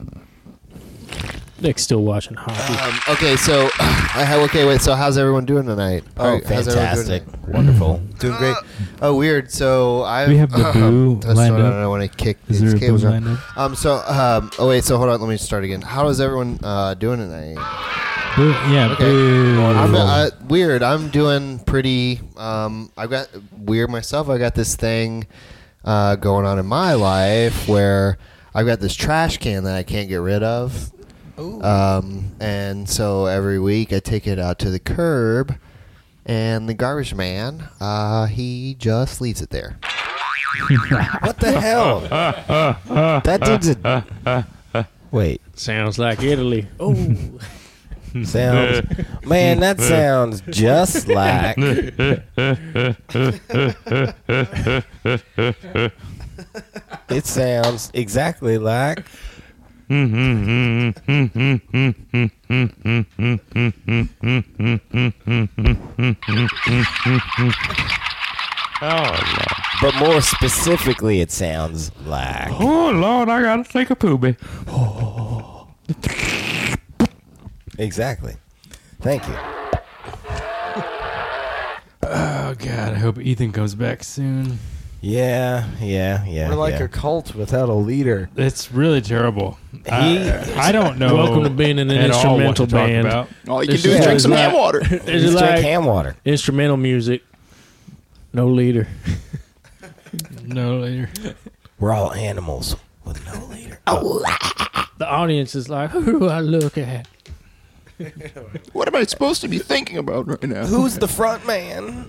Nick's still watching hockey. Um, okay, so I- okay, wait. So how's everyone doing tonight? Oh, Alright, how's everyone doing fantastic. tonight? Wonderful. Doing great. Oh, weird. So I We have the boo That's lined what I up. don't know when I kick Is these there a boo cables around. lined up? Um. So um. Oh wait. So hold on. Let me start again. How is everyone uh, doing tonight? Boo- yeah, Okay. boo. I'm uh, weird. I'm doing pretty. Um. I've got weird myself. I got this thing uh, going on in my life where I've got this trash can that I can't get rid of. Um, and so every week I take it out to the curb, and the garbage man, uh, he just leaves it there. What the hell? that dude's a. Wait. Sounds like Italy. Oh, Sounds. Man, that sounds just like. it sounds exactly like. But more specifically, it sounds like. Oh Lord, I gotta take a poopy. Exactly. Thank you. Oh God, I hope Ethan comes back soon. Yeah, yeah, yeah. We're like yeah. a cult without a leader. It's really terrible. I, I don't know. Welcome to being in an at all what to instrumental talk band. about. All Oh, you This can do is is what drink some it's ham like. water. there's Just like drink ham water. instrumental music. No leader. No later. We're all animals with no leader. The audience is like, who do I look at? What am I supposed to be thinking about right now? Who's the front man?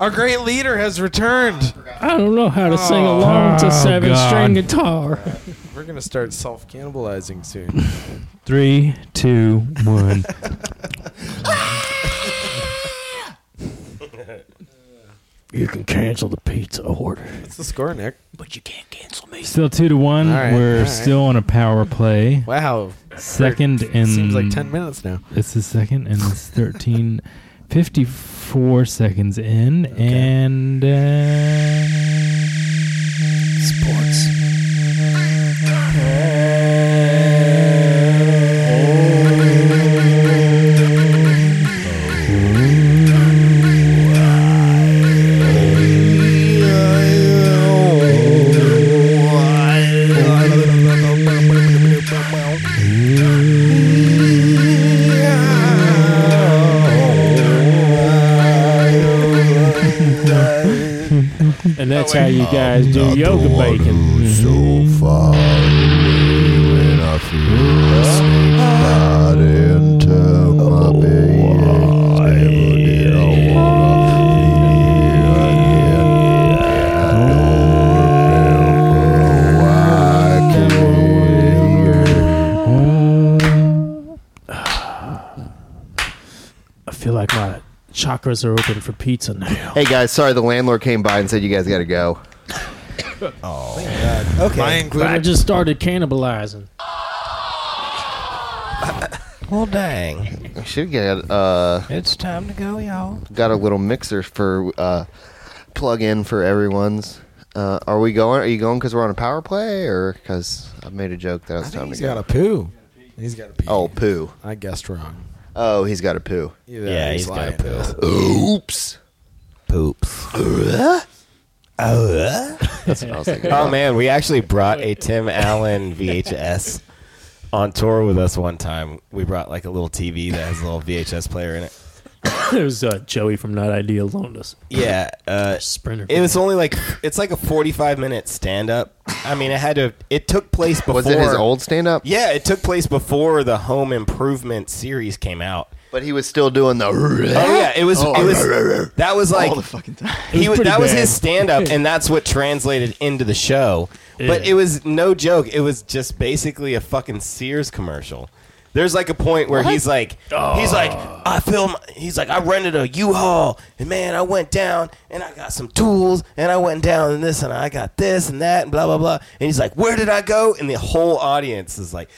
Our great leader has returned. I don't know how to sing along Oh, to seven God. string guitar. We're gonna start self cannibalizing soon. Three, two, one. You can cancel the pizza order, What's the score, Nick? but you can't cancel me. Still two to one. All right, We're all right. still on a power play. Wow. Second and Seems like ten minutes now. It's the second and it's 13, 54 seconds in, and uh, sports. All that's Oh, how you guys do yoga bacon. Mm-hmm. So far away when I feel a snake bite into Oh, my being. Never did I wanna feel again. I don't know why I came here. I feel like my chakras are open for pizza now. Hey guys, sorry the landlord came by and said you guys got to go. Okay. I, just started cannibalizing. Well, dang. We should get uh It's time to go, y'all. got a little mixer for uh plug in for everyone's. Uh, are we going? Are you going because we're on a power play, or because I made a joke that it's time He's to go? got a poo. He's got a pee. Oh poo! I guessed wrong. Oh, he's got a poo. Either Yeah, he's he's got a lying. poo. Oops! Poops. That's what I was thinking. Oh man, we actually brought a Tim Allen VHS on tour with us one time. We brought like a little TV that has a little VHS player in it. It was uh, Joey from Not Ideal loaned us Yeah, uh, Sprinter. it was only like it's like a forty-five minute stand-up. I mean, it had to. It took place before. Was it his old stand up? Yeah, it took place before the Home Improvement series came out. But he was still doing the. Oh yeah, it was. it was that was like all the fucking time. he was, pretty that was bad. his stand up and that's what translated into the show but Yeah. it was no joke it was just basically a fucking sears commercial there's like a point where he's like he's like Oh. i film he's like i rented a u-haul and man i went down and i got some tools and i went down and this and i got this and that and blah blah blah and he's like where did i go and the whole audience is like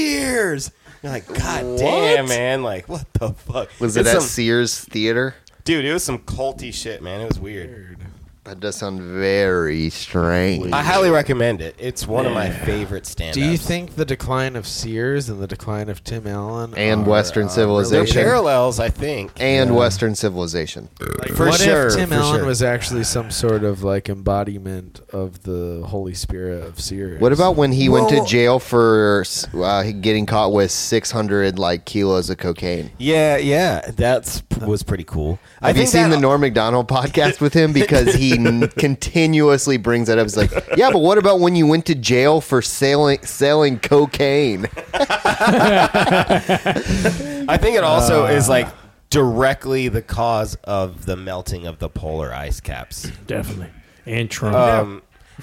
sears you're like god damn man like what the fuck Was it It's at some- Sears Theater? dude it was some culty shit man it was weird. That does sound very strange. I highly recommend it. It's one of my favorite stand-ups. Do you think the decline of Sears and the decline of Tim Allen And are, Western uh, they're civilization. parallels? I think. and Western civilization. related? For what sure, if Tim for Allen sure. was actually some sort of like embodiment of the Holy Spirit of Sears? What about when he went to jail for uh, getting caught with 600 like kilos of cocaine? yeah, yeah, that was pretty cool. Have you seen that- the Norm Macdonald podcast with him? Because he n- continuously brings that up. He's like, "Yeah, but what about when you went to jail for selling selling cocaine?" I think it also is like directly the cause of the melting of the polar ice caps. definitely. And Trump. Uh, Um,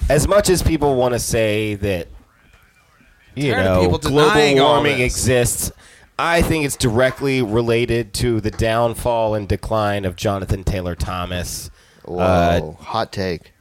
as much as people want to say that you Tired of know people global denying all warming this. exists, I think it's directly related to the downfall and decline of Jonathan Taylor Thomas. Whoa, Uh, hot take.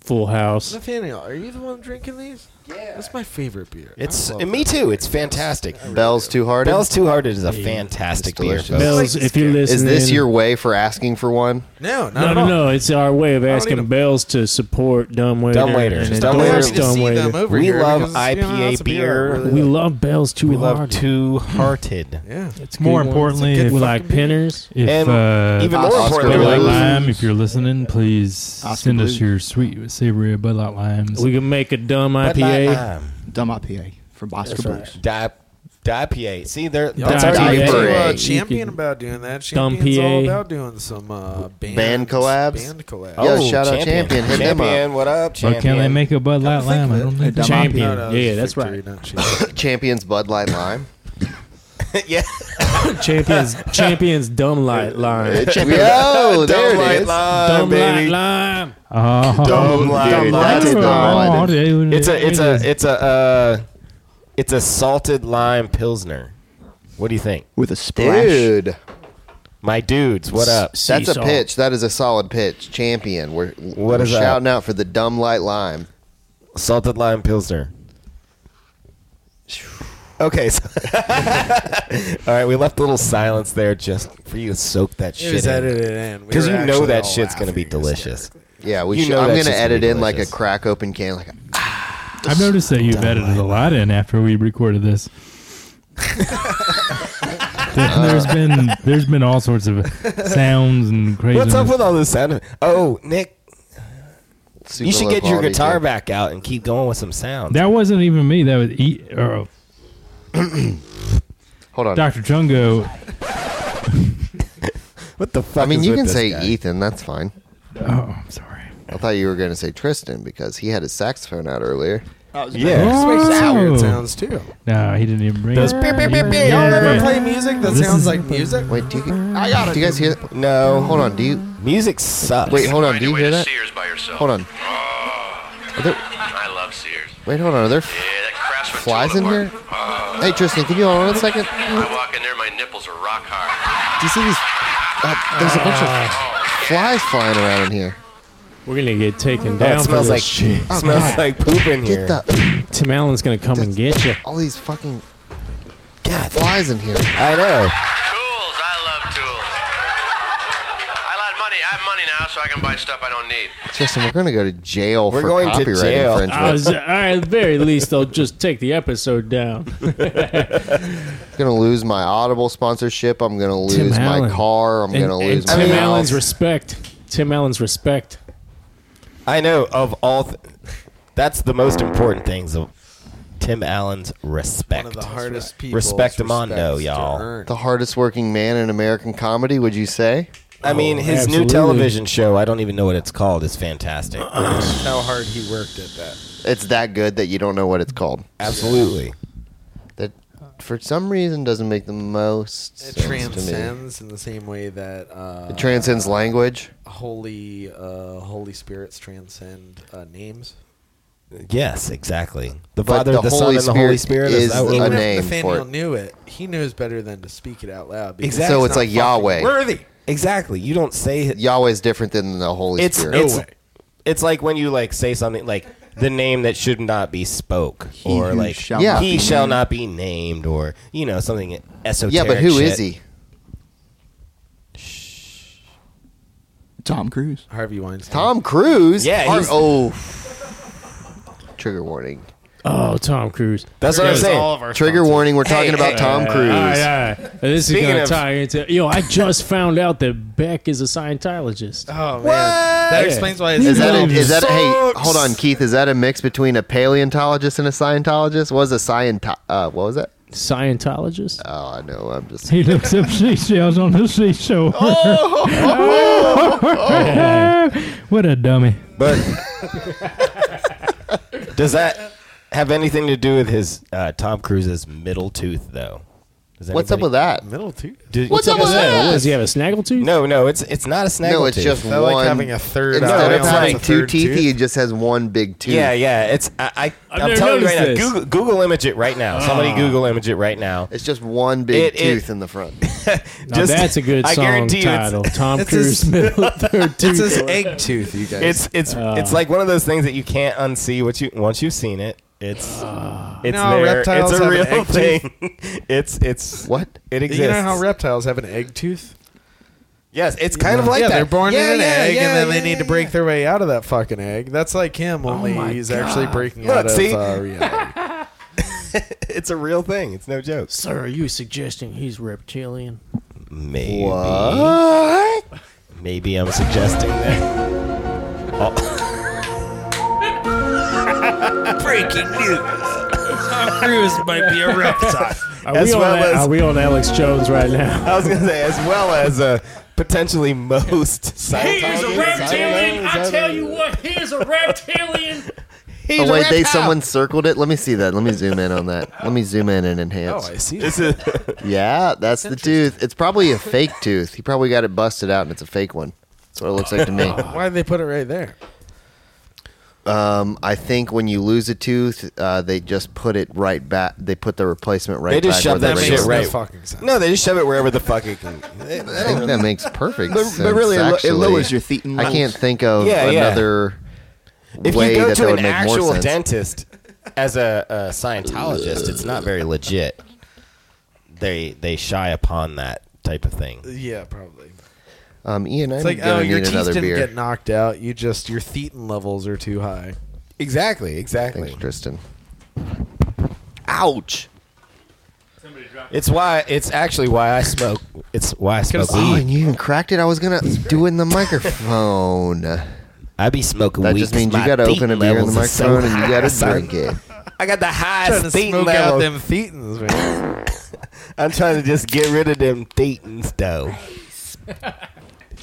Full House. Nathaniel? Are you the one drinking these? Yeah, that's my favorite beer. I It's love and me that. too. It's fantastic. Bell's too hard. Bell's Two Hearted is a fantastic It's beer. delicious. folks. Bells, if you're Is listening. this your way for asking for one? No, not No, at no, all. no. It's our way of need asking 'em. Bells to support Dumb Waiter. Dumb Waiter. and Just I'm Dumb endorse Waiter. happy to Dumb see Waiter. them over We here love because, you know, IPA that's a beer. beer. I really We like. love Bells too We hard. love Two Hearted. Yeah. It's More good one. importantly, It's a good if- we like pinners. If And uh, even more Oscar Bud importantly, Light Blues. Lime, if you're listening, please Oscar send us Blues. your sweet savory Bud Light limes. We can make a dumb Bud uh, IPA. Light Lime. Dumb IPA from Oscar Blues. um, Di- di- IPA. See, they're Yeah. that's Di- our IPA. IPA. Tell you Hooray. what, uh, champion about doing that. Dumb Champion's all PA. about doing some uh, band, Band collabs? Band collabs. Oh, Yo, shout out Champion. Hit them up. Champion, what up, But Champion? can they make a Bud Light think of lime? I it. don't A know. dumb Champion. IPA. that yeah, was that's Victory, right. not Champion. Champions Bud Light Lime. yeah. Champions, champions, dumb light line, Yo, there Dumb it Light is. Lime, dumb light baby. lime. Oh, Dumb Light Dude, Lime. that's dumb. It's a it's a it's a uh, it's a salted lime pilsner. What do you think, With a splash. Dude, my dudes? What up? that's a Seesaw. pitch. That is a solid pitch. Champion. We're, we're is that? shouting out for the dumb light lime. Salted lime pilsner. Okay, so all right, we left a little silence there just for you to soak that It shit. was in. edited in. We because were you know actually that all shit's gonna be laughing. delicious. Yeah, we You should. know I'm that gonna shit's edit gonna be in like a delicious. crack open can. Like, a- I've noticed that you've edited a lot in after we recorded this. there, there's been there's been all sorts of sounds and crazy. What's up with all this sound? Oh, Nick, super you should low get your quality guitar can. back out and keep going with some sounds. that wasn't even me. That was e- or Hold on. Dr. Jungo. what the fuck? I mean, is you with can this say guy? Ethan. That's fine. Oh, I'm sorry. I thought you were going to say Tristan because he had his saxophone out earlier. Oh, yeah. That's how it sounds too. No, he didn't even bring Those it. beep, beep, beep, beep. Y'all ever play music that sounds like music? Wait, do you, I got do you guys hear? No, hold on. Do you? Music sucks. Wait, hold on. Do you Find a way hear to that? Sears by yourself. Hold on. Are there, I love Sears. wait, hold on. Are there Yeah, that crap's what flies in told here? apart. Oh. Hey, Tristan, can you hold on a second? I walk in there, my nipples are rock hard. Do you see these? Uh, there's a bunch of flies flying around in here. We're gonna get taken That down. for smells this like- shit. it Oh, smells God. like poop in Get here. the- Tim Allen's gonna come and get you. All these fucking God, flies in here. I know. Tools, I love tools. I love money. I have money now, so I can buy stuff I don't need. Tristan, we're going to go to jail We're for going to copyright jail. I was, infringement. all right, at the very least, they'll just take the episode down. I'm going to lose my Audible sponsorship. I'm going to Tim lose my Allen. car. I'm And- going to and lose my Tim house. Allen's respect. Tim Allen's respect. I know of all. Th- that's the most important things of Tim Allen's respect. One of the hardest people. Respect Mondo, y'all. The hardest working man in American comedy, would you say? I mean, his new television show, I don't even know what it's called, is fantastic. How hard he worked at that. It's that good that you don't know what it's called. Absolutely. That for some reason doesn't make the most It sense to me. transcends in the same way that uh, It transcends language. Holy, uh, holy spirits transcend uh, names. Yes, exactly. The But Father, the the, Son, Holy and the Holy Spirit Spirit is is, that a what- name. for Nathaniel it. knew it. He knows better than to speak it out loud. because Exactly. So it's not like fucking Yahweh. Worthy. Exactly. You don't say it. Yahweh's different than the Holy It's Spirit. it's, it's like when you like say something like the name that should not be spoke or who like shall Yeah. not he be shall named. not be named or you know something esoteric. yeah, but who shit. is he? Tom Cruise. Harvey Weinstein. Tom Cruise. Yeah, Har- he's- oh. Trigger warning. Oh, Tom Cruise. That's what I'm Yeah. saying. All of our Trigger sponsors. warning, we're talking about Tom Cruise. All Ah, right, all right. And This Speaking is going of- to tie into. Yo, I just found out that Beck is a Scientologist. Oh, man. That explains why his is that album a, is that a- hey sucks. hold on Keith is that a mix between a paleontologist and a Scientologist was a Scientologist uh, what was that Scientologist oh I know I'm just He looks up seashells on the seashore. what a dummy. But does that have anything to do with his uh, Tom Cruise's middle tooth though? Does What's up anybody- with that middle tooth Did- What's up with that? What, does he have a snaggle tooth? No, no, it's it's not a snaggle no it's just I one instead of having two teeth, he just has one big tooth Yeah, yeah. It's I. I I've I'm never telling you right noticed now. this. Google, Google image it right now. Somebody Ah. Google image it right now. it's just one big It- it- tooth in the front Now that's a good song title. Tom Cruise middle third tooth. Ah. tooth, you guys. It's it's it's like one of those things that you can't unsee. What you once you've seen it, it's Ah. it's No, there. It's reptiles a have an real egg thing. tooth. it's it's what it exists. You know how reptiles have an egg tooth? yes, it's kind of like yeah, that. They're born Yeah, in an yeah, egg, yeah, and then they yeah, need to break their way out of that fucking egg. That's like him, only he's actually breaking Look, out see? of uh, reality. it's a real thing. It's no joke. Sir, are you suggesting he's reptilian? Maybe. What? Maybe I'm suggesting that. Oh, Breaking news. Tom Cruise might be a reptile. Are, we on, A- are we on Alex Jones right now? I was gonna say, as well as uh, potentially most Scientologists. reptilian. I tell you what, he is a reptilian. oh wait they someone circled it let me see that let me zoom in on that let me zoom in and enhance Oh, I see. This is yeah that's the tooth it's probably a fake tooth he probably got it busted out and it's a fake one that's what it looks like to me Why did they put it right there? Um, I think when you lose a tooth, uh, they just put it right back. They put the replacement right. they just back shove where that the shit original- right. fucking sense. No, they just shove it wherever the fuck it can. I think that makes perfect But- but sense. really, it lo- it actually. lowers your thetan I can't levels. think of Yeah, yeah. another If way you go that that to would an make more actual sense. dentist as a, a Scientologist, it's not very legit. They they shy upon that type of thing. Yeah, probably. um, Ian, I'm It's like, gonna oh, your need teeth another didn't beer. get knocked out. You just your thetan levels are too high. Exactly, exactly. Thanks, Tristan. Ouch. It's why it's actually why I smoke. It's why I smoke Oh, weed. and you even cracked it. I was gonna do it in the microphone. I be smoking That weed just means 'cause you my gotta open a thetan beer in the levels are so microphone and you high, gotta son. drink it. I got the trying to highest thetan smoke level. out them thetans, man. I'm trying to just get rid of them thetans, though.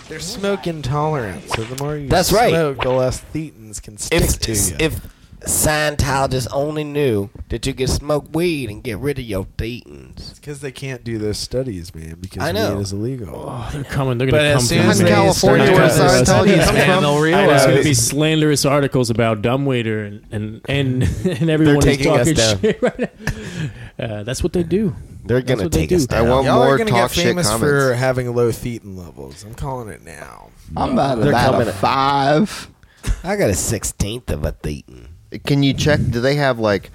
They're smoke intolerant, so the more you That's right. smoke, the less thetans can stick If to you. if Scientologists only knew that you could smoke weed and get rid of your thetans. because they can't do those studies, man, because I know. weed is illegal. They're coming. They're But going to as come soon for as me. they California, start where doing Scientology this, is man, from. they'll I know, realize It's going it. to be slanderous articles about dumbwaiter and and and, and everyone who's taking us talking down. shit. Right now. Uh, that's what they do. They're That's gonna what they take us do. down. I want Y'all more are gonna talk get shit famous for comments. having low thetan levels. I'm calling it now. I'm at They're about coming a at- five. I got a sixteenth of a thetan. Can you check? Do they have like,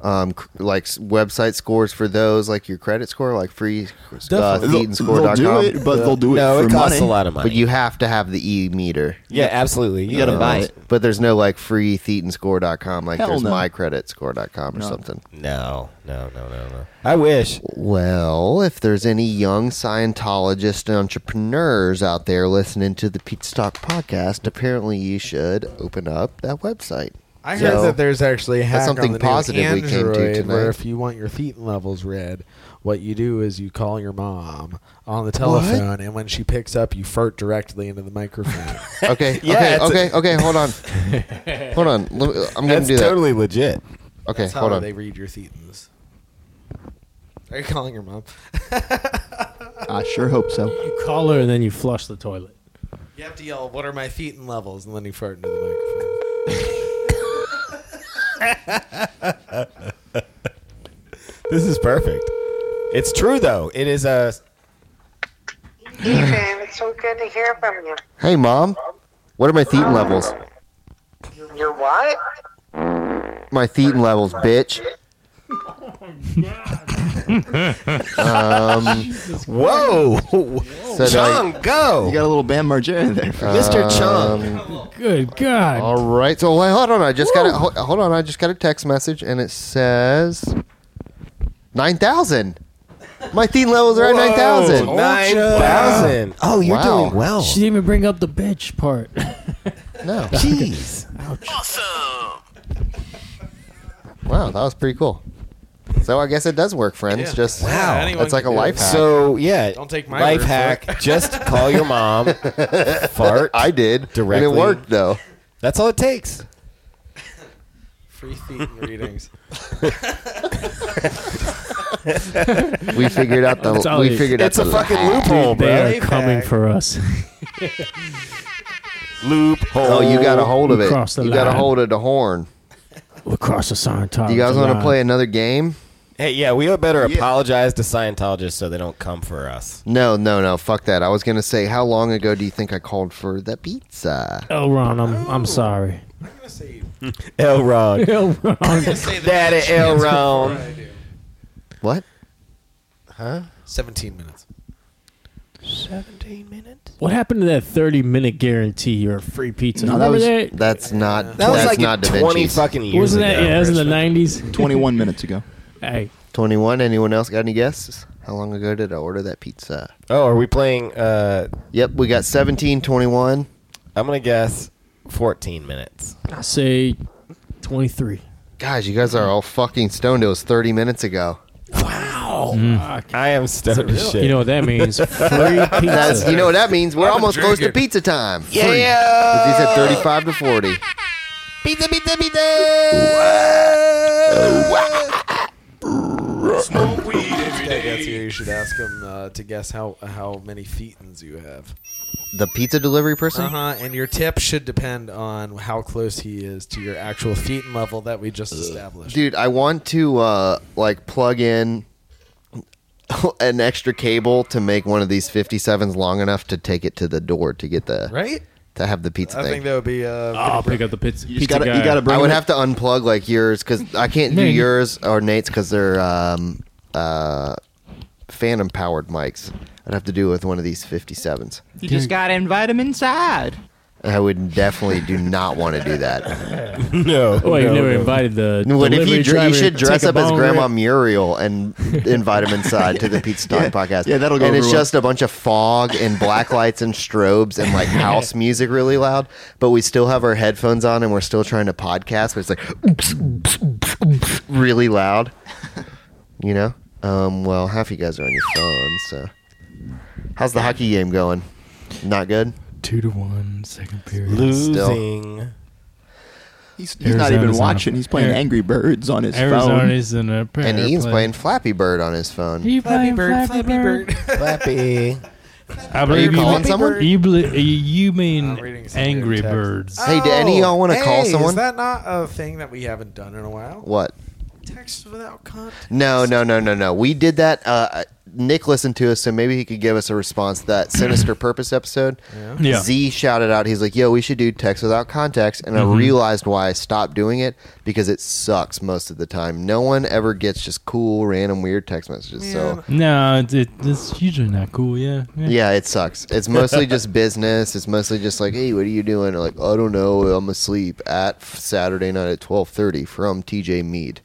um, c- like s- website scores for those, like your credit score, like free uh, Definitely. They'll- theatenscore.com? they'll do it, but they'll do it No, for it costs money. a lot of money. But you have to have the e meter. yeah, absolutely. You gotta know. buy it. But there's no like free thetenscore.com, like Hell there's no. mycreditscore.com or No. something. No, oh, no, no, no, no. I wish. Well, if there's any young Scientologist and entrepreneurs out there listening to the Pete Stock podcast, apparently you should open up that website. I heard So, that there's actually a that's hack something on the new positive we Android came to tonight. where if you want your thetan levels read, what you do is you call your mom on the What? telephone, and when she picks up, you fart directly into the microphone. Okay, Yeah, okay, it's a- okay, okay, hold on. hold on. Let me, I'm going to That's do that. totally legit. okay, That's hold how on. they read your thetans. Are you calling your mom? I sure hope so. You call her and then you flush the toilet. You have to yell, "What are my thetan levels?" and then you fart into the microphone. This is perfect. It's true though. It is a Ethan, it's so good to hear from you. Hey, Mom, what are my thetan levels? You're what? My thetan levels, bitch. um, whoa, Oh, so did I- um, Chung, go, You got a little Bam Margera there. For Mr. Chung. Good God. All right. So wait, hold on. I just got a hold, hold on. I just got a text message and it says nine thousand. My theme levels are at nine thousand. Oh, Nine thousand. Oh, you're Wow. doing well. She didn't even bring up the bitch part. No. Jeez. Awesome. Wow, that was pretty cool. So I guess it does work, friends. Yeah. Just Wow. wow, anyone it's like a can do life hack. So yeah, Don't take my life word for hack. Just call your mom. fart. I did Directly. and it worked though. That's all it takes. Free thetan readings. We figured out the That's all we it- figured It's out a the fucking hack. loophole, they bro. are coming back. for us. Loophole. Oh, you got a hold of You it. crossed the You got a line. hold of the horn. We'll cross the Scientology. Do you guys want to line. play another game? Hey, yeah, we had better Yeah. apologize to Scientologists so they don't come for us. No, no, no. Fuck that. I was gonna say, how long ago do you think I called for the pizza? Oh, Ron, I'm I'm sorry. I'm gonna say, Elrod. Oh, Ron. Daddy Elrod. I do. What? Seventeen minutes. What happened to that 30 minute guarantee You're a free pizza? No, that Remember was- that? That's not. Uh, That was that's like not Da twenty Vinci's. fucking years Wasn't that? ago. Yeah, that was in the Richmond. 90s. 21 minutes ago. Hey, Twenty-one. Anyone else got any guesses? How long ago did I order that pizza? Oh, are we playing? Uh, Yep, we got 17, 21. I'm gonna guess fourteen minutes. I say 23. Guys, you guys are all fucking stoned. It was thirty minutes ago. Wow. I am stoned as shit. You know what that means? Free pizza. That's, you know what that means? We're almost close to pizza time. yeah. He said thirty-five to forty. Uh. Pizza, pizza, pizza. Smoke weed every I guess day. you should ask him uh, to guess how how many thetans you have. The pizza delivery person. Uh huh. And your tip should depend on how close he is to your actual thetan level that we just established. dude i want to uh like plug in an extra cable to make one of these 57s long enough to take it to the door to get the right? to have the pizza I thing think that would be. Uh, I'll pick up the pizza. You just pizza gotta, guy. you gotta bring i would it- have to unplug like yours because i can't do Man, you- yours or nate's because they're um uh phantom powered mics i'd have to do it with one of these 57s You just gotta invite him inside. i would definitely do not want to do that No. Oh, wait, no, you never no. invited the. what if you, delivery dr- driver you should to take dress a up as bong grandma rip? muriel and invite him inside to the pizza Talk podcast yeah, that'll go and over it's well. just a bunch of fog and black lights and strobes and like house music really loud but we still have our headphones on and we're still trying to podcast but it's like oops, oops, oops, oops, really loud you know um, well half you guys are on your phone so how's the hockey game going Not good. Two to one, second period. Losing. He's, he's not even watching. He's playing Angry Birds on his phone. Arizona's in a and Ian's play. playing Flappy Bird on his phone. He playing Flappy Bird. Flappy. Are I you believe you calling mean, someone? You, believe, you mean Angry Birds? Hey, do any of y'all want to Oh. hey, call someone? Is that not a thing that we haven't done in a while? what? Text without context. No, no, no, no, no. We did that. Uh, Nick listened to us, so maybe he could give us a response. to That sinister purpose episode. Yeah. Yeah. Z shouted out, "He's like, yo, we should do text without context." And I Mhm. realized why I stopped doing it because it sucks most of the time. No one ever gets just cool, random, weird text messages. So No, it, it, it's usually not cool. Yeah. yeah, it sucks. It's mostly just business. It's mostly just like, hey, what are you doing? Or like, I don't know. I'm asleep at f- Saturday night at twelve thirty from TJ Mead.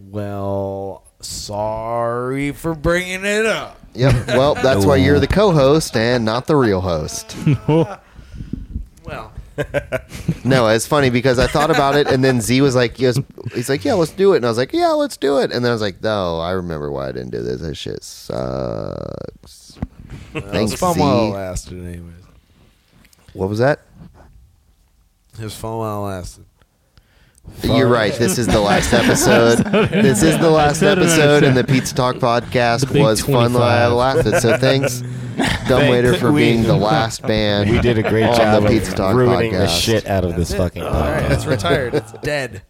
Well, sorry for bringing it up. Yep. Well, that's why you're the co-host and not the real host. Well, No, it's funny because I thought about it, and then Z was like, yes, "He's like, yeah, let's do it," and I was like, "Yeah, let's do it," and then I was like, "No, I remember why I didn't do this. This shit sucks." it was Thanks, fun Z. while it lasted, anyways. What was that? It was fun while it lasted. You're right. This is the last episode. this is the last said it, I episode, and the said- Pizza Talk podcast The big was fun. I 25. laughed. So thanks, Dumbwaiter, for We- being the last band. We did a great on job the of Pizza Talk ruining the podcast. shit out of this fucking podcast. It's retired. It's dead.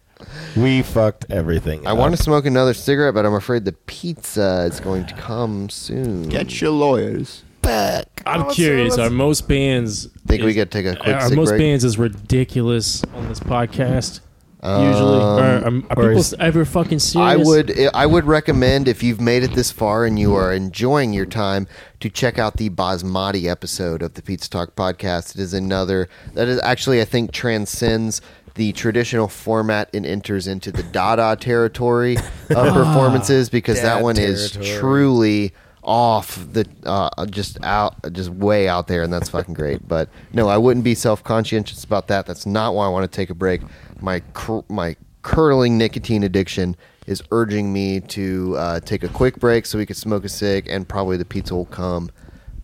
We fucked everything. I want to smoke another cigarette, but I'm afraid the pizza is going to come soon. Get your lawyers. I'm Oh, so curious. let's- Are most bands Think we is- could take a quick Are sig most break? bands as ridiculous on this podcast? Um, usually, or, um, are or people is- ever fucking serious? I would I would recommend if you've made it this far and you are enjoying your time to check out the Basmati episode of the Pizza Talk podcast. It is another that is actually I think transcends the traditional format and enters into the Dada territory of performances because that Dad one is territory. truly off the uh, just out just way out there and that's fucking great but no i wouldn't be self-conscientious about that that's not why i want to take a break my cur- my curling nicotine addiction is urging me to uh, take a quick break so we could smoke a cig and probably the pizza will come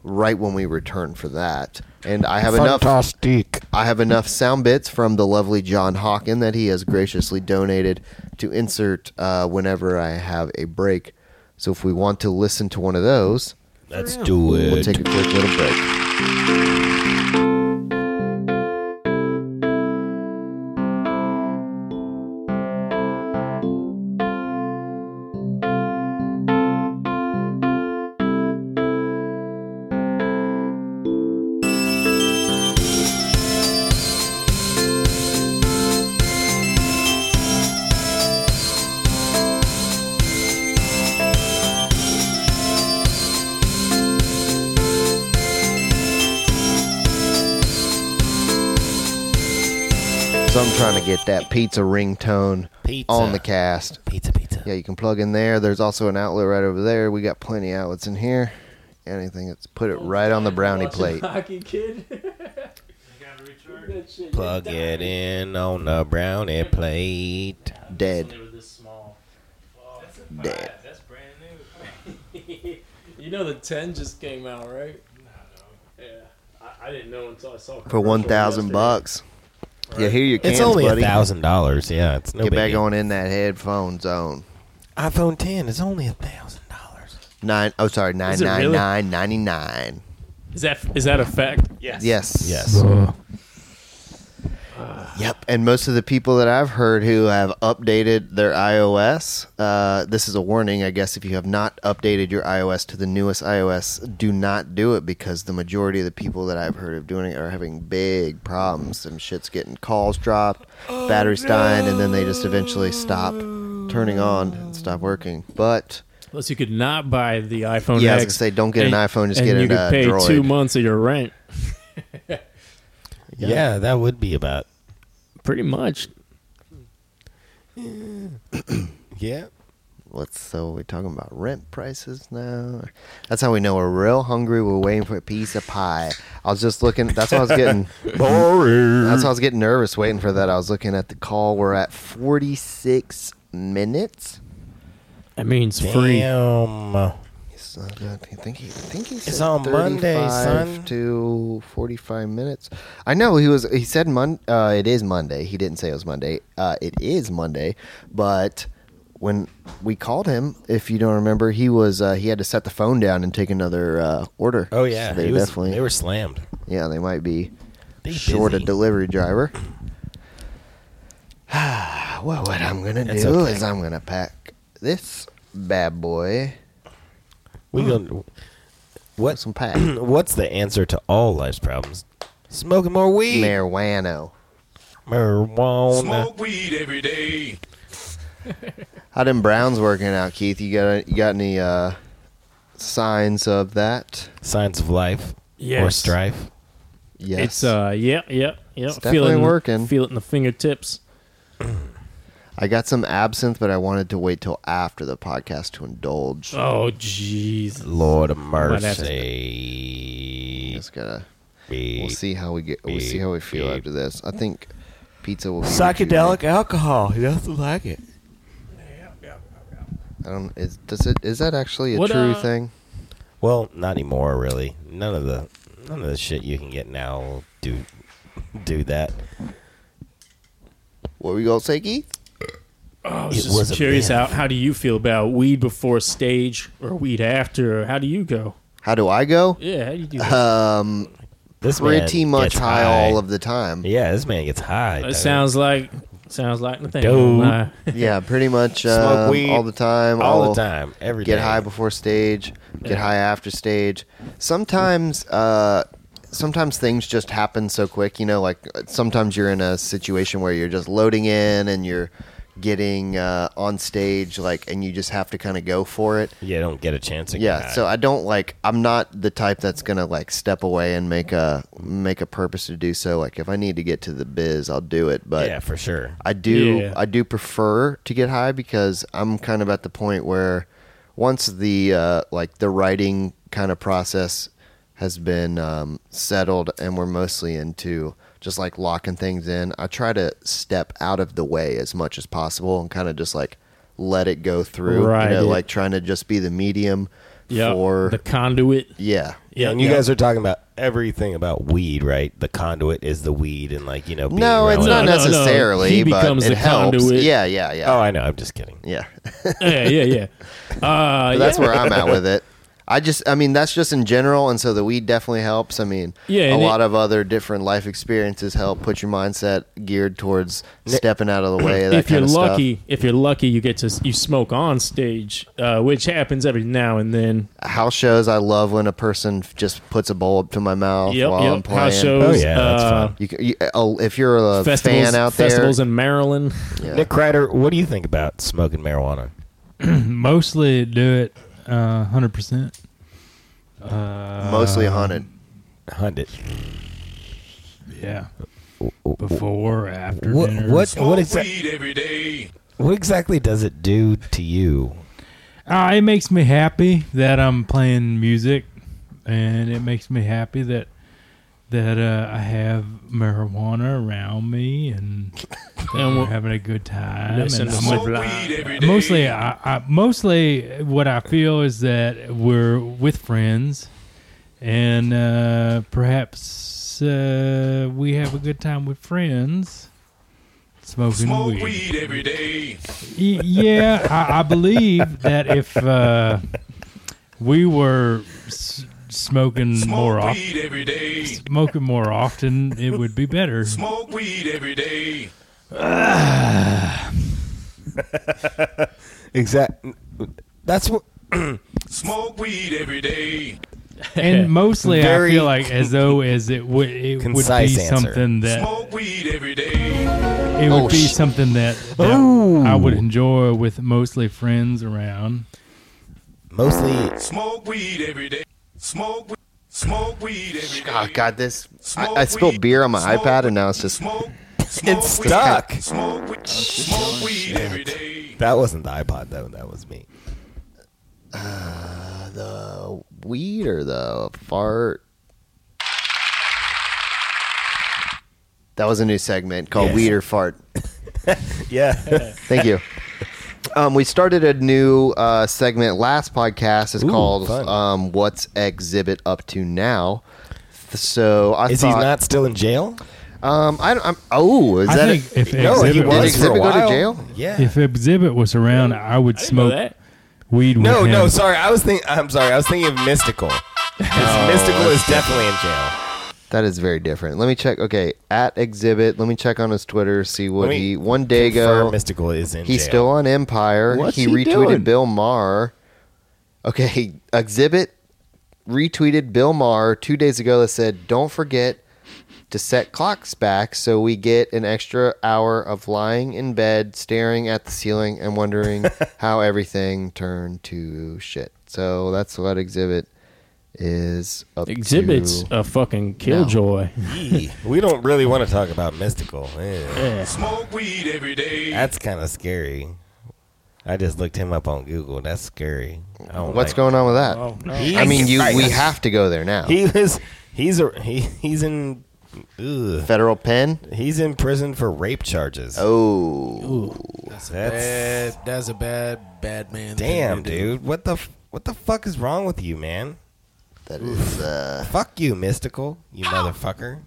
right when we return for that and i have enough I have enough sound bits from the lovely John Hawken that he has graciously donated to insert uh, whenever I have a break. So if we want to listen to one of those, Let's do it. We'll take a quick little break. So I'm trying to get that pizza ringtone Pizza. on the cast. Pizza, pizza. Yeah, you can plug in there. There's also an outlet right over there. We got plenty of outlets in here. Anything that's put it right on the brownie plate. Hockey kid. Plug it in on the brownie plate. Dead. Dead. That's brand new. you know the ten just came out, right? Yeah, I, I didn't know until I saw For one thousand bucks. Yeah, here you can. It's only buddy. a thousand dollars. Yeah, it's no Get back biggie. on in that headphone zone. iPhone 10 is only a thousand dollars. Nine oh sorry, nine Is it nine really? nine ninety nine. Is that is that a fact? Yes. Yes. Yes. Yep. And most of the people that I've heard who have updated their iOS, uh, this is a warning, I guess, if you have not updated your iOS to the newest iOS, do not do it because the majority of the people that I've heard of doing it are having big problems. Some shit's getting calls dropped, Oh, batteries dying, and then they just eventually stop turning on and stop working. But Unless you could not buy the iPhone. Yeah, I was X, gonna say, don't get an and- iPhone, just and get you an, could uh, pay Droid. two months of your rent. Yeah. that would be about. Pretty much. Yeah. What's so we talking about rent prices now? That's how we know we're real hungry. We're waiting for a piece of pie. I was just looking. That's why I was getting. That's why I was getting nervous waiting for that. I was looking at the call. We're at forty six minutes. That means free. Damn. It's uh, I think he, I think he said It's on Monday, 35 son. to forty-five minutes. I know he was. He said Mon. Uh, it is Monday. He didn't say it was Monday. Uh, it is Monday, but when we called him, if you don't remember, he was uh, he had to set the phone down and take another uh, order. Oh, yeah. So they He was- definitely they were slammed. Yeah, they might be They short a busy. delivery driver. well, what I'm gonna That's do okay. is I'm gonna pack this bad boy. We gonna what? Some pack. what's the answer to all life's problems? Smoking more weed. Marijuana. Marijuana. Smoke weed every day. How them Browns working out, Keith? You got you got any uh, signs of that? Signs of life or Yes. strife? Yes. It's uh, yeah, yeah, yeah. It's definitely feel it in- working. Feel it in the fingertips. I got some absinthe, but I wanted to wait till after the podcast to indulge. Uh, Oh, jeez. Lord of Might have to- mercy. Just gotta. We'll see how we get. We'll see beep, how we feel after this. I think pizza will be Psychedelic alcohol. He doesn't like it. I don't. Is, does it? Is that actually a What, true uh, thing? Well, not anymore, really. None of the none of the shit you can get now will do do that. What were you gonna say, Keith? I It was was just a curious myth. how, how do you feel about weed before stage or weed after? Or how do you go? How do I go? Yeah, how do you do that? Um, This man pretty much gets high, high. all of the time. Yeah, this man gets high. it dude. sounds like sounds like nothing. Dope. Uh, yeah, pretty much Smoke um, weed all the time. all the I'll time, every get day. high before stage, get Yeah. high after stage. Sometimes, uh, sometimes things just happen so quick. You know, like uh, sometimes you're in a situation where you're just loading in and you're getting uh, on stage, like, and you just have to kind of go for it. Yeah, don't get a chance. to get Yeah, high. so I don't like. I'm not the type that's gonna like step away and make a make a purpose to do so. Like if I need to get to the biz, I'll do it. But yeah, for sure. I do Yeah. I do prefer to get high because I'm kind of at the point where once the uh, like the writing kind of process has been um, settled and we're mostly into just like locking things in, I try to step out of the way as much as possible and kind of just like let it go through. Right. You know, like trying to just be the medium Yeah, for the conduit. Yeah. Yeah, and you guys are talking about everything about weed, right? The conduit is the weed, and like you know. Being No, it's around not it. necessarily, He but becomes it the helps. conduit. Yeah, yeah, yeah. Oh, I know. I'm just kidding. Yeah. yeah, yeah, yeah. Uh, But that's yeah. where I'm at with it. I just, I mean, that's just in general, and so the weed definitely helps. I mean, Yeah, a and lot of other different life experiences help put your mindset geared towards stepping out of the way. That if you're kind of lucky, stuff. if you're lucky, you get to you smoke on stage, uh, which happens every now and then. house shows, I love when a person f- just puts a bulb to my mouth Yep, while yep. I'm playing. House shows, Oh, yeah, that's uh, fun. You, c- you, oh, if you're a Festivals, fan out there, festivals in Maryland. Nick Kreider, what do you think about smoking marijuana? Mostly do it uh, 100%. Uh, Mostly 100. Hundred. Yeah. Before or after What? dinner. What? What Weed exactly? every day. What exactly does it do to you? Uh, it makes me happy that I'm playing music, and it makes me happy that that uh, I have marijuana around me, and, that And we're wh- having a good time. Listen and to I'm some with- weed every day. mostly, I, I, mostly what I feel is that we're with friends, and uh, perhaps uh, we have a good time with friends, smoking Smoke weed. weed every day. Y- yeah, I, I believe that if uh, we were s- smoking more Smoke often, weed every day. smoking more often, it would be better. Smoke weed every day. Exact. That's what. Smoke weed every day. And mostly, I Very feel like as though as it would it would be concise answer. something that Smoke weed every day. it would be something that, that Oh. I would enjoy with mostly friends around. Mostly Smoke weed every day. Smoke. we- Smoke weed every day. Oh, God, this. I, I spilled beer on my iPad, and now it's just. It's stuck. Smoke weed. Smoke weed every day. That wasn't the iPod though. That was me. Uh, the weed or the fart? That was a new segment called Yes. Weed or Fart. Yeah. Thank you. Um, we started a new uh, segment last podcast. It's Ooh, called fun. um, "What's Exhibit Up to Now." So I Is he thought, not still in jail? Um, I don't. I'm, oh, is I that think a, if no? Exhibit he was- did for exhibit a go to while. jail? Yeah. If Exhibit was around, I would smoke weed with No, him. no, sorry. I was thinking. I'm sorry. I was thinking of mystical. 'Cause Oh, mystical is definitely in jail. That is very different. Let me check. Okay, at exhibit. Let me check on his Twitter. See what Let me he. One day confirm ago, mystical is in He's jail. still on Empire. What's he he retweeted doing? Bill Maher. Okay, exhibit retweeted Bill Maher two days ago that said, "Don't forget to set clocks back so we get an extra hour of lying in bed, staring at the ceiling, and wondering how everything turned to shit." So that's what exhibit is up to Exhibit's a fucking killjoy. Yee. we don't really want to talk about mystical. Yeah. Smoke weed every day. That's kind of scary. I just looked him up on Google. That's scary. I don't What's like- going on with that? Oh. I mean, you we have to go there now. He is. He's a. He, he's in. Ugh. Federal pen. He's in prison for rape charges. Oh, That's a That's- bad. That's a bad bad man. thing damn, to do. dude. What the f- what the fuck is wrong with you, man? That is uh, fuck you, mystical. You motherfucker.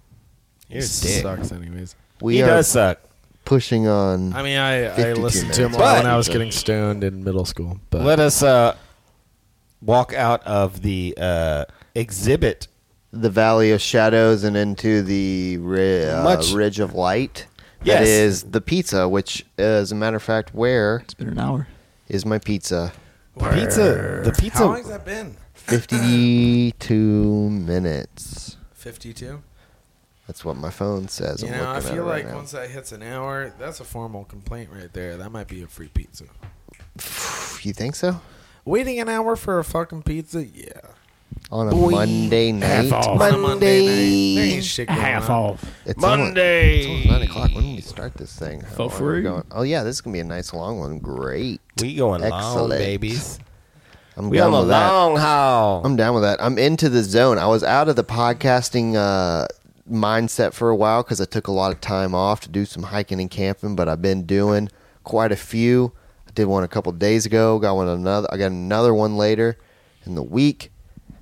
You're a dick. Sucks, anyways. we he are does suck. pushing on. I mean, I, I 52 listened to him minutes. when I was But- getting stoned in middle school. But Let us uh, walk out of the uh, exhibit. the valley of shadows and into the ri- uh, Much- ridge of light. That Yes. is the pizza, which, as a matter of fact, where it's been an hour is my pizza. Pizza. The pizza. how long's that been? Fifty-two minutes. Fifty-two. That's what my phone says. You I'm know, I looking at feel it right like now. once that hits an hour, that's a formal complaint right there. That might be a free pizza. You think so? Waiting an hour for a fucking pizza? Yeah. On a Boy. Monday night. off. On a Monday night. There ain't shit going Half on. off. It's almost- Monday. it's almost nine o'clock. When do we start this thing? How For long are we free. going? Oh yeah, this is gonna be a nice long one. Great. We going long, Excellent. babies. I'm We down on the with that. long haul. I'm down with that. I'm into the zone. I was out of the podcasting uh, mindset for a while because I took a lot of time off to do some hiking and camping, but I've been doing quite a few. I did one a couple days ago. Got one another. I got another one later in the week.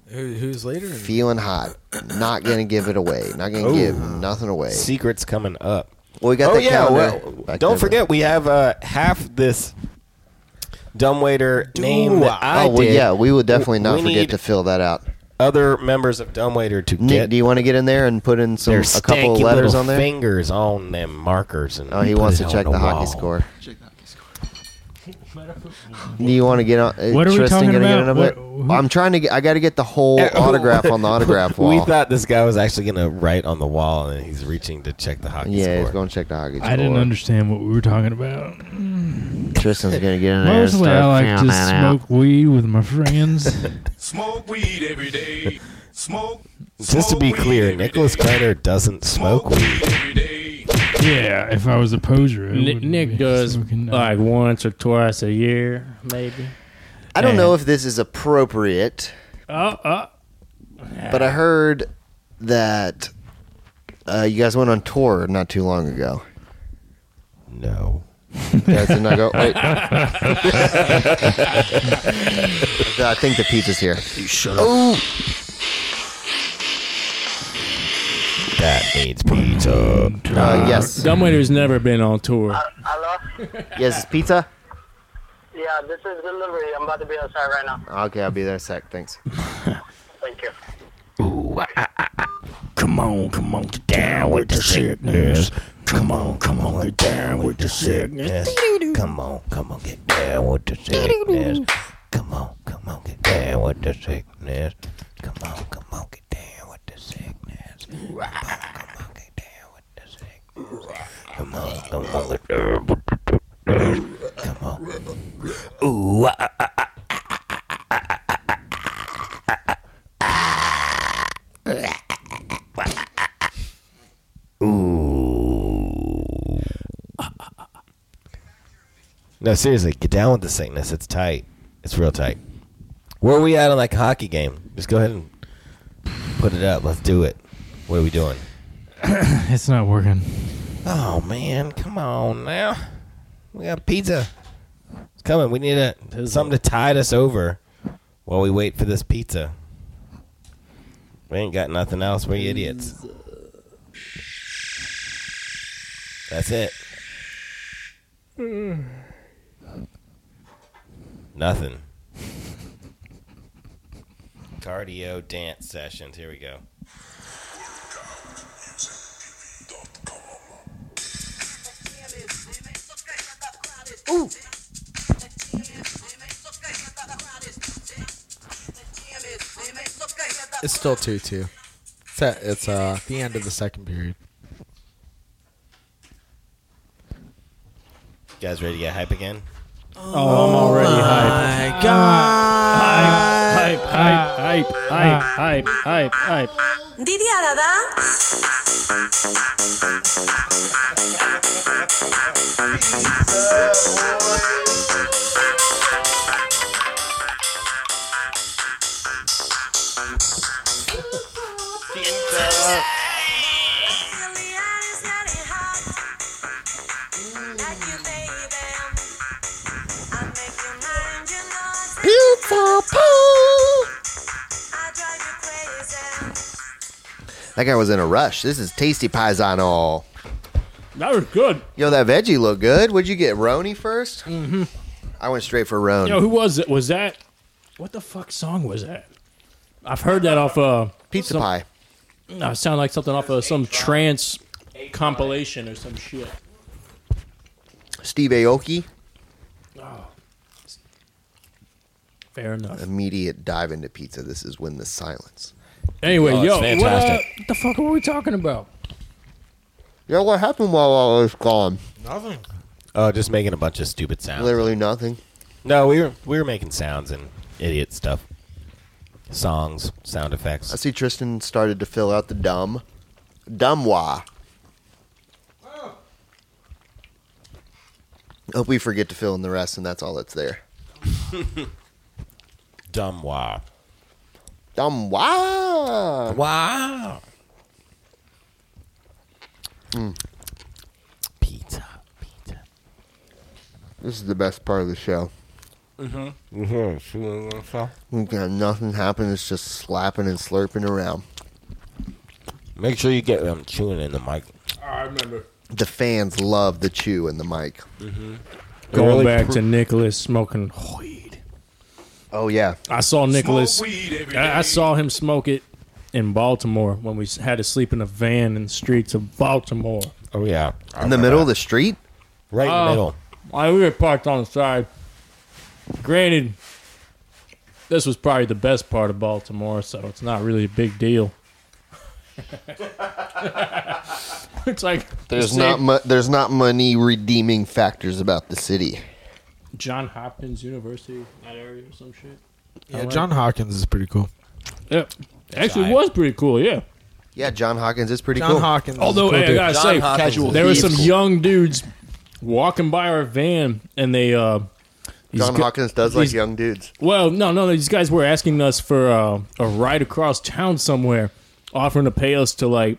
Who, who's later? in- Feeling hot. Not gonna give it away. Not gonna Ooh. give nothing away. Secrets coming up. Well, we got oh the yeah. calendar. Well, Back don't there, forget we have uh, half this dumbwaiter name that I oh well, did. yeah. We will definitely not We forget need to fill that out. other members of dumbwaiter to Nick, get do you want to get in there and put in some their a couple stanky letters little on there? fingers on them markers and Oh, he put wants it to on check the, hockey wall. score. Do you want to get on? uh, What are we Tristan talking gonna get in about? a bit? What- who- I'm trying to get. I got to get the whole autograph on the autograph wall. We thought this guy was actually going to write on the wall, and he's reaching to check the hockey yeah, score. he's going to check the hockey score. I didn't understand what we were talking about. Tristan's going to get in there. and Mostly, start I like figuring to that out. smoke weed with my friends. Smoke weed every day. Smoke. Just to be clear, Nicholas Carter doesn't smoke weed. yeah, if I was a poser, it Nick, wouldn't Nick be does smoking, uh, like once or twice a year, maybe. I don't know if this is appropriate, Oh, uh, but I heard that uh, you guys went on tour not too long ago. No. You guys did not go. Wait. I think the pizza's here. You shut up. That needs pizza. Uh, yes. Dumbwaiter's never been on tour. Uh, Uh, Yes, it's pizza. Yeah, this is delivery. I'm about to be outside right now. Okay, I'll be there in a sec. Thanks. Thank you. Come on, come on, get down with the sickness. Come on, come on, get down with the sickness. Come on, come on, get down with the sickness. Come on, come on, get down with the sickness. Come on, come on, get down with the sickness. Come on, come on, get down with the sickness. Come on, come on, get down with the sickness. Come on. Ooh, ah, ah, ah, ah, ah, ah, ah, ah, ah, ah, ah, ah, ah, ah. Ooh. No, seriously, get down with the sickness. It's tight. It's real tight. Where are we at on like a hockey game? Just go ahead and put it up. Let's do it. What are we doing? it's not working. Oh man, come on now. We got pizza. Let's coming. We need a something to tide us over while we wait for this pizza. We ain't got nothing else. We idiots. That's it. Nothing. Cardio dance sessions. Here we go. Ooh. It's still two two. It's at, it's uh the end of the second period. You guys ready to get hype again? Oh, I'm already hyped. My God. Hype, Ah. hype, hype, hype, hype, hype, hype. Didi Arada. Pizza pie. That guy was in a rush. This is tasty paisano. That was good. Yo, that veggie looked good. What'd you get, Roni 1st Mm-hmm. I went straight for Roni. Yo, who was it? Was that? What the fuck song was that? I've heard that off uh Pizza some- Pie. No, it sounded like something off of some trance compilation or some shit. Steve Aoki. Fair enough. Uh, Immediate dive into pizza. This is when the silence. Anyway, Oh, it's yo, what, uh, fantastic. what the fuck were we talking about? Yo, what happened while I was gone? Nothing. Oh, just making a bunch of stupid sounds. Literally nothing. No, we were we were making sounds and idiot stuff. Songs, sound effects. I see Tristan started to fill out the dumb. Dumwa. Hope we forget to fill in the rest, and that's all that's there. Dumb wah. Dumb wow. Wow. Mm. Pizza. This is the best part of the show. Mm-hmm. Mm-hmm. We've got nothing happen. It's just slapping and slurping around. Make sure you get them chewing in the mic. I remember. The fans love the chew and the mic. Going Really back pr- to Nicholas smoking. Oh yeah, I saw Nicholas. Smoke weed every I, I saw him smoke it in Baltimore when we s- had to sleep in a van in the streets of Baltimore. Oh yeah, Oh, in the middle of the street, right Uh, I, we were parked on the side. Granted, this was probably the best part of Baltimore, so it's not really a big deal. it's like There's the not same- mu- there's not many redeeming factors about the city. John Hopkins University that area or some shit. Yeah, Alright. John Hopkins is pretty cool. Yeah, actually was pretty cool. Yeah, Yeah, John Hawkins is pretty John cool. Hawkins is Although hey, I gotta say, there were some young dudes walking by our van, and they uh, these John gu- Hawkins does like these- young dudes. Well, no, no, these guys were asking us for uh, a ride across town somewhere, offering to pay us to like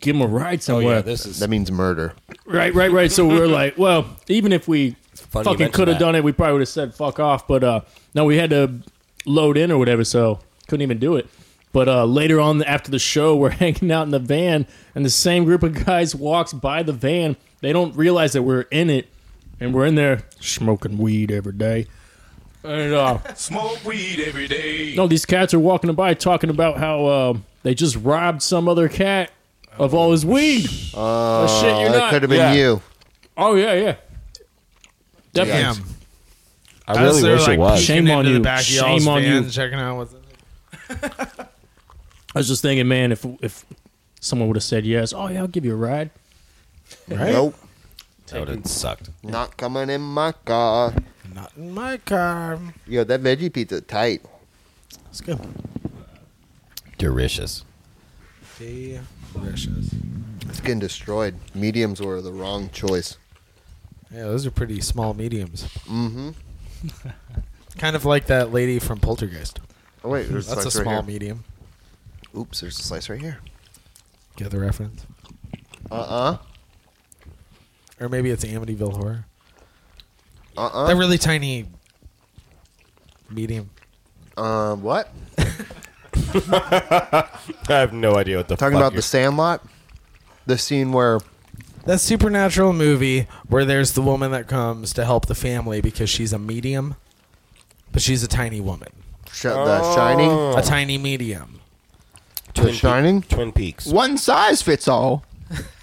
give them a ride somewhere. that means murder. Right, right, right. So we're like, well, even if we funny you fucking mention could have that. done it, we probably would have said fuck off. But uh, no, we had to load in or whatever, so couldn't even do it. But uh, later on after the show, we're hanging out in the van, and the same group of guys walks by the van. They don't realize that we're in it, and we're in there smoking weed every day. And uh, Smoke weed every day. no, these cats are walking by talking about how uh, they just robbed some other cat of all his weed. Oh, shit, you're that not- could have been Yeah. you. Oh yeah, yeah. Definitely. Damn. I really they're, wish it was. uh, peeking Shame on into the you. back of Shame y'all's on you. van, Checking out what's in it. I was just thinking, man, if if someone would have said yes, oh yeah, I'll give you a ride. Right? Nope, That would have sucked. not coming in my car. Not in my car. Yo, that veggie pizza tight. Let's go. Delicious. Delicious. It's getting destroyed. Mediums were the wrong choice. Yeah, those are pretty small mediums. Mm-hmm. Kind of like that lady from Poltergeist. Oh wait, there's that's a slice right here. small medium. Oops, there's a slice right here. Get the reference, Uh uh or maybe it's Amityville Horror. Uh-uh. That really tiny medium. Uh, what? I have no idea what the Talking fuck about you're- the Sandlot, the scene where That supernatural movie where there's the woman that comes to help the family because she's a medium, but she's a tiny woman. Sh- The Shining? A tiny medium. The Shining, Oh. Twin Peaks, one size fits all.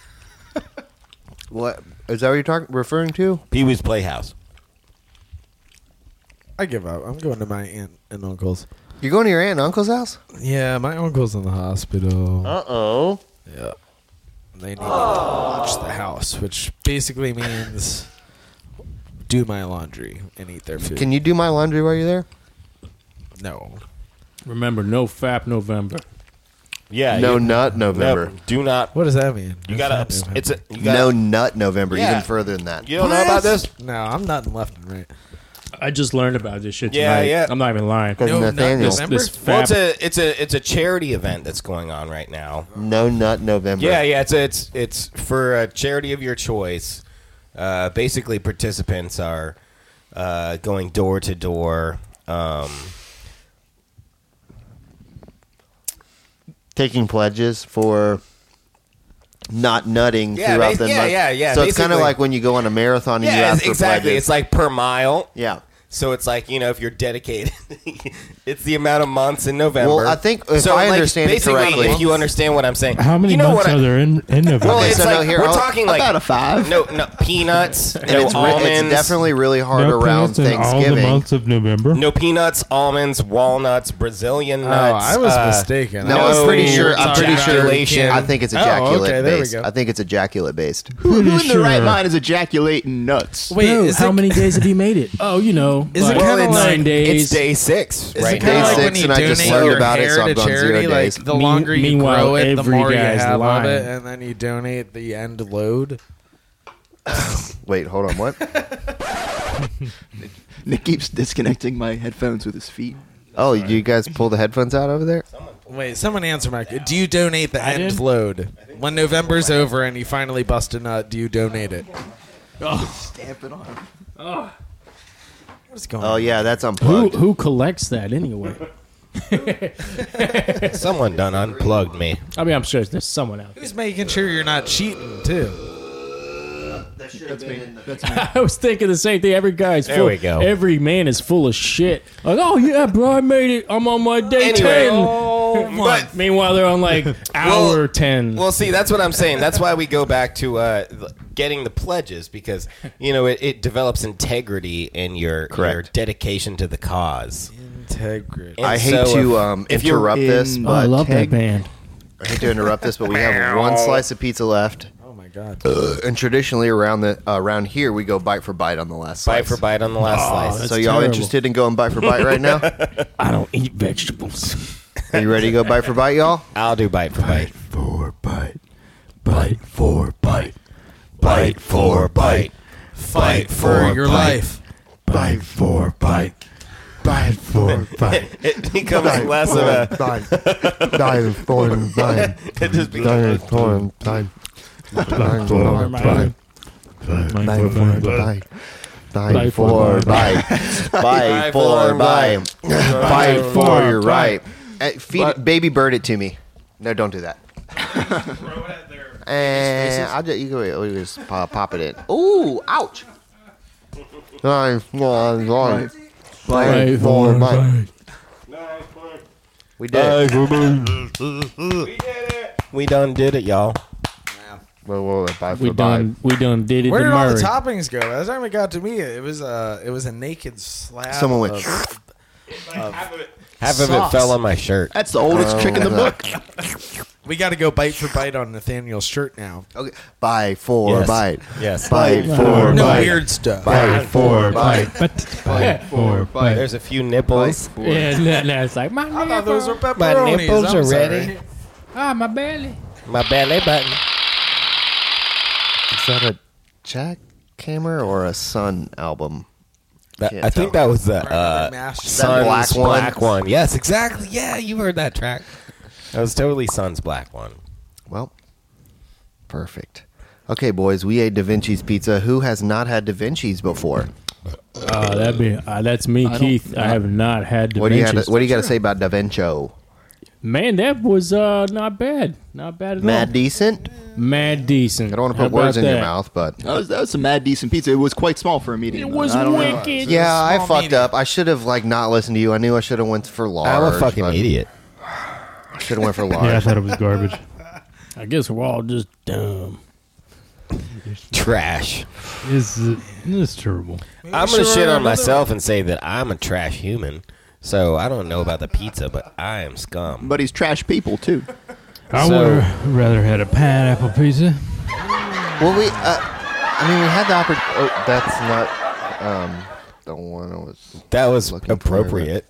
what is that? What you're talking referring to? Pee Wee's Playhouse. I give up. I'm going to my aunt and uncle's. You're going to your aunt and uncle's house? Yeah, my uncle's in the hospital. Uh oh. Yeah. They need to watch the house, which basically means do my laundry and eat their food. Can you do my laundry while you're there? No. Remember, no FAP November. Yeah. No you- nut November. No, do not. What does that mean? You gotta. Ups- it's a. You gotta, No nut November. Yeah. Even further than that. You don't know about this? No, I'm not left and right. I just learned about this shit Yeah, tonight. yeah. I'm not even lying. No, not Nathaniel. This, this Well, fap, it's a it's a it's a charity event that's going on right now. No nut November. Yeah, yeah. It's it's it's for a charity of your choice. Uh, basically, participants are uh, going door to door. Um, Taking pledges for not nutting Yeah, throughout bas- the yeah, month. yeah, yeah, So it's kind of basically. like when you go on a marathon and you yeah, ask it's- for exactly. pledges. It's like per mile. yeah. So it's like you know if you're dedicated, it's the amount of months in November. Well, I think if so, I like, understand it basically, correctly- if you understand what I'm saying, How many you know months what I- are there in, in November? Well, it's so like now here, we're I'll- talking like about a five. No, no peanuts, And no it's, re- almonds. it's definitely really hard No around plants in All the Thanksgiving. months of November. no peanuts, almonds, walnuts, Brazilian nuts. Oh, I was uh, mistaken. No, No, I'm pretty sure. I'm pretty ejaculation. sure. I think it's Oh, ejaculate okay, there we based. go. I think it's ejaculate based. Who, who in Pretty the right sure. mind is ejaculating nuts? Wait, Dude, is how it, many days have you made it? Oh, you know, Is it like kinda nine like- days. It's day six is right it kind day of now. like when six you and I just donate learned your about it, so hair I've to gone zero charity? Like days. the Mean- longer you meanwhile, grow it, the every more you guy's have of it, lying. and then you donate the end load. Wait, hold on. What? Nick keeps disconnecting my headphones with his feet. Oh, you guys pull the headphones out over there? Wait, someone answer my. Do you donate the end did. load when November's over and you finally bust a nut? Do you donate it? Oh. Stamp it on. What's going? Oh on? yeah, that's who unplugged. who collects that anyway? Someone done unplugged me. I mean, I'm sure there's someone out. there. Who's making sure you're not cheating too? That's me. That's me. I was thinking the same thing. Every guy's There full. we go. Every man is full of shit. Like, oh yeah, bro, I made it. I'm on my day Anyway, ten. but- meanwhile, they're on like hour Well- ten. Well, see, that's what I'm saying. That's why we go back to uh, th- getting the pledges because you know it, it develops integrity in your your Correct. dedication to the cause. Integrity. And I hate so to if- um, if you're interrupt this, in- oh, but I love Tag- that band. I hate to interrupt this, but we have one slice of pizza left, Oh my god. and traditionally around the uh, around here we go bite for bite on the last bite slice. for bite on the Oh, last slice. that's- So y'all terrible. interested in going bite for bite right now? I don't eat vegetables. Are you ready to go bite for bite, y'all? I'll do bite for bite. for bite, bite for bite, bite for bite, Fight for your life. bite for bite, bite for bite, It becomes less of a. bite, bite for bite, It just becomes. bite for bite, bite for bite, bite for bite. Bite for for bite. Bite for bite. Bite for your right. Uh, feed, baby bird it to me. No, don't do that. And I'll just, you can you can just pop, pop it in. Ooh, ouch. Bite for bite. Bite for bite. We did. it. We done did it, y'all. Whoa, whoa, whoa, Bite We for bite. done. We done did it. Where to did all Murray. the toppings go? By the time it got to me, it was a it was a naked slab. Someone went. of- Half of it Sauce. fell on my shirt. That's the oldest trick in uh, the book. we got to go bite for bite on Nathaniel's shirt now. Oh, Okay. Bite for Yes. bite. Yes. Bite for No bite. weird stuff. Bite for bite. for There's a few nipples. Yeah, now no, it's like my I thought nipples. those were pepperonis. nipples I'm are sorry. ready. ah, my belly. My belly button. Is that a jackhammer or a sun album? That- Can't I think tell. that was the Another uh, mashed That Sun's potato. black black one? one. Yes, exactly. Yeah, you heard that track. That was totally Sun's black one. Well, perfect. Okay, boys, we ate Da Vinci's pizza. Who has not had Da Vinci's before? Uh, that'd be uh, that's me, I don't- Keith. I have not had. What do you Dementia. got? What do you got to say about Da Vinci? Man, that was uh, not bad. Not bad at Mad all. decent. Mad decent. I don't want to How put words about in your that? mouth, but That was, that was a mad decent pizza. It was quite small for a meeting. It was wicked. yeah, I fucked up. I should have like not listened to you. I knew I should have went for large. I'm a fucking but- idiot. I should have went for large. Yeah, I thought it was garbage. I guess we're all just dumb. Trash. This is, this is terrible. I'm gonna shit on myself and say that I'm a trash human. So I don't know about the pizza, but I am scum. But he's trash people too. I So- would have rather had a pineapple pizza. Well, we. Uh, I mean, we had the opportunity. Oh, that's not um, the one I was. That was appropriate.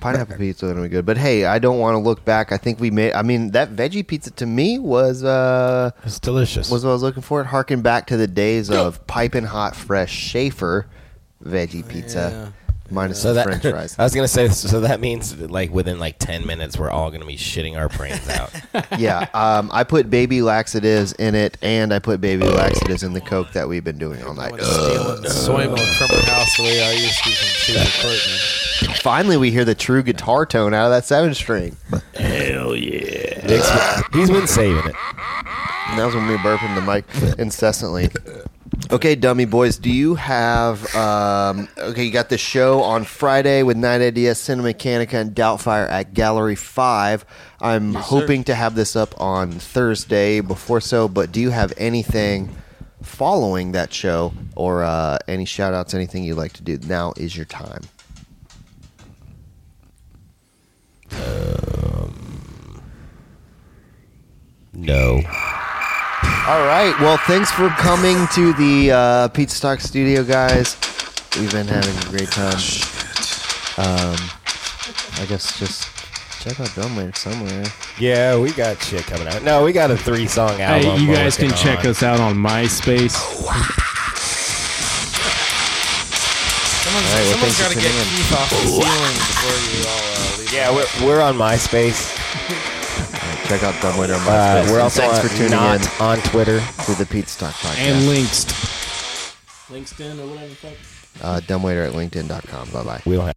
Pineapple pizza would be good, but hey, I don't want to look back. I think we made. I mean, that veggie pizza to me was uh, it's delicious. Was what I was looking for. It harkened back to the days of piping hot, fresh Schaefer veggie pizza, minus So the that French fries. I was gonna say. So that means that, like within like ten minutes, we're all gonna be shitting our brains out. yeah, um, I put baby laxatives in it, and I put baby laxatives in the Coke that we've been doing all night. soy milk from her house the way I used to from Susan Clinton. Finally, we hear the true guitar tone out of that seven string. Hell yeah! he's been saving it. And that was when we were burping the mic incessantly. Okay, dummy boys, do you have? Um, okay, you got the show on Friday with Night Ideas, Cinemacanica, and Doubtfire at Gallery Five. I'm Yes, sir. hoping to have this up on Thursday before so. But do you have anything following that show, or uh, any shout outs, anything you'd like to do? Now is your time. No. All right. Well, thanks for coming to the uh, Pizza Talk Studio, guys. We've been having a great time. Um, I guess just check out Dumbwaiter somewhere. Yeah, we got shit coming out. No, we got a three song album. Hey, you we're guys can working check on. us out on MySpace. Someone's, All right, well, someone's got thanks to for get tuning in. Keith off the ceiling before you all uh, leave. Yeah, we're, we're on MySpace. Check out Dumbwaiter on Uh, MySpace. we're And also thanks on- for tuning not in on Twitter to the Pizza Talk podcast and links. Linkston or whatever the fuck. Uh, Dumbwaiter at LinkedIn.com. Bye bye. We don't have.